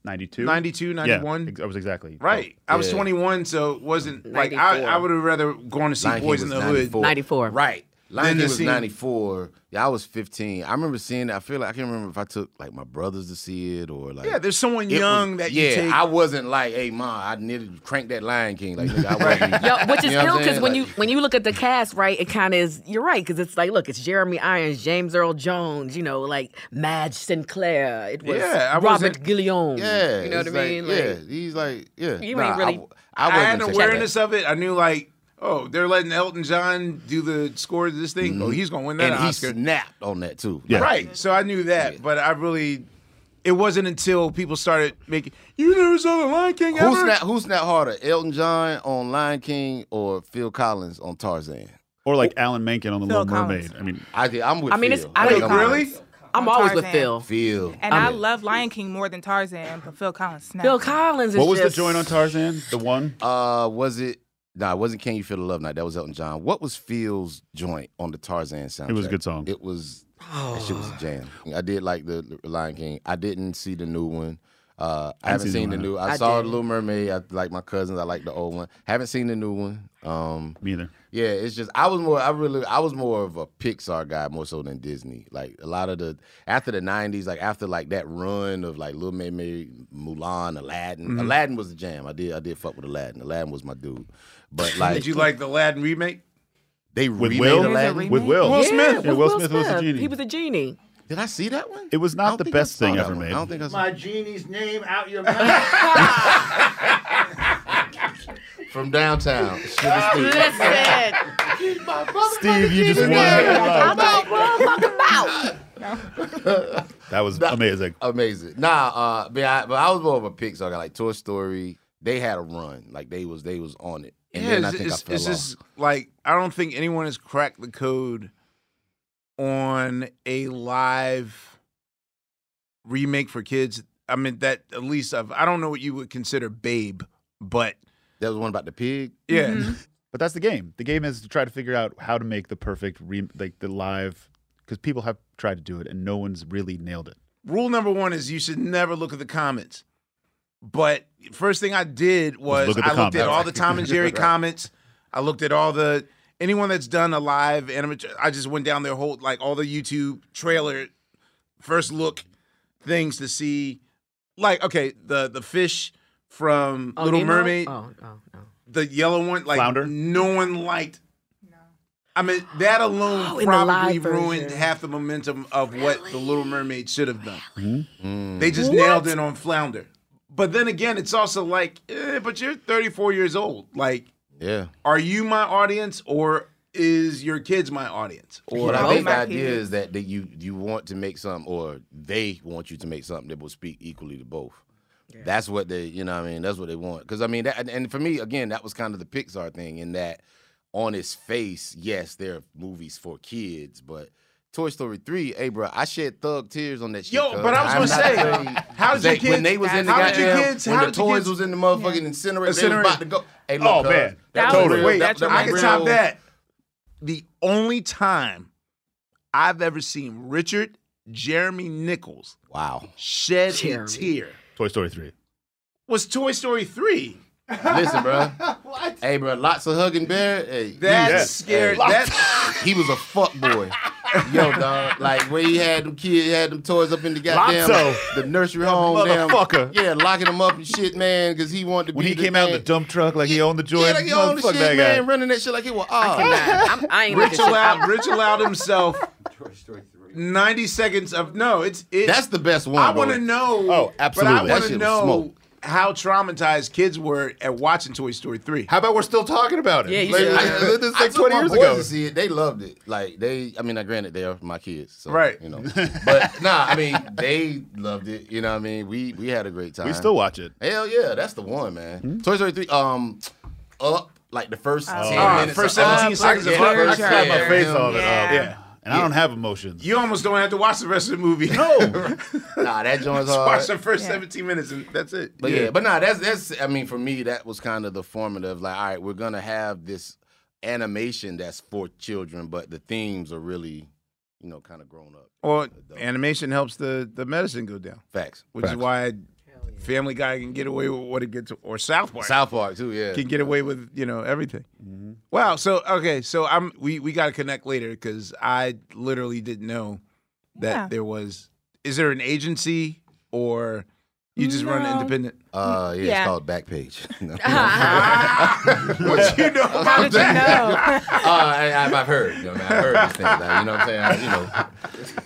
[SPEAKER 5] 92?
[SPEAKER 2] 92, 91?
[SPEAKER 5] Yeah, ex- I was exactly.
[SPEAKER 2] Right, I was
[SPEAKER 5] Yeah.
[SPEAKER 2] 21, so it wasn't like I,
[SPEAKER 4] 94.
[SPEAKER 2] I would have rather gone to see
[SPEAKER 4] Lion King
[SPEAKER 2] Boys in
[SPEAKER 4] was
[SPEAKER 2] the Hood.
[SPEAKER 7] 94.
[SPEAKER 4] Right.
[SPEAKER 2] Then
[SPEAKER 4] Lion King
[SPEAKER 2] the
[SPEAKER 4] was
[SPEAKER 2] scene-
[SPEAKER 4] 94. Yeah, I was 15. I remember seeing it. I feel like I can't remember if I took like my brothers to see it or like.
[SPEAKER 2] Yeah, there's someone
[SPEAKER 4] It was-
[SPEAKER 2] young that you
[SPEAKER 4] yeah,
[SPEAKER 2] take-
[SPEAKER 4] I wasn't like, hey, ma, I needed to crank that Lion King. Like, nigga, I wasn't.
[SPEAKER 7] Yo, which is
[SPEAKER 4] You know what
[SPEAKER 7] ill
[SPEAKER 4] I'm
[SPEAKER 7] because
[SPEAKER 4] saying?
[SPEAKER 7] when
[SPEAKER 4] Like-
[SPEAKER 7] you when you look at the cast, right, it kind of is. You're right because it's like, look, it's Jeremy Irons, James Earl Jones, you know, like Madge Sinclair. It was
[SPEAKER 4] Yeah, I
[SPEAKER 7] Robert
[SPEAKER 4] wasn't-
[SPEAKER 7] Guillaume.
[SPEAKER 4] Yeah,
[SPEAKER 7] you know what I
[SPEAKER 4] it's like-
[SPEAKER 7] mean?
[SPEAKER 4] yeah, he's like, yeah.
[SPEAKER 7] You
[SPEAKER 4] Nah,
[SPEAKER 7] ain't really.
[SPEAKER 4] I
[SPEAKER 2] I, had
[SPEAKER 4] wasn't
[SPEAKER 2] an
[SPEAKER 4] checking
[SPEAKER 2] awareness of it. I knew like, oh, they're letting Elton John do the score to this thing. Oh, he's gonna win that
[SPEAKER 4] Mm-hmm. and he
[SPEAKER 2] Oscar.
[SPEAKER 4] snapped on that too.
[SPEAKER 2] Right. So I knew that, but I really it wasn't until people started making you never saw the Lion King
[SPEAKER 4] Who's
[SPEAKER 2] ever?
[SPEAKER 4] not who's not harder, Elton John on Lion King or Phil Collins on Tarzan?
[SPEAKER 5] Or like Alan Menken on The
[SPEAKER 4] Phil
[SPEAKER 5] Little Mermaid. I mean,
[SPEAKER 4] I did. I'm with.
[SPEAKER 7] I mean, it's
[SPEAKER 4] Phil.
[SPEAKER 7] I
[SPEAKER 4] Like,
[SPEAKER 7] don't
[SPEAKER 4] I'm
[SPEAKER 7] really. I'm always with
[SPEAKER 12] Tarzan.
[SPEAKER 7] Phil.
[SPEAKER 4] Phil.
[SPEAKER 12] and I love Lion King more than Tarzan, but Phil Collins. Snapped.
[SPEAKER 7] Phil Collins is
[SPEAKER 4] What was the
[SPEAKER 7] just-
[SPEAKER 4] joint
[SPEAKER 5] on Tarzan? The one?
[SPEAKER 4] Uh, was it? Nah, it wasn't. Can you feel the love? Night. That was Elton John. What was Phil's joint on the Tarzan soundtrack?
[SPEAKER 5] It was a good song.
[SPEAKER 4] It was. That shit was a jam.
[SPEAKER 7] Oh.
[SPEAKER 4] I did like the Lion King. I didn't see the new one. Uh, I,
[SPEAKER 5] I
[SPEAKER 4] haven't
[SPEAKER 5] haven't seen
[SPEAKER 4] seen
[SPEAKER 5] the
[SPEAKER 4] the
[SPEAKER 5] new
[SPEAKER 4] new.
[SPEAKER 5] one.
[SPEAKER 4] I,
[SPEAKER 5] I
[SPEAKER 4] saw
[SPEAKER 5] did.
[SPEAKER 4] Little Mermaid. I like my cousins. I like the old one. Haven't seen the new one. Um,
[SPEAKER 5] Me either.
[SPEAKER 4] Yeah, it's just I was more. I really I was more of a Pixar guy more so than Disney. Like a lot of the after the '90s, like after like that run of like Little Mermaid, Mulan, Aladdin.
[SPEAKER 5] Mm-hmm.
[SPEAKER 2] Mhm.
[SPEAKER 4] Aladdin was the jam. I did I did fuck with Aladdin. Aladdin was my dude. But like,
[SPEAKER 2] Did you like the Aladdin remake?
[SPEAKER 4] They
[SPEAKER 5] With
[SPEAKER 4] remade
[SPEAKER 5] Will?
[SPEAKER 4] Aladdin
[SPEAKER 5] With Will.
[SPEAKER 4] Will
[SPEAKER 5] Yeah,
[SPEAKER 4] Smith.
[SPEAKER 5] with Yeah, Will Will Smith was the Smith. genie.
[SPEAKER 7] He was a genie.
[SPEAKER 4] Did I see that one?
[SPEAKER 5] It was not the best thing ever made.
[SPEAKER 13] My genie's name out your mouth.
[SPEAKER 4] From downtown.
[SPEAKER 13] Keep my motherfucking
[SPEAKER 5] Steve, you just
[SPEAKER 13] genie
[SPEAKER 5] won.
[SPEAKER 13] name out
[SPEAKER 5] That
[SPEAKER 13] your mouth.
[SPEAKER 5] was amazing.
[SPEAKER 4] Amazing. Nah, uh, but I, but I was more of a Pixar guy. Like Toy Story, they had a run. Like they was they was on it. And
[SPEAKER 2] yeah,
[SPEAKER 4] then
[SPEAKER 2] it's,
[SPEAKER 4] I think
[SPEAKER 2] it's-
[SPEAKER 4] I fell
[SPEAKER 2] it's
[SPEAKER 4] off.
[SPEAKER 2] just like I don't think anyone has cracked the code on a live remake for kids. I mean that at least of I don't know what you would consider Babe, but
[SPEAKER 4] that was one about the pig.
[SPEAKER 2] Yeah.
[SPEAKER 4] Mm-hmm.
[SPEAKER 5] But that's the game. The game is to try to figure out how to make the perfect, re- like the live, because people have tried to do it and no one's really nailed it.
[SPEAKER 2] Rule number one is you should never look at the comments. But first thing I did was
[SPEAKER 5] look at
[SPEAKER 2] I
[SPEAKER 5] the
[SPEAKER 2] looked at
[SPEAKER 5] comments.
[SPEAKER 2] all the Tom and Jerry
[SPEAKER 5] Right.
[SPEAKER 2] comments. I looked at all the anyone that's done a live animat- I just went down their whole like all the YouTube trailer first look things to see. Like okay, the the fish from
[SPEAKER 17] Oh,
[SPEAKER 2] Little
[SPEAKER 17] Nemo?
[SPEAKER 2] Mermaid,
[SPEAKER 17] Oh, oh, oh.
[SPEAKER 2] the yellow one, like
[SPEAKER 5] Flounder?
[SPEAKER 2] no one liked. I mean, that alone
[SPEAKER 17] Oh, in the
[SPEAKER 2] probably
[SPEAKER 17] live
[SPEAKER 2] ruined
[SPEAKER 17] version.
[SPEAKER 2] half the momentum of what the Little Mermaid should have done.
[SPEAKER 5] Hmm?
[SPEAKER 4] Mm.
[SPEAKER 2] They just nailed it on Flounder. But then again, it's also like, eh, but you're 34 years old. Like,
[SPEAKER 4] Yeah.
[SPEAKER 2] are you my audience or is your kids my audience? Or
[SPEAKER 4] But I think the idea is that, that you you want to make something, or they want you to make something that will speak equally to both. That's what they, you know, what I mean, that's what they want. Because I mean, that, and- and for me, again, that was kind of the Pixar thing in that, on its face, yes, there are movies for kids, but Toy Story three, hey, bro, I shed thug tears on that shit.
[SPEAKER 2] Yo,
[SPEAKER 4] cuz.
[SPEAKER 2] but I was
[SPEAKER 4] I'm
[SPEAKER 2] gonna
[SPEAKER 4] not
[SPEAKER 2] say,
[SPEAKER 4] afraid.
[SPEAKER 2] how did
[SPEAKER 4] They-
[SPEAKER 2] your
[SPEAKER 4] when they
[SPEAKER 2] kids-
[SPEAKER 4] was in the
[SPEAKER 2] how did your
[SPEAKER 4] goddamn,
[SPEAKER 2] kids-
[SPEAKER 4] when
[SPEAKER 2] how
[SPEAKER 4] the
[SPEAKER 2] did your
[SPEAKER 4] toys
[SPEAKER 2] kids-
[SPEAKER 4] was in the motherfucking incinerator, they was
[SPEAKER 2] Incinerator.
[SPEAKER 4] about to go. Hey, look,
[SPEAKER 2] oh
[SPEAKER 4] cuz,
[SPEAKER 2] man,
[SPEAKER 4] that was
[SPEAKER 2] totally.
[SPEAKER 4] real-
[SPEAKER 2] Wait,
[SPEAKER 4] that- that
[SPEAKER 2] I
[SPEAKER 4] was
[SPEAKER 2] can
[SPEAKER 4] real-
[SPEAKER 2] top that. The only time I've ever seen Richard Jeremy Nichols
[SPEAKER 4] wow
[SPEAKER 2] shed a
[SPEAKER 5] Jeremy.
[SPEAKER 2] tear
[SPEAKER 5] Toy Story three.
[SPEAKER 2] was Toy Story three.
[SPEAKER 4] Listen, bro. Hey, bro, lots of hugging bear. Hey,
[SPEAKER 2] That
[SPEAKER 4] yeah.
[SPEAKER 2] scared-
[SPEAKER 4] Hey,
[SPEAKER 2] that-
[SPEAKER 4] that- he was a fuck boy. Yo, dog. Like where he had them kids, he had them toys up in the goddamn
[SPEAKER 5] Lotso.
[SPEAKER 4] the nursery home, damn.
[SPEAKER 5] Motherfucker.
[SPEAKER 4] Yeah, locking them up and shit, man, because he wanted to
[SPEAKER 5] When
[SPEAKER 4] be
[SPEAKER 5] he
[SPEAKER 4] the
[SPEAKER 5] came
[SPEAKER 4] man.
[SPEAKER 5] out in the dump truck, like he owned the joint.
[SPEAKER 4] yeah, like he owned the
[SPEAKER 5] Fuck
[SPEAKER 4] shit,
[SPEAKER 5] that guy.
[SPEAKER 4] man, running that shit like it was ah. odd.
[SPEAKER 17] cannot. I'm- I ain't
[SPEAKER 2] Rich
[SPEAKER 17] looking shit
[SPEAKER 2] allowed
[SPEAKER 17] up.
[SPEAKER 2] Rich allowed himself ninety seconds of no. It's it,
[SPEAKER 4] That's the best one.
[SPEAKER 2] I want to
[SPEAKER 4] bro.
[SPEAKER 2] know.
[SPEAKER 4] Oh,
[SPEAKER 2] But
[SPEAKER 4] absolutely.
[SPEAKER 2] I
[SPEAKER 4] That
[SPEAKER 2] want
[SPEAKER 4] shit
[SPEAKER 2] to
[SPEAKER 4] was
[SPEAKER 2] know
[SPEAKER 4] smoke.
[SPEAKER 2] how traumatized kids were at watching Toy Story three.
[SPEAKER 18] How about we're still talking about it?
[SPEAKER 17] Yeah, you
[SPEAKER 18] Like,
[SPEAKER 17] should.
[SPEAKER 18] I- this is
[SPEAKER 4] I
[SPEAKER 18] like
[SPEAKER 4] took
[SPEAKER 18] 20
[SPEAKER 4] my
[SPEAKER 18] years
[SPEAKER 4] boys
[SPEAKER 18] ago.
[SPEAKER 4] To see it, they loved it. Like they, I mean, I granted they are my kids, so,
[SPEAKER 2] Right.
[SPEAKER 4] You know, but nah, I mean, they loved it. You know, what I mean, we we had a great time.
[SPEAKER 5] We still watch it.
[SPEAKER 4] Hell yeah, that's the one, man. Toy Story three, um, up like the first
[SPEAKER 2] Oh.
[SPEAKER 4] ten
[SPEAKER 5] Uh,
[SPEAKER 2] Oh,
[SPEAKER 4] minutes,
[SPEAKER 2] first
[SPEAKER 4] of Up.
[SPEAKER 2] 17 seconds of
[SPEAKER 4] Yeah,
[SPEAKER 2] Up.
[SPEAKER 4] first
[SPEAKER 2] I got my
[SPEAKER 4] ten.
[SPEAKER 5] Face off it
[SPEAKER 12] Yeah.
[SPEAKER 5] up. Yeah. And I don't have emotions.
[SPEAKER 2] You almost don't have to watch the rest of the movie.
[SPEAKER 5] No.
[SPEAKER 4] Nah, that joint's
[SPEAKER 2] Just watch
[SPEAKER 4] hard.
[SPEAKER 2] the first
[SPEAKER 12] Yeah.
[SPEAKER 2] seventeen minutes and that's it.
[SPEAKER 4] But yeah. but nah, that's that's. I mean, for me, that was kind of the formative. Like, all right, we're gonna have this animation that's for children, but the themes are really, you know, kind of grown up.
[SPEAKER 2] Well, animation helps the the medicine go down,
[SPEAKER 4] Facts.
[SPEAKER 2] which is why Family Guy can get away with what it gets, or South Park
[SPEAKER 4] South Park too, yeah.
[SPEAKER 2] can get away with you know everything.
[SPEAKER 5] Mm-hmm.
[SPEAKER 2] Wow. So okay, so I'm we we got to connect later because I literally didn't know that
[SPEAKER 12] Yeah.
[SPEAKER 2] there was. Is there an agency or you just run
[SPEAKER 12] No.
[SPEAKER 2] independent?
[SPEAKER 4] Uh, yeah,
[SPEAKER 12] Yeah. Uh-huh.
[SPEAKER 4] it's called Backpage. No.
[SPEAKER 2] what you know
[SPEAKER 12] How
[SPEAKER 2] about
[SPEAKER 12] did you
[SPEAKER 2] that?
[SPEAKER 12] know?
[SPEAKER 4] Uh, I, I, I've heard. You know, man, I've heard these things. Like, you know what I'm saying? I, you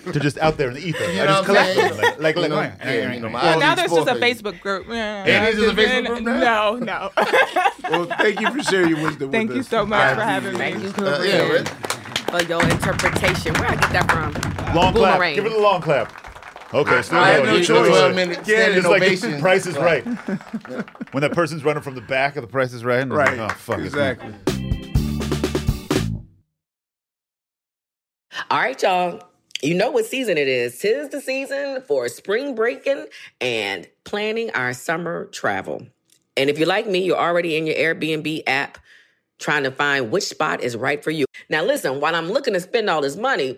[SPEAKER 4] know,
[SPEAKER 5] They're just out there in the ether.
[SPEAKER 4] You
[SPEAKER 5] I
[SPEAKER 4] know
[SPEAKER 5] just
[SPEAKER 4] what I'm
[SPEAKER 5] collect
[SPEAKER 4] saying?
[SPEAKER 5] them. Like, like,
[SPEAKER 4] You
[SPEAKER 5] like,
[SPEAKER 4] know,
[SPEAKER 5] right,
[SPEAKER 4] yeah,
[SPEAKER 5] right,
[SPEAKER 4] you know,
[SPEAKER 5] right.
[SPEAKER 4] my
[SPEAKER 12] Well, now
[SPEAKER 4] audience
[SPEAKER 12] there's just a
[SPEAKER 4] for things.
[SPEAKER 12] Facebook group.
[SPEAKER 4] is a Facebook group
[SPEAKER 12] No,
[SPEAKER 4] now?
[SPEAKER 12] no.
[SPEAKER 2] Well, thank you for sharing your wisdom.
[SPEAKER 12] Thank
[SPEAKER 2] with
[SPEAKER 12] you
[SPEAKER 2] us.
[SPEAKER 12] so much for
[SPEAKER 2] I-
[SPEAKER 12] having me.
[SPEAKER 17] Thank you,
[SPEAKER 4] Uh,
[SPEAKER 17] Kareem,
[SPEAKER 4] yeah, right?
[SPEAKER 17] for your interpretation. Where I get that from?
[SPEAKER 5] Long clap.
[SPEAKER 17] Boomerang.
[SPEAKER 5] Give it a long clap. Okay, still
[SPEAKER 4] I had
[SPEAKER 5] going.
[SPEAKER 4] no
[SPEAKER 5] Keep
[SPEAKER 4] choice.
[SPEAKER 5] going.
[SPEAKER 4] 12 minute standing
[SPEAKER 5] it's like the
[SPEAKER 4] ovation.
[SPEAKER 5] Price is Right. when that person's running from the back of the Price is Right. and it's
[SPEAKER 2] Right.
[SPEAKER 5] Like, oh fuck. it's me.
[SPEAKER 2] Exactly.
[SPEAKER 7] All right, y'all. You know what season it is. Tis the season for spring breaking and planning our summer travel. And if you're like me, you're already in your Airbnb app trying to find which spot is right for you. Now, listen, while I'm looking to spend all this money,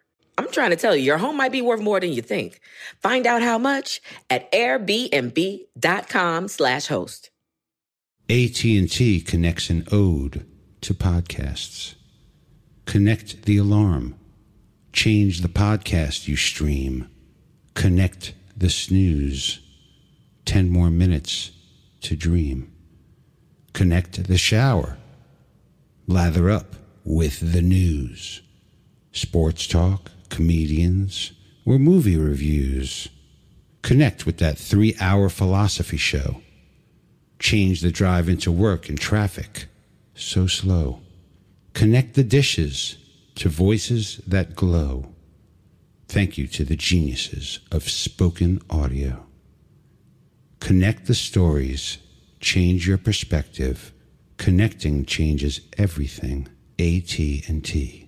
[SPEAKER 7] I'm trying to tell you, your home might be worth more than you think. Find out how much at airbnb.com slash host.
[SPEAKER 16] AT&T connects an ode to podcasts. Connect the alarm. Change the podcast you stream. Connect the snooze. 10 more minutes to dream. Connect the shower. Lather up with the news. Sports talk, comedians, or movie reviews. Connect with that 3-hour philosophy show change the drive into work and traffic so slow. Connect the dishes to voices that glow. Thank you to the geniuses of spoken audio. Connect the stories Change your perspective. Connecting changes everything. AT&T.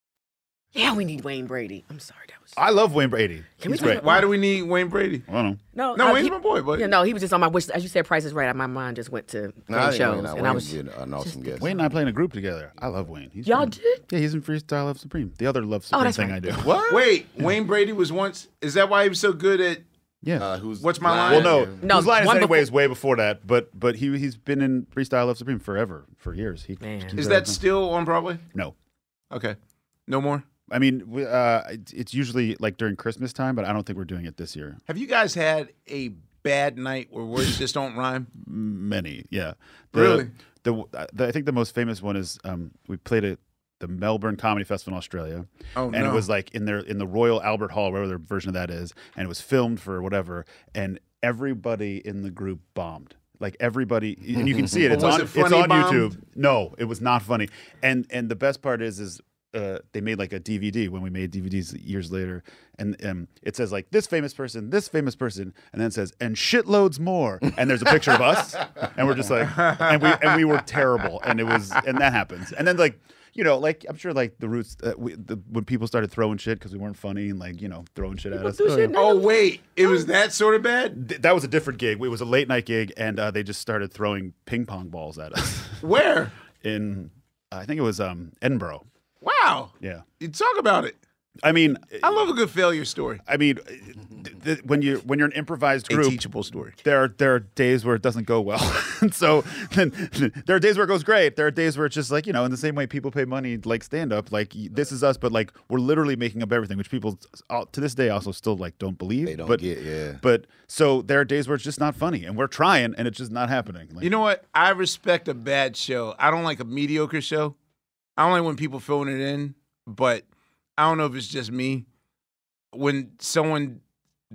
[SPEAKER 7] Yeah, we need Wayne Brady. I'm sorry. That was
[SPEAKER 5] I love Wayne Brady.
[SPEAKER 7] Can we
[SPEAKER 5] He's
[SPEAKER 7] talk
[SPEAKER 5] great.
[SPEAKER 7] about- Why do
[SPEAKER 2] we need Wayne Brady?
[SPEAKER 5] I don't
[SPEAKER 7] no.
[SPEAKER 2] No,
[SPEAKER 7] uh,
[SPEAKER 2] Wayne's
[SPEAKER 7] he-
[SPEAKER 2] my boy, buddy.
[SPEAKER 7] Yeah, no, he was just on my wish. As you said, Price is Right. My mind just went to
[SPEAKER 5] know.
[SPEAKER 7] Wayne shows, and I was.
[SPEAKER 5] an awesome guest. Wayne and I play in a group together. I love Wayne. He's
[SPEAKER 7] Y'all
[SPEAKER 5] great.
[SPEAKER 7] did?
[SPEAKER 5] Yeah, he's in Freestyle Love Supreme. The other Love Supreme
[SPEAKER 2] that's
[SPEAKER 5] thing
[SPEAKER 2] right.
[SPEAKER 5] I do.
[SPEAKER 2] What? Wait, Wayne Brady was once. Is that why he was so good at?
[SPEAKER 5] Yeah.
[SPEAKER 2] who's what's my line?
[SPEAKER 5] Well, no, no. His line is
[SPEAKER 2] one
[SPEAKER 5] anyway is way before that, but but he he's been in Freestyle Love Supreme forever, for years. He
[SPEAKER 2] before- Is that still on Broadway?
[SPEAKER 5] no?
[SPEAKER 2] Okay, no more.
[SPEAKER 5] I mean, we- uh, it's- it's usually like during Christmas time, but I don't think we're doing it this year.
[SPEAKER 2] Have you guys had a bad night where words just don't rhyme?
[SPEAKER 5] Many, yeah.
[SPEAKER 2] Really?
[SPEAKER 5] The, uh, the I think the most famous one is um, we played at the Melbourne Comedy Festival in Australia.
[SPEAKER 2] Oh,
[SPEAKER 5] and
[SPEAKER 2] no.
[SPEAKER 5] it was like in their in the Royal Albert Hall, wherever their version of that is, and it was filmed for whatever, and everybody in the group bombed. Like everybody, and you can see it. It's
[SPEAKER 2] Was
[SPEAKER 5] on,
[SPEAKER 2] it
[SPEAKER 5] it's
[SPEAKER 2] funny
[SPEAKER 5] on
[SPEAKER 2] bombed?
[SPEAKER 5] YouTube. No, it was not funny. And and the best part is is uh, they made like a DVD when we made DVDs years later, and um, it says like this famous person, this famous person, and then it says and shitloads more, and there's a picture of us, and we're just like, and we and we were terrible, and it was and that happens, and then like. You know, like I'm sure, like the roots uh, we, the, when people started throwing shit because we weren't funny and like you know throwing shit at us. Oh, yeah.
[SPEAKER 2] Oh wait, it was that sort of bad.
[SPEAKER 5] Th- that was a different gig. It was a late night gig, and uh, they just started throwing ping pong balls at us.
[SPEAKER 2] Where?
[SPEAKER 5] In, I think it was um, Edinburgh.
[SPEAKER 2] Wow.
[SPEAKER 5] Yeah.
[SPEAKER 2] You talk about it.
[SPEAKER 5] I mean,
[SPEAKER 2] I love a good failure story.
[SPEAKER 5] I mean, th- th- when you when you're an improvised
[SPEAKER 2] A
[SPEAKER 5] group,
[SPEAKER 2] teachable story.
[SPEAKER 5] There are there are days where it doesn't go well, and so then there are days where it goes great. There are days where it's just like you know, in the same way people pay money like stand up, like y- this is us, but like we're literally making up everything, which people s- all- to this day also still like don't believe. They don't but,
[SPEAKER 4] get, yeah.
[SPEAKER 5] But so there are days where it's just not funny, and we're trying, and it's just not happening. Like,
[SPEAKER 2] You know what? I respect a bad show. I don't like a mediocre show. I don't like when people phone it in, but I don't know if it's just me. When someone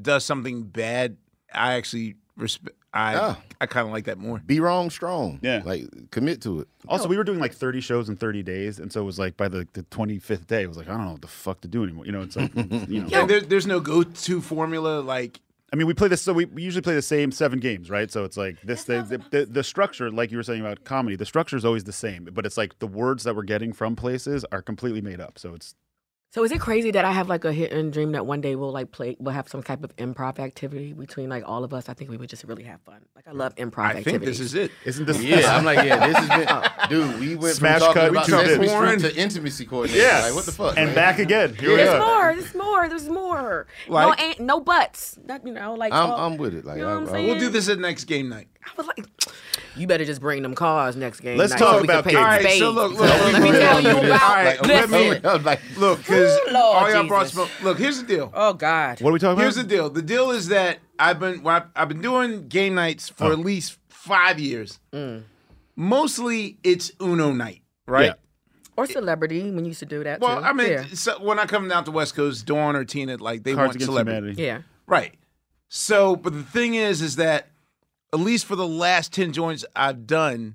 [SPEAKER 2] does something bad, I actually respect. I
[SPEAKER 4] Yeah.
[SPEAKER 2] I kind of like that more.
[SPEAKER 4] Be wrong strong.
[SPEAKER 5] Yeah.
[SPEAKER 4] Like commit to it.
[SPEAKER 5] Also, we were doing like 30 shows in 30 days, and so it was like by the, the 25th day, it was like I don't know what the fuck to do anymore. You know, it's like you know.
[SPEAKER 2] Like, there- there's no go-to formula. Like
[SPEAKER 5] I mean, we play this. So we we usually play the same seven games, right? So it's like this. The, the, the structure, like you were saying about comedy, the structure is always the same, but it's like the words that we're getting from places are completely made up. So it's
[SPEAKER 7] So is it crazy that I have like a hidden dream that one day we'll like play, we'll have some type of improv activity between like all of us? I think we would just really have fun. Like I love improv
[SPEAKER 2] I think this
[SPEAKER 7] activities.
[SPEAKER 2] is it.
[SPEAKER 5] Isn't this?
[SPEAKER 4] Yeah, I'm like, yeah, this has been, dude. We went
[SPEAKER 5] uh, Smash
[SPEAKER 4] from talking
[SPEAKER 5] cut, we
[SPEAKER 4] about
[SPEAKER 5] took
[SPEAKER 4] Sesame
[SPEAKER 5] it.
[SPEAKER 4] Street to intimacy coordinator.
[SPEAKER 5] Yes.
[SPEAKER 4] like what the fuck?
[SPEAKER 5] And
[SPEAKER 4] man?
[SPEAKER 5] back again. Here we
[SPEAKER 4] Yeah.
[SPEAKER 7] There's more. There's more. There's more.
[SPEAKER 2] Like-
[SPEAKER 7] no, and, no buts. Not, you know, like
[SPEAKER 4] I'm,
[SPEAKER 7] all-
[SPEAKER 4] I'm with it. Like,
[SPEAKER 7] You know
[SPEAKER 4] I'm,
[SPEAKER 7] what I'm
[SPEAKER 4] I'm-
[SPEAKER 7] saying?
[SPEAKER 2] We'll do this at next game night.
[SPEAKER 7] you better just bring them cars next game.
[SPEAKER 5] Let's
[SPEAKER 7] night
[SPEAKER 5] talk
[SPEAKER 7] so we can
[SPEAKER 5] about
[SPEAKER 7] pay
[SPEAKER 5] games.
[SPEAKER 7] in
[SPEAKER 5] All right,
[SPEAKER 2] Hey, so
[SPEAKER 7] spades.
[SPEAKER 2] look, look,
[SPEAKER 7] let me tell you
[SPEAKER 2] All
[SPEAKER 7] about.
[SPEAKER 2] right, let me-
[SPEAKER 7] listen,
[SPEAKER 4] look,
[SPEAKER 2] because
[SPEAKER 7] Ooh, Lord
[SPEAKER 2] all y'all brought
[SPEAKER 7] Jesus.
[SPEAKER 2] smoke. Look, here's the deal.
[SPEAKER 7] Oh God.
[SPEAKER 5] What are we talking
[SPEAKER 2] Here's the
[SPEAKER 5] about?
[SPEAKER 2] deal. The deal is that I've been well, I've- I've been doing game nights
[SPEAKER 5] Oh.
[SPEAKER 2] for at least five years.
[SPEAKER 7] Mm.
[SPEAKER 2] Mostly it's Uno night, right?
[SPEAKER 7] Or celebrity when you used to do that.
[SPEAKER 2] Well,
[SPEAKER 7] too.
[SPEAKER 2] I mean,
[SPEAKER 7] yeah.
[SPEAKER 2] so when I come down to West Coast, Dawn or Tina, like they
[SPEAKER 5] Cards
[SPEAKER 2] want
[SPEAKER 5] Against
[SPEAKER 2] celebrity,
[SPEAKER 5] Humanity.
[SPEAKER 7] yeah.
[SPEAKER 2] right? So, but the thing is, is that at least for the last ten joints I've done,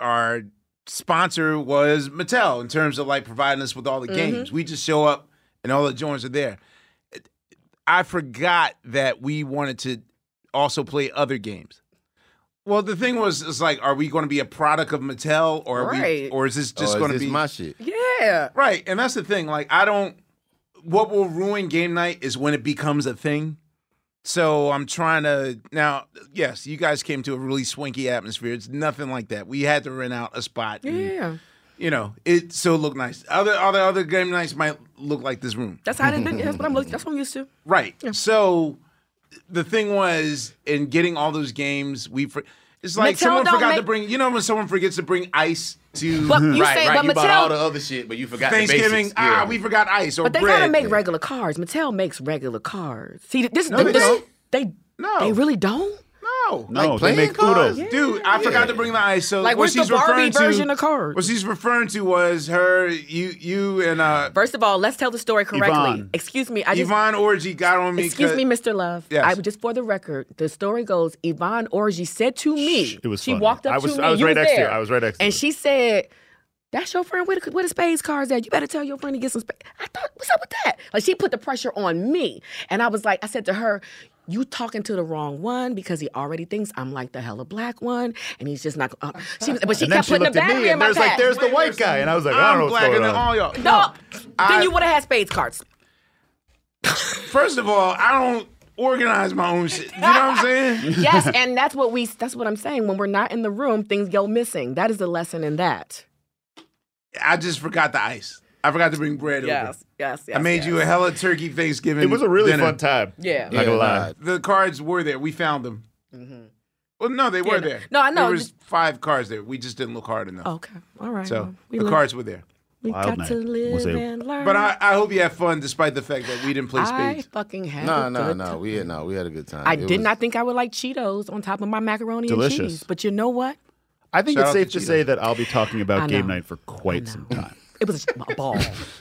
[SPEAKER 2] our sponsor was Mattel in terms of like providing us with all the
[SPEAKER 7] Mm-hmm.
[SPEAKER 2] games. We just show up and all the joints are there. I forgot that we wanted to also play other games. Well, the thing was, it's like, are we going to be a product of Mattel, or are we,
[SPEAKER 7] Right.
[SPEAKER 2] or is this
[SPEAKER 4] Oh, is
[SPEAKER 2] just going to
[SPEAKER 4] this
[SPEAKER 2] be
[SPEAKER 4] my shit?
[SPEAKER 7] Yeah.
[SPEAKER 2] right? And that's the thing. Like, I don't. What will ruin game night is when it becomes a thing. So I'm trying to now. Yes, you guys came to a really swanky atmosphere. It's nothing like that. We had to rent out a spot. and,
[SPEAKER 7] Yeah.
[SPEAKER 2] You know, it so it looked nice. Other other other game nights might look like this room.
[SPEAKER 7] That's how it's been. That's what I'm. look- That's what I'm used to.
[SPEAKER 2] Right. So the thing was, in getting all those games, we for, it's like
[SPEAKER 7] Mattel
[SPEAKER 2] someone
[SPEAKER 7] don't
[SPEAKER 2] forgot to
[SPEAKER 7] make-
[SPEAKER 2] bring. You know when someone forgets to bring ice to
[SPEAKER 7] But you say-
[SPEAKER 4] Right,
[SPEAKER 7] but
[SPEAKER 4] you bought
[SPEAKER 7] Mattel-
[SPEAKER 4] all the other shit, but you forgot the basics.
[SPEAKER 2] Thanksgiving.
[SPEAKER 4] Yeah.
[SPEAKER 2] Ah, we forgot ice or
[SPEAKER 7] But they
[SPEAKER 2] bread.
[SPEAKER 7] gotta make regular cars. Mattel makes regular cars. See, this
[SPEAKER 2] No, they
[SPEAKER 7] this-
[SPEAKER 2] don't.
[SPEAKER 7] They
[SPEAKER 2] No.
[SPEAKER 7] they really don't.
[SPEAKER 2] No,
[SPEAKER 5] No, they
[SPEAKER 2] playing
[SPEAKER 5] make
[SPEAKER 2] cards?
[SPEAKER 5] Udo.
[SPEAKER 2] Dude, I forgot to bring the ice. So
[SPEAKER 7] Like,
[SPEAKER 2] what
[SPEAKER 7] where's the
[SPEAKER 2] she's
[SPEAKER 7] Barbie
[SPEAKER 2] referring to,
[SPEAKER 7] version of cards?
[SPEAKER 2] What she's referring to was her, you, you, and uh.
[SPEAKER 7] First of all, let's tell the story correctly.
[SPEAKER 2] Yvonne.
[SPEAKER 7] Excuse me. I just,
[SPEAKER 2] Yvonne Orgy got on me.
[SPEAKER 7] Excuse
[SPEAKER 2] 'cause-
[SPEAKER 7] me, Mr. Love.
[SPEAKER 2] Yes.
[SPEAKER 7] I just for the record, the story goes Yvonne Orgy said to me.
[SPEAKER 5] It was
[SPEAKER 7] She
[SPEAKER 5] funny.
[SPEAKER 7] walked up
[SPEAKER 5] I was-
[SPEAKER 7] to
[SPEAKER 5] I
[SPEAKER 7] me.
[SPEAKER 5] was
[SPEAKER 7] you
[SPEAKER 5] right next to
[SPEAKER 7] there.
[SPEAKER 5] her. I was right next to
[SPEAKER 7] And
[SPEAKER 5] her.
[SPEAKER 7] she said, "That's your friend. Where the, where the spades cards at? You better tell your friend to get some spades." I thought, "What's up with that?" Like she put the pressure on me, and I was like, I said to her. You talking to the wrong one because he already thinks I'm like the hella black one, and he's just not. Uh, she was, but she
[SPEAKER 5] And then
[SPEAKER 7] kept
[SPEAKER 5] she
[SPEAKER 7] putting the
[SPEAKER 5] looked at me,
[SPEAKER 7] battery in
[SPEAKER 5] and
[SPEAKER 7] my
[SPEAKER 5] there's like,
[SPEAKER 7] pack.
[SPEAKER 5] there's the white guy, and I was like, I don't know what's
[SPEAKER 2] blacker
[SPEAKER 5] going
[SPEAKER 2] than
[SPEAKER 5] on.
[SPEAKER 2] all y'all.
[SPEAKER 7] No,
[SPEAKER 2] I-
[SPEAKER 7] then you would have had spades cards.
[SPEAKER 2] First of all, I don't organize my own shit. You know what I'm saying?
[SPEAKER 7] yes, and that's what we that's what I'm saying. When we're not in the room, things go missing. That is the lesson in that.
[SPEAKER 2] I just forgot the ice. I forgot to bring bread over.
[SPEAKER 7] Yes, yes, yes.
[SPEAKER 2] I made you a
[SPEAKER 7] yes.
[SPEAKER 2] hella turkey Thanksgiving.
[SPEAKER 5] It was a really
[SPEAKER 2] dinner.
[SPEAKER 5] fun time.
[SPEAKER 7] Yeah. Mm-hmm.
[SPEAKER 5] Not gonna lie.
[SPEAKER 2] The cards were there. We found them. Well, no, they were
[SPEAKER 7] Yeah, no-
[SPEAKER 2] there.
[SPEAKER 7] no, I know.
[SPEAKER 2] There was five cards there. We just didn't look hard enough.
[SPEAKER 7] Okay. All right.
[SPEAKER 2] So
[SPEAKER 7] well, we
[SPEAKER 2] the
[SPEAKER 7] live-
[SPEAKER 2] cards were there.
[SPEAKER 7] We
[SPEAKER 2] Wild
[SPEAKER 7] got
[SPEAKER 2] night.
[SPEAKER 7] to live
[SPEAKER 2] Was it-
[SPEAKER 7] and learn.
[SPEAKER 2] But I, I hope you had fun despite the fact that we didn't play
[SPEAKER 7] I
[SPEAKER 2] spades.
[SPEAKER 7] fucking had
[SPEAKER 4] No,
[SPEAKER 7] a
[SPEAKER 4] no,
[SPEAKER 7] good
[SPEAKER 4] no. We had no, we had a good
[SPEAKER 2] Uh,
[SPEAKER 4] time.
[SPEAKER 7] I
[SPEAKER 4] It
[SPEAKER 7] did
[SPEAKER 4] was-
[SPEAKER 7] not think I would like Cheetos on top of my macaroni
[SPEAKER 4] Delicious.
[SPEAKER 7] and cheese. But you know what?
[SPEAKER 5] I think
[SPEAKER 4] Shout
[SPEAKER 5] it's
[SPEAKER 4] out to
[SPEAKER 5] safe to
[SPEAKER 4] Cheetos.
[SPEAKER 5] say that I'll be talking
[SPEAKER 7] I
[SPEAKER 5] about game
[SPEAKER 7] know.
[SPEAKER 5] night for quite some time.
[SPEAKER 7] It was a ball.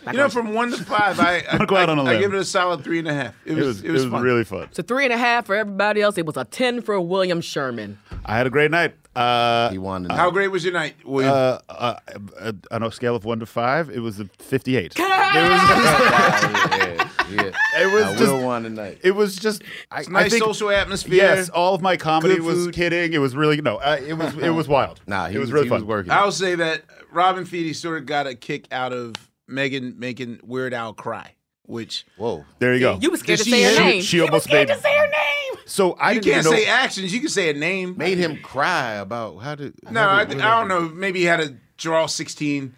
[SPEAKER 2] You know, from one to five, I I,
[SPEAKER 5] I'm go out on a
[SPEAKER 2] I
[SPEAKER 5] limb.
[SPEAKER 2] give it a solid three and a half. It was it was, fun.
[SPEAKER 5] really fun.
[SPEAKER 7] So three and a half for everybody else. It was a ten for William Sherman.
[SPEAKER 5] I had a great night. Uh, he
[SPEAKER 4] won.
[SPEAKER 2] How great was your night? William?
[SPEAKER 5] Uh, uh, uh, on a scale of one to five, it was a fifty-eight.
[SPEAKER 4] Yeah.
[SPEAKER 5] It was
[SPEAKER 4] I
[SPEAKER 5] just-
[SPEAKER 4] will one tonight.
[SPEAKER 5] It was just
[SPEAKER 4] It's
[SPEAKER 2] nice social atmosphere.
[SPEAKER 5] Yes, all of my comedy
[SPEAKER 2] Good
[SPEAKER 5] was
[SPEAKER 2] food.
[SPEAKER 5] kidding. It was really no. Uh, it was it was wild.
[SPEAKER 4] Nah, he
[SPEAKER 5] it was,
[SPEAKER 4] was-
[SPEAKER 5] really
[SPEAKER 4] he
[SPEAKER 5] fun.
[SPEAKER 4] was working.
[SPEAKER 2] I'll say that Robin Feedy sort of got a kick out of Megan making Weird Al cry, which
[SPEAKER 4] whoa,
[SPEAKER 5] There you go.
[SPEAKER 2] You was scared to say her
[SPEAKER 5] she-
[SPEAKER 2] name.
[SPEAKER 5] She,
[SPEAKER 2] You was
[SPEAKER 5] almost
[SPEAKER 2] scared
[SPEAKER 5] made.
[SPEAKER 2] to
[SPEAKER 7] say her name.
[SPEAKER 5] So I
[SPEAKER 2] you
[SPEAKER 5] didn't
[SPEAKER 2] can't
[SPEAKER 5] even know-
[SPEAKER 2] say actions. You can say a name.
[SPEAKER 4] Made him cry about Oh, how did.
[SPEAKER 2] No, I, th- I don't know. Maybe he had to draw sixteen.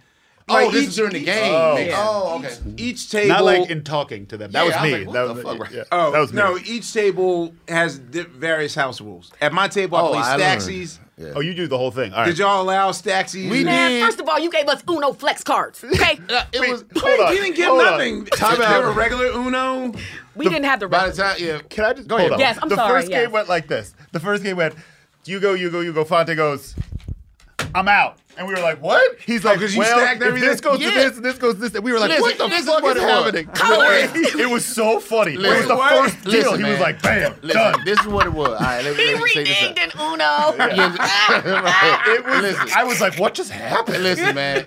[SPEAKER 4] Oh, this is during the game.
[SPEAKER 2] Oh,
[SPEAKER 4] Yeah. Oh, okay.
[SPEAKER 2] Each, each table,
[SPEAKER 5] Not like in talking to them. That
[SPEAKER 2] Yeah,
[SPEAKER 5] was
[SPEAKER 2] I was
[SPEAKER 5] me.
[SPEAKER 2] like,
[SPEAKER 5] that
[SPEAKER 4] what
[SPEAKER 5] was,
[SPEAKER 4] the fuck,
[SPEAKER 5] yeah.
[SPEAKER 2] Oh
[SPEAKER 5] that was me.
[SPEAKER 2] no! Each table has di- various house rules. At my table,
[SPEAKER 5] Oh,
[SPEAKER 2] I
[SPEAKER 5] I
[SPEAKER 2] play
[SPEAKER 5] learned.
[SPEAKER 2] Staxies.
[SPEAKER 5] Oh, you do the whole thing. All right.
[SPEAKER 2] Did y'all allow Staxies?
[SPEAKER 7] Man, first of all, you gave us Uno flex cards. Okay,
[SPEAKER 4] it was.
[SPEAKER 2] Wait, you didn't give nothing.
[SPEAKER 5] Time
[SPEAKER 2] They
[SPEAKER 5] out.
[SPEAKER 2] were regular Uno.
[SPEAKER 7] We didn't have the
[SPEAKER 4] By the time, yeah.
[SPEAKER 5] Can I just
[SPEAKER 4] go
[SPEAKER 5] hold
[SPEAKER 4] ahead?
[SPEAKER 5] on.
[SPEAKER 7] Yes, I'm
[SPEAKER 5] the
[SPEAKER 7] sorry,
[SPEAKER 5] first
[SPEAKER 7] yes.
[SPEAKER 5] game went like this. The first game went, you go, you go, you go. Fonte goes, I'm out. And we were like, what? He's like,
[SPEAKER 2] Oh, 'cause you
[SPEAKER 5] well,
[SPEAKER 2] stacked
[SPEAKER 5] if
[SPEAKER 2] everything?
[SPEAKER 5] this goes
[SPEAKER 2] Yeah.
[SPEAKER 5] to this, and this goes to this, and we were like,
[SPEAKER 4] Listen,
[SPEAKER 5] what the
[SPEAKER 4] this is
[SPEAKER 5] fuck
[SPEAKER 4] what
[SPEAKER 5] is
[SPEAKER 4] it was.
[SPEAKER 5] happening?
[SPEAKER 4] Colors.
[SPEAKER 5] it was so funny. it was the first deal.
[SPEAKER 4] Listen,
[SPEAKER 5] he was
[SPEAKER 4] man.
[SPEAKER 5] like, bam,
[SPEAKER 4] Listen,
[SPEAKER 5] done.
[SPEAKER 4] This is what it was. All right, let me, let me say this out.
[SPEAKER 7] an Uno.
[SPEAKER 5] it was, I was like, what just happened?
[SPEAKER 4] Listen, man.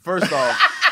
[SPEAKER 4] First off,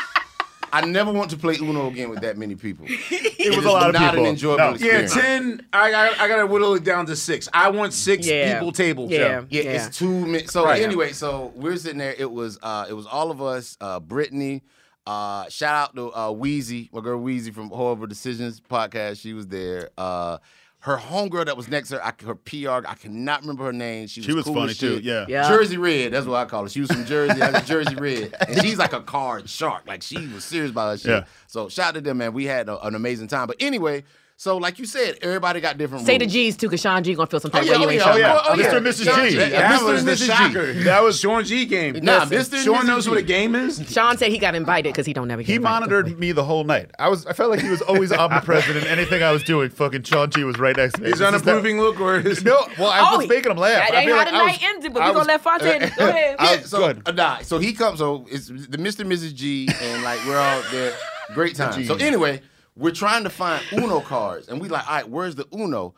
[SPEAKER 4] I never want to play Uno again with that many people. It,
[SPEAKER 5] was
[SPEAKER 4] is
[SPEAKER 5] a lot of
[SPEAKER 4] not
[SPEAKER 5] people.
[SPEAKER 4] an enjoyable
[SPEAKER 5] No.
[SPEAKER 2] Yeah,
[SPEAKER 4] experience.
[SPEAKER 2] ten. I, I I gotta whittle it down to six. I want six
[SPEAKER 7] Yeah.
[SPEAKER 2] people table.
[SPEAKER 7] Yeah.
[SPEAKER 4] Yeah, it's two minutes. So
[SPEAKER 2] Right.
[SPEAKER 4] anyway, so we're sitting there. It was uh it was all of us, uh Brittany. Uh shout out to uh Wheezy, my girl Wheezy from Horrible Decisions podcast. She was there. Uh her homegirl that was next to her, I, her PR, I cannot remember her name. She was,
[SPEAKER 5] She was
[SPEAKER 4] cool
[SPEAKER 5] funny
[SPEAKER 4] as
[SPEAKER 5] too,
[SPEAKER 4] shit.
[SPEAKER 5] yeah. Yeah.
[SPEAKER 4] Jersey Red, that's what I call her. She was from Jersey, I was Jersey Red, and she's like a card shark. Like she was serious about her shit.
[SPEAKER 5] Yeah.
[SPEAKER 4] So shout out to them, man. We had a- an amazing time. But anyway, so like you said, everybody got different.
[SPEAKER 7] Say the
[SPEAKER 4] rules.
[SPEAKER 7] G's too, because Sean G gonna feel some
[SPEAKER 4] Oh,
[SPEAKER 7] pain
[SPEAKER 4] yeah,
[SPEAKER 7] when you
[SPEAKER 4] oh,
[SPEAKER 7] ain't
[SPEAKER 4] yeah,
[SPEAKER 7] showing
[SPEAKER 4] yeah.
[SPEAKER 7] up.
[SPEAKER 4] Oh, yeah.
[SPEAKER 5] Mr. and Mrs. G.
[SPEAKER 4] Sean G.
[SPEAKER 5] That
[SPEAKER 2] That
[SPEAKER 5] Mr.
[SPEAKER 2] was
[SPEAKER 5] and
[SPEAKER 2] the
[SPEAKER 5] Mrs. G.
[SPEAKER 2] shocker. That was Sean G game.
[SPEAKER 4] Nah,
[SPEAKER 2] Listen,
[SPEAKER 4] Mr. and
[SPEAKER 2] Sean
[SPEAKER 4] Mrs.
[SPEAKER 2] knows what a
[SPEAKER 4] G.
[SPEAKER 2] game is.
[SPEAKER 7] Sean said he got invited because he don't never get
[SPEAKER 5] He
[SPEAKER 7] invited.
[SPEAKER 5] monitored me the whole night. I was I felt like he was always omnipresent in anything I was doing. Fucking Sean G was right next to me.
[SPEAKER 2] His
[SPEAKER 5] This is that-
[SPEAKER 2] unapproving look or his
[SPEAKER 5] No, well, I
[SPEAKER 7] Oh,
[SPEAKER 5] was making him laugh.
[SPEAKER 7] that
[SPEAKER 5] I
[SPEAKER 7] ain't
[SPEAKER 5] feel
[SPEAKER 7] how
[SPEAKER 5] like
[SPEAKER 7] the
[SPEAKER 5] I was-
[SPEAKER 7] night ended, but
[SPEAKER 5] I
[SPEAKER 7] we
[SPEAKER 5] was-
[SPEAKER 7] gonna let Fonte go ahead.
[SPEAKER 4] Yeah,
[SPEAKER 5] was
[SPEAKER 4] so,
[SPEAKER 5] good.
[SPEAKER 4] uh, Nah, so he comes. So it's the Mr. and Mrs. G, and like we're all there. Great time.
[SPEAKER 5] G's.
[SPEAKER 4] So anyway, we're trying to find Uno cards, and we like, all right, where's the Uno?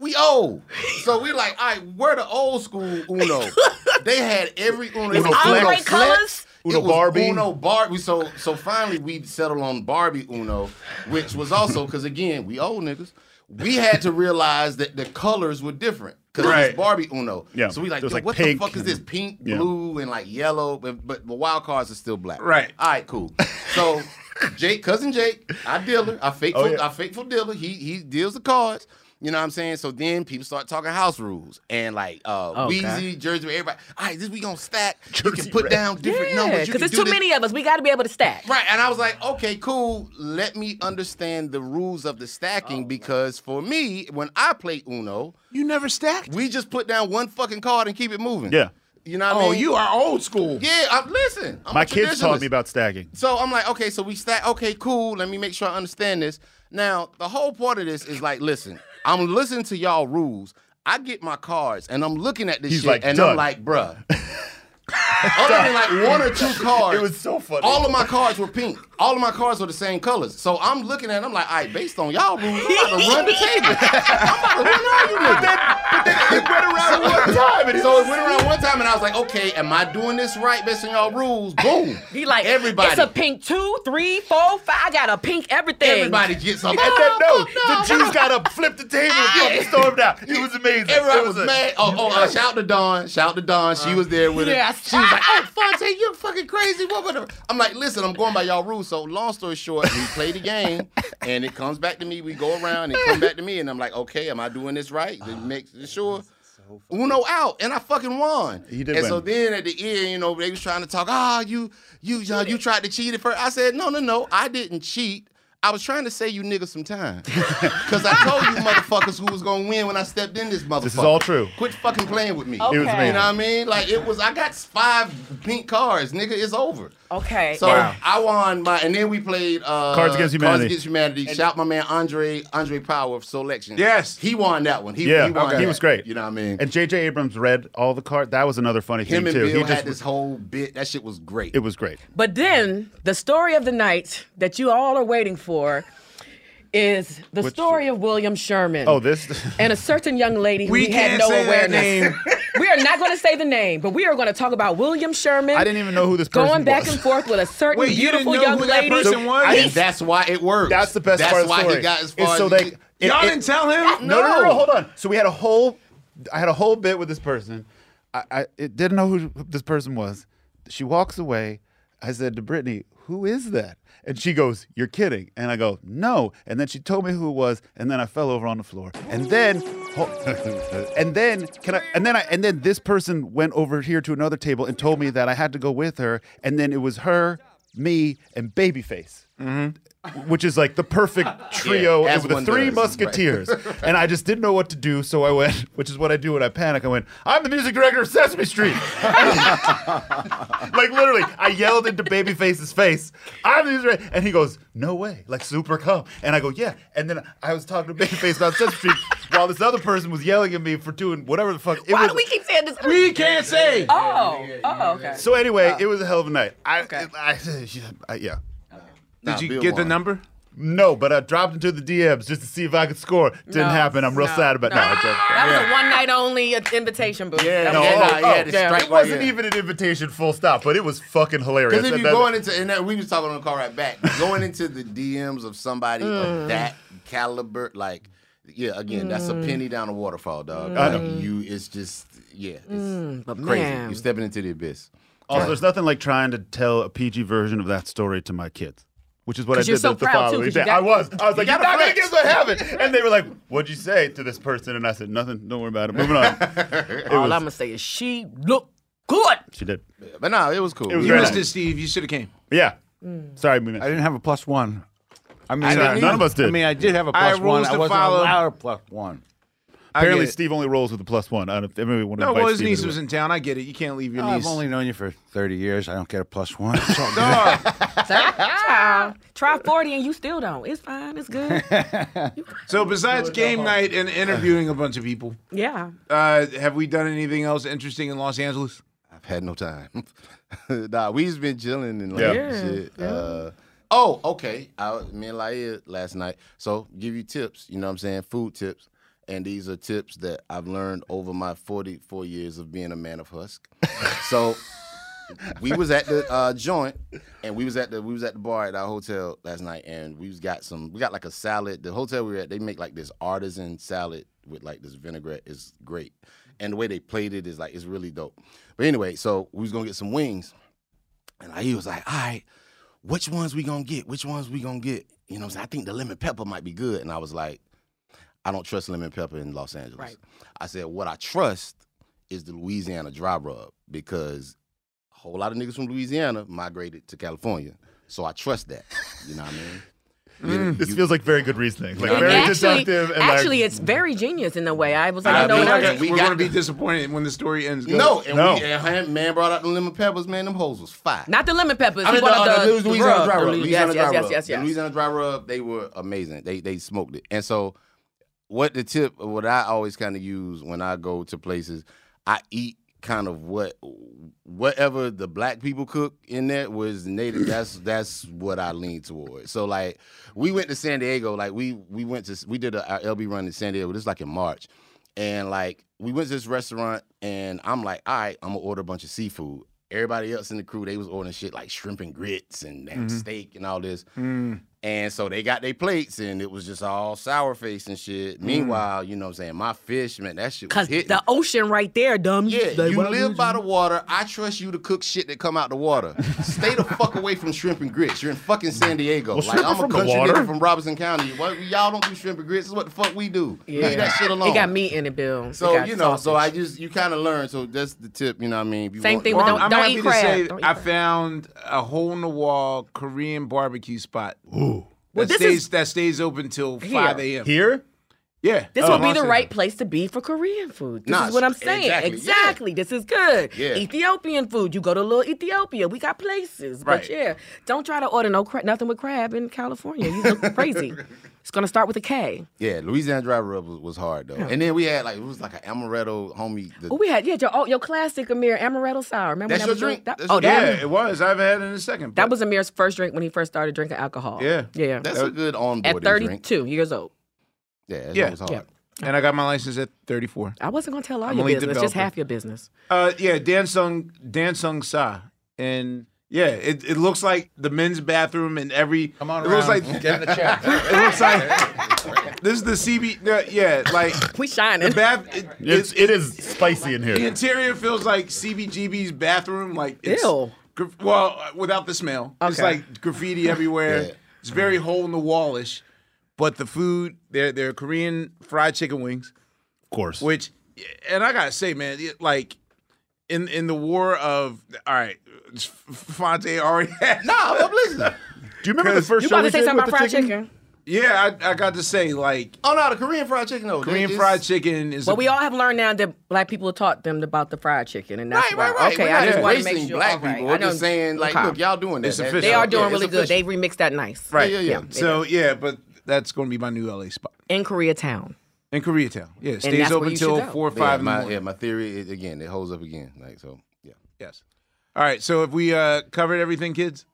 [SPEAKER 4] We old, so we like, all right, where the old school Uno? they had every Uno. It
[SPEAKER 5] Uno
[SPEAKER 4] was
[SPEAKER 5] Flex.
[SPEAKER 4] Flex,
[SPEAKER 7] Colors?
[SPEAKER 5] Uno
[SPEAKER 4] it was
[SPEAKER 5] Barbie.
[SPEAKER 4] Uno Barbie. So so finally we settled on Barbie Uno, which was also because again we old niggas. We had to realize that the colors were different because it
[SPEAKER 5] Right.
[SPEAKER 4] was Barbie Uno.
[SPEAKER 5] Yeah.
[SPEAKER 4] So we like,
[SPEAKER 5] It was
[SPEAKER 4] "Yo,
[SPEAKER 5] like
[SPEAKER 4] what
[SPEAKER 5] pink
[SPEAKER 4] the fuck is this?
[SPEAKER 5] and-
[SPEAKER 4] Pink,
[SPEAKER 5] Yeah.
[SPEAKER 4] blue, and like yellow, but but the wild cards are still black.
[SPEAKER 2] Right.
[SPEAKER 4] All right, cool. So Jake, cousin Jake, our dealer, our faithful,
[SPEAKER 5] Oh, yeah.
[SPEAKER 4] our faithful dealer, he he deals the cards. You know what I'm saying? So then people start talking house rules and like uh
[SPEAKER 7] Oh,
[SPEAKER 4] Wheezy,
[SPEAKER 7] God.
[SPEAKER 4] Jersey, everybody. All right, this we gonna stack. you
[SPEAKER 5] Jersey
[SPEAKER 4] can put
[SPEAKER 5] Red.
[SPEAKER 4] down different
[SPEAKER 7] Yeah,
[SPEAKER 4] numbers.
[SPEAKER 7] because
[SPEAKER 4] You can
[SPEAKER 7] there's
[SPEAKER 4] do
[SPEAKER 7] too
[SPEAKER 4] this.
[SPEAKER 7] many of us. We got to be able to stack.
[SPEAKER 4] Right, and I was like, okay, cool. Let me understand the rules of the stacking because for me, when I play Uno,
[SPEAKER 2] Oh, You never stacked.
[SPEAKER 4] we just put down one fucking card and keep it moving.
[SPEAKER 5] Yeah.
[SPEAKER 4] You know what I
[SPEAKER 2] Oh,
[SPEAKER 4] mean?
[SPEAKER 2] you are old school.
[SPEAKER 4] Yeah, I'm, listen. I'm
[SPEAKER 5] My
[SPEAKER 4] a
[SPEAKER 5] kids taught
[SPEAKER 4] traditionalist.
[SPEAKER 5] me about stacking.
[SPEAKER 4] So I'm like, okay, so we stack. Okay, cool. Let me make sure I understand this. Now, the whole point of this is like, listen, I'm listening to y'all rules. I get my cards and I'm looking at this
[SPEAKER 3] He's
[SPEAKER 4] shit
[SPEAKER 3] like,
[SPEAKER 4] and
[SPEAKER 3] "Done."
[SPEAKER 4] I'm like, bruh. Other than like one or two cards,
[SPEAKER 3] It was so funny.
[SPEAKER 4] All of my cards were pink. All of my cards were the same colors. So I'm looking at, it, I'm like, all right, based on y'all rules, I'm about to run the table. I'm about to run all you niggas. But then it went around
[SPEAKER 3] one time and it
[SPEAKER 4] so
[SPEAKER 3] was-
[SPEAKER 4] it went around one time, and I was like, okay, am I doing this right based on y'all rules? Boom.
[SPEAKER 7] He like
[SPEAKER 4] everybody.
[SPEAKER 7] It's a pink two, three, four, five. I got a pink everything.
[SPEAKER 4] Everybody gets a-
[SPEAKER 7] something.
[SPEAKER 4] And then, no, the Jews
[SPEAKER 3] got up, flipped the table, and fucking stormed out. It was amazing.
[SPEAKER 4] Everybody
[SPEAKER 3] It
[SPEAKER 4] was,
[SPEAKER 3] a- Uh-huh.
[SPEAKER 4] mad. Oh, oh uh, shout to Dawn. Shout to Dawn. She was there with
[SPEAKER 3] yeah, I-
[SPEAKER 4] it. She was like, oh, Fonte, you're fucking crazy. What would I-" I'm like, listen, I'm going by y'all rules. So long story short, we play the game, and it comes back to me. We go around, and it comes back to me, and I'm like, okay, am I doing this right?
[SPEAKER 3] Ah,
[SPEAKER 4] Did make sure. Uno out, and I fucking won.
[SPEAKER 3] He did
[SPEAKER 4] and
[SPEAKER 3] win.
[SPEAKER 4] so then at the end, you know, they was trying to talk. Ah, you, you, you, you tried to cheat at first. I said, no, no, no, I didn't cheat. I was trying to save you niggas some time, cause I told you motherfuckers who was gonna win when I stepped in this motherfucker.
[SPEAKER 5] This is all true.
[SPEAKER 4] Quit fucking playing with me.
[SPEAKER 7] Okay.
[SPEAKER 4] You
[SPEAKER 7] It was
[SPEAKER 4] know
[SPEAKER 7] amazing.
[SPEAKER 4] what I mean? Like it was. I got five pink cards, nigga. It's over.
[SPEAKER 7] Okay.
[SPEAKER 4] So I won my, and then we played uh,
[SPEAKER 5] Cards Against
[SPEAKER 4] Cards
[SPEAKER 5] Humanity.
[SPEAKER 4] Against Humanity. Shout my man Andre Andre Power of Selection.
[SPEAKER 2] Yes.
[SPEAKER 4] he won that one. He,
[SPEAKER 5] yeah,
[SPEAKER 4] he won.
[SPEAKER 5] he
[SPEAKER 4] that.
[SPEAKER 5] was great.
[SPEAKER 4] You know what I mean?
[SPEAKER 5] And J.J. Abrams read all the cards. That was another funny
[SPEAKER 4] Him
[SPEAKER 5] thing
[SPEAKER 4] and
[SPEAKER 5] too.
[SPEAKER 4] Bill
[SPEAKER 5] he
[SPEAKER 4] had this whole bit. That shit was great.
[SPEAKER 5] It was great.
[SPEAKER 7] But then the story of the night that you all are waiting for is the
[SPEAKER 5] Which-
[SPEAKER 7] story of William Sherman.
[SPEAKER 5] Oh, this.
[SPEAKER 7] and a certain young lady who
[SPEAKER 5] We
[SPEAKER 7] we, had
[SPEAKER 5] can't
[SPEAKER 7] no
[SPEAKER 5] say that
[SPEAKER 7] awareness.
[SPEAKER 5] name.
[SPEAKER 7] we are not going to say the name, but we are going to talk about William Sherman. I didn't
[SPEAKER 5] even know who this
[SPEAKER 7] going
[SPEAKER 5] person
[SPEAKER 7] back
[SPEAKER 5] was.
[SPEAKER 7] and forth with a certain beautiful young lady.
[SPEAKER 4] think that's why it worked.
[SPEAKER 5] That's the best
[SPEAKER 4] That's
[SPEAKER 5] part of
[SPEAKER 4] why
[SPEAKER 5] the
[SPEAKER 4] he
[SPEAKER 5] story.
[SPEAKER 4] got as
[SPEAKER 5] is
[SPEAKER 4] far
[SPEAKER 5] so
[SPEAKER 4] as
[SPEAKER 5] they,
[SPEAKER 4] he did. Y'all didn't tell him?
[SPEAKER 5] No. No, no, no,
[SPEAKER 4] No.
[SPEAKER 5] Hold on. So we had a whole. I had a whole bit with this person. I, I it didn't know who this person was. She walks away. I said to Brittany, "Who is that?" And she goes, "You're kidding." And I go, "No." And then she told me who it was. And then I fell over on the floor. And then. hol- And then can I? And then I. And then this person went over here to another table and told me that I had to go with her. And then it was her, me, and Babyface which is like the perfect trio
[SPEAKER 3] Mm-hmm. Yeah, as
[SPEAKER 5] with the
[SPEAKER 3] one
[SPEAKER 5] three
[SPEAKER 3] does,
[SPEAKER 5] musketeers.
[SPEAKER 3] right.
[SPEAKER 5] And I just didn't know what to do, so I went, which is what I do when I panic. I went, I'm the music director of Sesame Street. like literally, I yelled into Babyface's face, I'm the music director. And he goes, No way, like super calm. And I go, Yeah. And then I was talking to Babyface about Sesame Street while this other person was yelling at me for doing whatever the fuck. It
[SPEAKER 7] Why
[SPEAKER 5] was,
[SPEAKER 7] do we keep saying this?
[SPEAKER 5] We can't say.
[SPEAKER 7] Oh, oh, okay.
[SPEAKER 5] so anyway, it was a hell of a night. I, I, I- yeah.
[SPEAKER 2] Did you get the number?
[SPEAKER 5] No, but I dropped into the DMs just to see if I could score. Didn't
[SPEAKER 7] No,
[SPEAKER 5] happen. I'm real
[SPEAKER 7] no,
[SPEAKER 5] sad about
[SPEAKER 7] no.
[SPEAKER 5] that.
[SPEAKER 7] That was a one night only invitation booth. Yeah,
[SPEAKER 5] No, oh, oh, it
[SPEAKER 4] right
[SPEAKER 5] wasn't
[SPEAKER 4] there.
[SPEAKER 5] even an invitation, full stop. But it was fucking hilarious.
[SPEAKER 4] Because if
[SPEAKER 5] And
[SPEAKER 4] you're
[SPEAKER 5] then-
[SPEAKER 4] going into, and that, we was talking on the call right back, going into the DMs of somebody
[SPEAKER 5] Mm.
[SPEAKER 4] of that caliber, like, yeah, again, that's a
[SPEAKER 5] Mm.
[SPEAKER 4] penny down a waterfall, dog.
[SPEAKER 5] I know.
[SPEAKER 4] Like, you, it's just, yeah, it's
[SPEAKER 3] Mm,
[SPEAKER 7] but
[SPEAKER 4] crazy.
[SPEAKER 7] man.
[SPEAKER 4] You're stepping into the abyss.
[SPEAKER 5] Also, there's nothing like trying to tell a PG version of that story to my kids, which is what I
[SPEAKER 3] 'Cause
[SPEAKER 5] did
[SPEAKER 3] you're so
[SPEAKER 5] the, the
[SPEAKER 3] proud, too,
[SPEAKER 5] following
[SPEAKER 3] 'cause you
[SPEAKER 5] day.
[SPEAKER 3] got-
[SPEAKER 5] I was. I was
[SPEAKER 3] you
[SPEAKER 5] like, you're
[SPEAKER 3] got
[SPEAKER 5] not
[SPEAKER 3] a
[SPEAKER 5] going to
[SPEAKER 3] flex."
[SPEAKER 5] guess what happened. And they were like, what'd you say to this person? And I said, nothing. Don't worry about it. Moving on. It
[SPEAKER 7] All
[SPEAKER 5] was-
[SPEAKER 7] I'm gonna say is she looked good.
[SPEAKER 5] She did.
[SPEAKER 4] But no, it was cool.
[SPEAKER 5] It was
[SPEAKER 2] you
[SPEAKER 5] very
[SPEAKER 2] missed
[SPEAKER 5] nice.
[SPEAKER 2] it, Steve. You should have came.
[SPEAKER 5] Yeah.
[SPEAKER 3] Mm.
[SPEAKER 5] Sorry, we missed.
[SPEAKER 8] I didn't have a plus one. I mean,
[SPEAKER 2] I didn't
[SPEAKER 8] I-
[SPEAKER 2] either. None of us
[SPEAKER 8] I
[SPEAKER 2] did.
[SPEAKER 8] mean, I did have a
[SPEAKER 2] I
[SPEAKER 8] plus
[SPEAKER 2] had
[SPEAKER 8] one.
[SPEAKER 2] rules
[SPEAKER 8] I
[SPEAKER 2] to
[SPEAKER 8] wasn't
[SPEAKER 2] follow.
[SPEAKER 8] allowed a plus one. I
[SPEAKER 5] Apparently,
[SPEAKER 8] get it.
[SPEAKER 5] Steve only rolls with a plus one. I don't, everybody want to
[SPEAKER 2] No,
[SPEAKER 5] invite
[SPEAKER 2] well, his
[SPEAKER 5] Steve
[SPEAKER 2] niece
[SPEAKER 5] to it.
[SPEAKER 2] was in town. I get it. You can't leave your
[SPEAKER 8] I've
[SPEAKER 2] niece.
[SPEAKER 8] only known you for 30 years. I don't get a plus one.
[SPEAKER 7] Child, try 40 and you still don't. It's fine. It's good.
[SPEAKER 2] So besides game night and interviewing a bunch of people,
[SPEAKER 7] Yeah.
[SPEAKER 2] uh, have we done anything else interesting in Los Angeles?
[SPEAKER 4] I've had no time. nah, we just been chilling and like
[SPEAKER 2] Yeah. Yeah,
[SPEAKER 4] shit. Uh, oh, okay. I was- me and Laia last night. So give you tips. You know what I'm saying? Food tips. And these are tips that I've learned over my 44 years of being a man of husk. so we was at the uh, joint and we was at the we was at the bar at our hotel last night and we was got some we got like a salad. The hotel we were at, they make like this artisan salad with like this vinaigrette is great. And the way they played it is like it's really dope. But anyway, so we was gonna get some wings. And he was like, all right, which ones we gonna get? Which ones we gonna get? You know what I'm saying? I think the lemon pepper might be good. And I was like, I don't trust lemon pepper in Los Angeles.
[SPEAKER 3] Right.
[SPEAKER 4] I said, what I trust is the Louisiana dry rub because a whole lot of niggas from Louisiana migrated to California. So I trust that. You know what I mean?
[SPEAKER 2] Mm.
[SPEAKER 5] This feels like very good reasoning. Mm. Like
[SPEAKER 4] Yeah.
[SPEAKER 5] very
[SPEAKER 4] Actually-
[SPEAKER 5] deductive. And like,
[SPEAKER 7] actually, it's very genius in a way. I was like,
[SPEAKER 4] I
[SPEAKER 7] you know
[SPEAKER 4] mean,
[SPEAKER 7] what?
[SPEAKER 4] like
[SPEAKER 7] I
[SPEAKER 4] a-
[SPEAKER 7] was-
[SPEAKER 4] we
[SPEAKER 2] We're
[SPEAKER 4] got
[SPEAKER 2] going to be
[SPEAKER 4] the-
[SPEAKER 2] disappointed when the story ends. good.
[SPEAKER 4] No, and we and man brought out the lemon peppers, man, them hoes was fire.
[SPEAKER 7] Not the lemon peppers.
[SPEAKER 4] I
[SPEAKER 7] He
[SPEAKER 4] mean, the,
[SPEAKER 7] wanted
[SPEAKER 4] uh,
[SPEAKER 7] the-
[SPEAKER 4] the
[SPEAKER 7] the
[SPEAKER 4] Louisiana
[SPEAKER 7] rub.
[SPEAKER 4] dry
[SPEAKER 7] The
[SPEAKER 4] rub.
[SPEAKER 7] Lou-
[SPEAKER 4] Louisiana
[SPEAKER 7] yes, yes,
[SPEAKER 4] dry
[SPEAKER 7] yes,
[SPEAKER 4] rub.
[SPEAKER 7] yes, yes.
[SPEAKER 4] The Louisiana dry rub. They were amazing. They they smoked it, and so what the tip what I always kind of use when I go to places, I eat kind of what whatever the black people cook in there was native that's that's what I lean toward. So like we went to San Diego like we we went to we did a, our LB run in San Diego this is like in March and like we went to this restaurant and I'm like all right I'm going to order a bunch of seafood. Everybody else in the crew they was ordering shit like shrimp and grits and, and
[SPEAKER 3] Mhm.
[SPEAKER 4] steak and all this. And so they got their plates and it was just all sour face and shit. Meanwhile, you know what I'm saying? My fish, man, that shit was
[SPEAKER 7] Mm. Cause
[SPEAKER 4] hitting.
[SPEAKER 7] the ocean right there, dumb.
[SPEAKER 4] Yeah, you live by the water. I trust you to cook shit that come out the water. Stay the fuck away from shrimp and grits. You're in fucking San Diego.
[SPEAKER 3] Well,
[SPEAKER 4] like
[SPEAKER 3] shrimp are
[SPEAKER 4] I'm a
[SPEAKER 3] from the
[SPEAKER 4] country
[SPEAKER 3] water.
[SPEAKER 4] nigga from Robinson County. What, y'all don't do shrimp and grits. This is what the fuck we do. Leave that shit alone.
[SPEAKER 7] It got meat in it, Bill. It
[SPEAKER 4] So
[SPEAKER 7] got
[SPEAKER 4] you know, so I
[SPEAKER 7] sausage.
[SPEAKER 4] just you kind of learn. So that's the tip. You know what I mean? If you
[SPEAKER 7] Same
[SPEAKER 4] want-
[SPEAKER 7] thing with
[SPEAKER 4] Well,
[SPEAKER 7] don't-
[SPEAKER 4] I'm-
[SPEAKER 7] don't
[SPEAKER 2] I'm happy
[SPEAKER 7] eat
[SPEAKER 2] to
[SPEAKER 7] crab.
[SPEAKER 2] say
[SPEAKER 7] Don't eat
[SPEAKER 2] I found a hole in the wall Korean barbecue spot. Ooh.
[SPEAKER 7] Well, this
[SPEAKER 2] That stays
[SPEAKER 7] is-
[SPEAKER 2] that stays open till
[SPEAKER 7] Here.
[SPEAKER 2] five a.m.
[SPEAKER 5] Here?
[SPEAKER 2] Yeah.
[SPEAKER 7] This
[SPEAKER 2] Oh,
[SPEAKER 7] would be
[SPEAKER 2] Los
[SPEAKER 7] the
[SPEAKER 2] Angeles.
[SPEAKER 7] right place to be for Korean food. This
[SPEAKER 2] Nah,
[SPEAKER 7] is what I'm saying.
[SPEAKER 2] exactly,
[SPEAKER 7] Exactly.
[SPEAKER 2] yeah.
[SPEAKER 7] This is good.
[SPEAKER 2] Yeah.
[SPEAKER 7] Ethiopian food. You go to little Ethiopia. We got places.
[SPEAKER 2] Right.
[SPEAKER 7] But yeah, don't try to order no cra- nothing with crab in California. You look crazy. It's gonna start with a K.
[SPEAKER 4] Yeah, Louisiana dry rub was, was hard though. And then we had like it was like an amaretto homie. The,
[SPEAKER 7] Oh, we had yeah your oh, your classic Amir amaretto sour. Remember
[SPEAKER 4] That's
[SPEAKER 7] that
[SPEAKER 4] your
[SPEAKER 7] was
[SPEAKER 4] drink?
[SPEAKER 7] That,
[SPEAKER 4] That's
[SPEAKER 7] oh,
[SPEAKER 4] your
[SPEAKER 7] that,
[SPEAKER 4] drink.
[SPEAKER 2] Yeah, it was. I haven't had it in a second.
[SPEAKER 7] that was Amir's first drink when he first started drinking alcohol.
[SPEAKER 2] Yeah.
[SPEAKER 7] yeah.
[SPEAKER 2] That's a good onboarding
[SPEAKER 7] At
[SPEAKER 2] drink.
[SPEAKER 7] 32 years old.
[SPEAKER 4] Yeah,
[SPEAKER 2] yeah.
[SPEAKER 7] was hard. Yeah.
[SPEAKER 2] And I got my license at 34.
[SPEAKER 7] I wasn't gonna tell all
[SPEAKER 2] I'm a
[SPEAKER 7] your
[SPEAKER 2] lead
[SPEAKER 7] business. Just
[SPEAKER 2] developer.
[SPEAKER 7] half your business.
[SPEAKER 2] Uh, yeah, Dansung Dansung Sa, and yeah, it, it looks like the men's bathroom in every. Come on, it looks
[SPEAKER 3] around.
[SPEAKER 2] like
[SPEAKER 3] Get in the chair.
[SPEAKER 2] it looks like this is the CB. no, yeah, like
[SPEAKER 7] we shining.
[SPEAKER 2] The bath. It,
[SPEAKER 5] It's, it is spicy in
[SPEAKER 2] the
[SPEAKER 5] here.
[SPEAKER 2] interior feels like CBGB's bathroom. Like it's,
[SPEAKER 5] Ew.
[SPEAKER 2] gra- Well, uh, without the smell, it's
[SPEAKER 5] Okay.
[SPEAKER 2] like graffiti everywhere.
[SPEAKER 5] Yeah.
[SPEAKER 2] It's very hole in the wallish, but the food they're they're Korean fried chicken wings.
[SPEAKER 5] Of course.
[SPEAKER 2] Which, and I gotta say, man, it- like in in the war of all right, F- Fonte already. Had, no, I'm listening.
[SPEAKER 5] Do you remember the first You show about to we say did something with about the fried chicken?
[SPEAKER 2] Yeah, I, I got to say like
[SPEAKER 4] Oh no, the Korean fried chicken though.
[SPEAKER 2] Korean fried chicken is.
[SPEAKER 7] But
[SPEAKER 2] a-
[SPEAKER 7] we all have learned now that black people taught them about the fried chicken, and that's
[SPEAKER 2] Right, right,
[SPEAKER 7] why-
[SPEAKER 2] right.
[SPEAKER 7] Okay,
[SPEAKER 2] We're
[SPEAKER 7] I
[SPEAKER 2] not
[SPEAKER 7] just want to
[SPEAKER 2] racing
[SPEAKER 7] make sure.
[SPEAKER 2] black
[SPEAKER 7] all right,
[SPEAKER 2] people.
[SPEAKER 7] I
[SPEAKER 2] We're just
[SPEAKER 7] know-
[SPEAKER 2] saying, like,
[SPEAKER 7] okay.
[SPEAKER 2] look, y'all doing this. It's That-
[SPEAKER 7] They
[SPEAKER 2] official.
[SPEAKER 7] are doing
[SPEAKER 2] Yeah, it's
[SPEAKER 7] really good. They
[SPEAKER 2] official.
[SPEAKER 7] remixed that nice.
[SPEAKER 2] right.
[SPEAKER 7] they
[SPEAKER 2] So
[SPEAKER 7] did.
[SPEAKER 2] yeah, but that's going to be my new LA spot
[SPEAKER 7] in Koreatown.
[SPEAKER 2] in Koreatown. Yeah, it
[SPEAKER 7] And
[SPEAKER 2] stays
[SPEAKER 7] that's where
[SPEAKER 2] open
[SPEAKER 7] you should
[SPEAKER 2] till
[SPEAKER 7] go.
[SPEAKER 2] four or
[SPEAKER 4] yeah,
[SPEAKER 2] five. in the
[SPEAKER 4] my,
[SPEAKER 2] morning.
[SPEAKER 4] yeah, my theory is, again, it holds up again. Like so, yeah.
[SPEAKER 2] Yes. All right, so if we uh, covered everything, kids.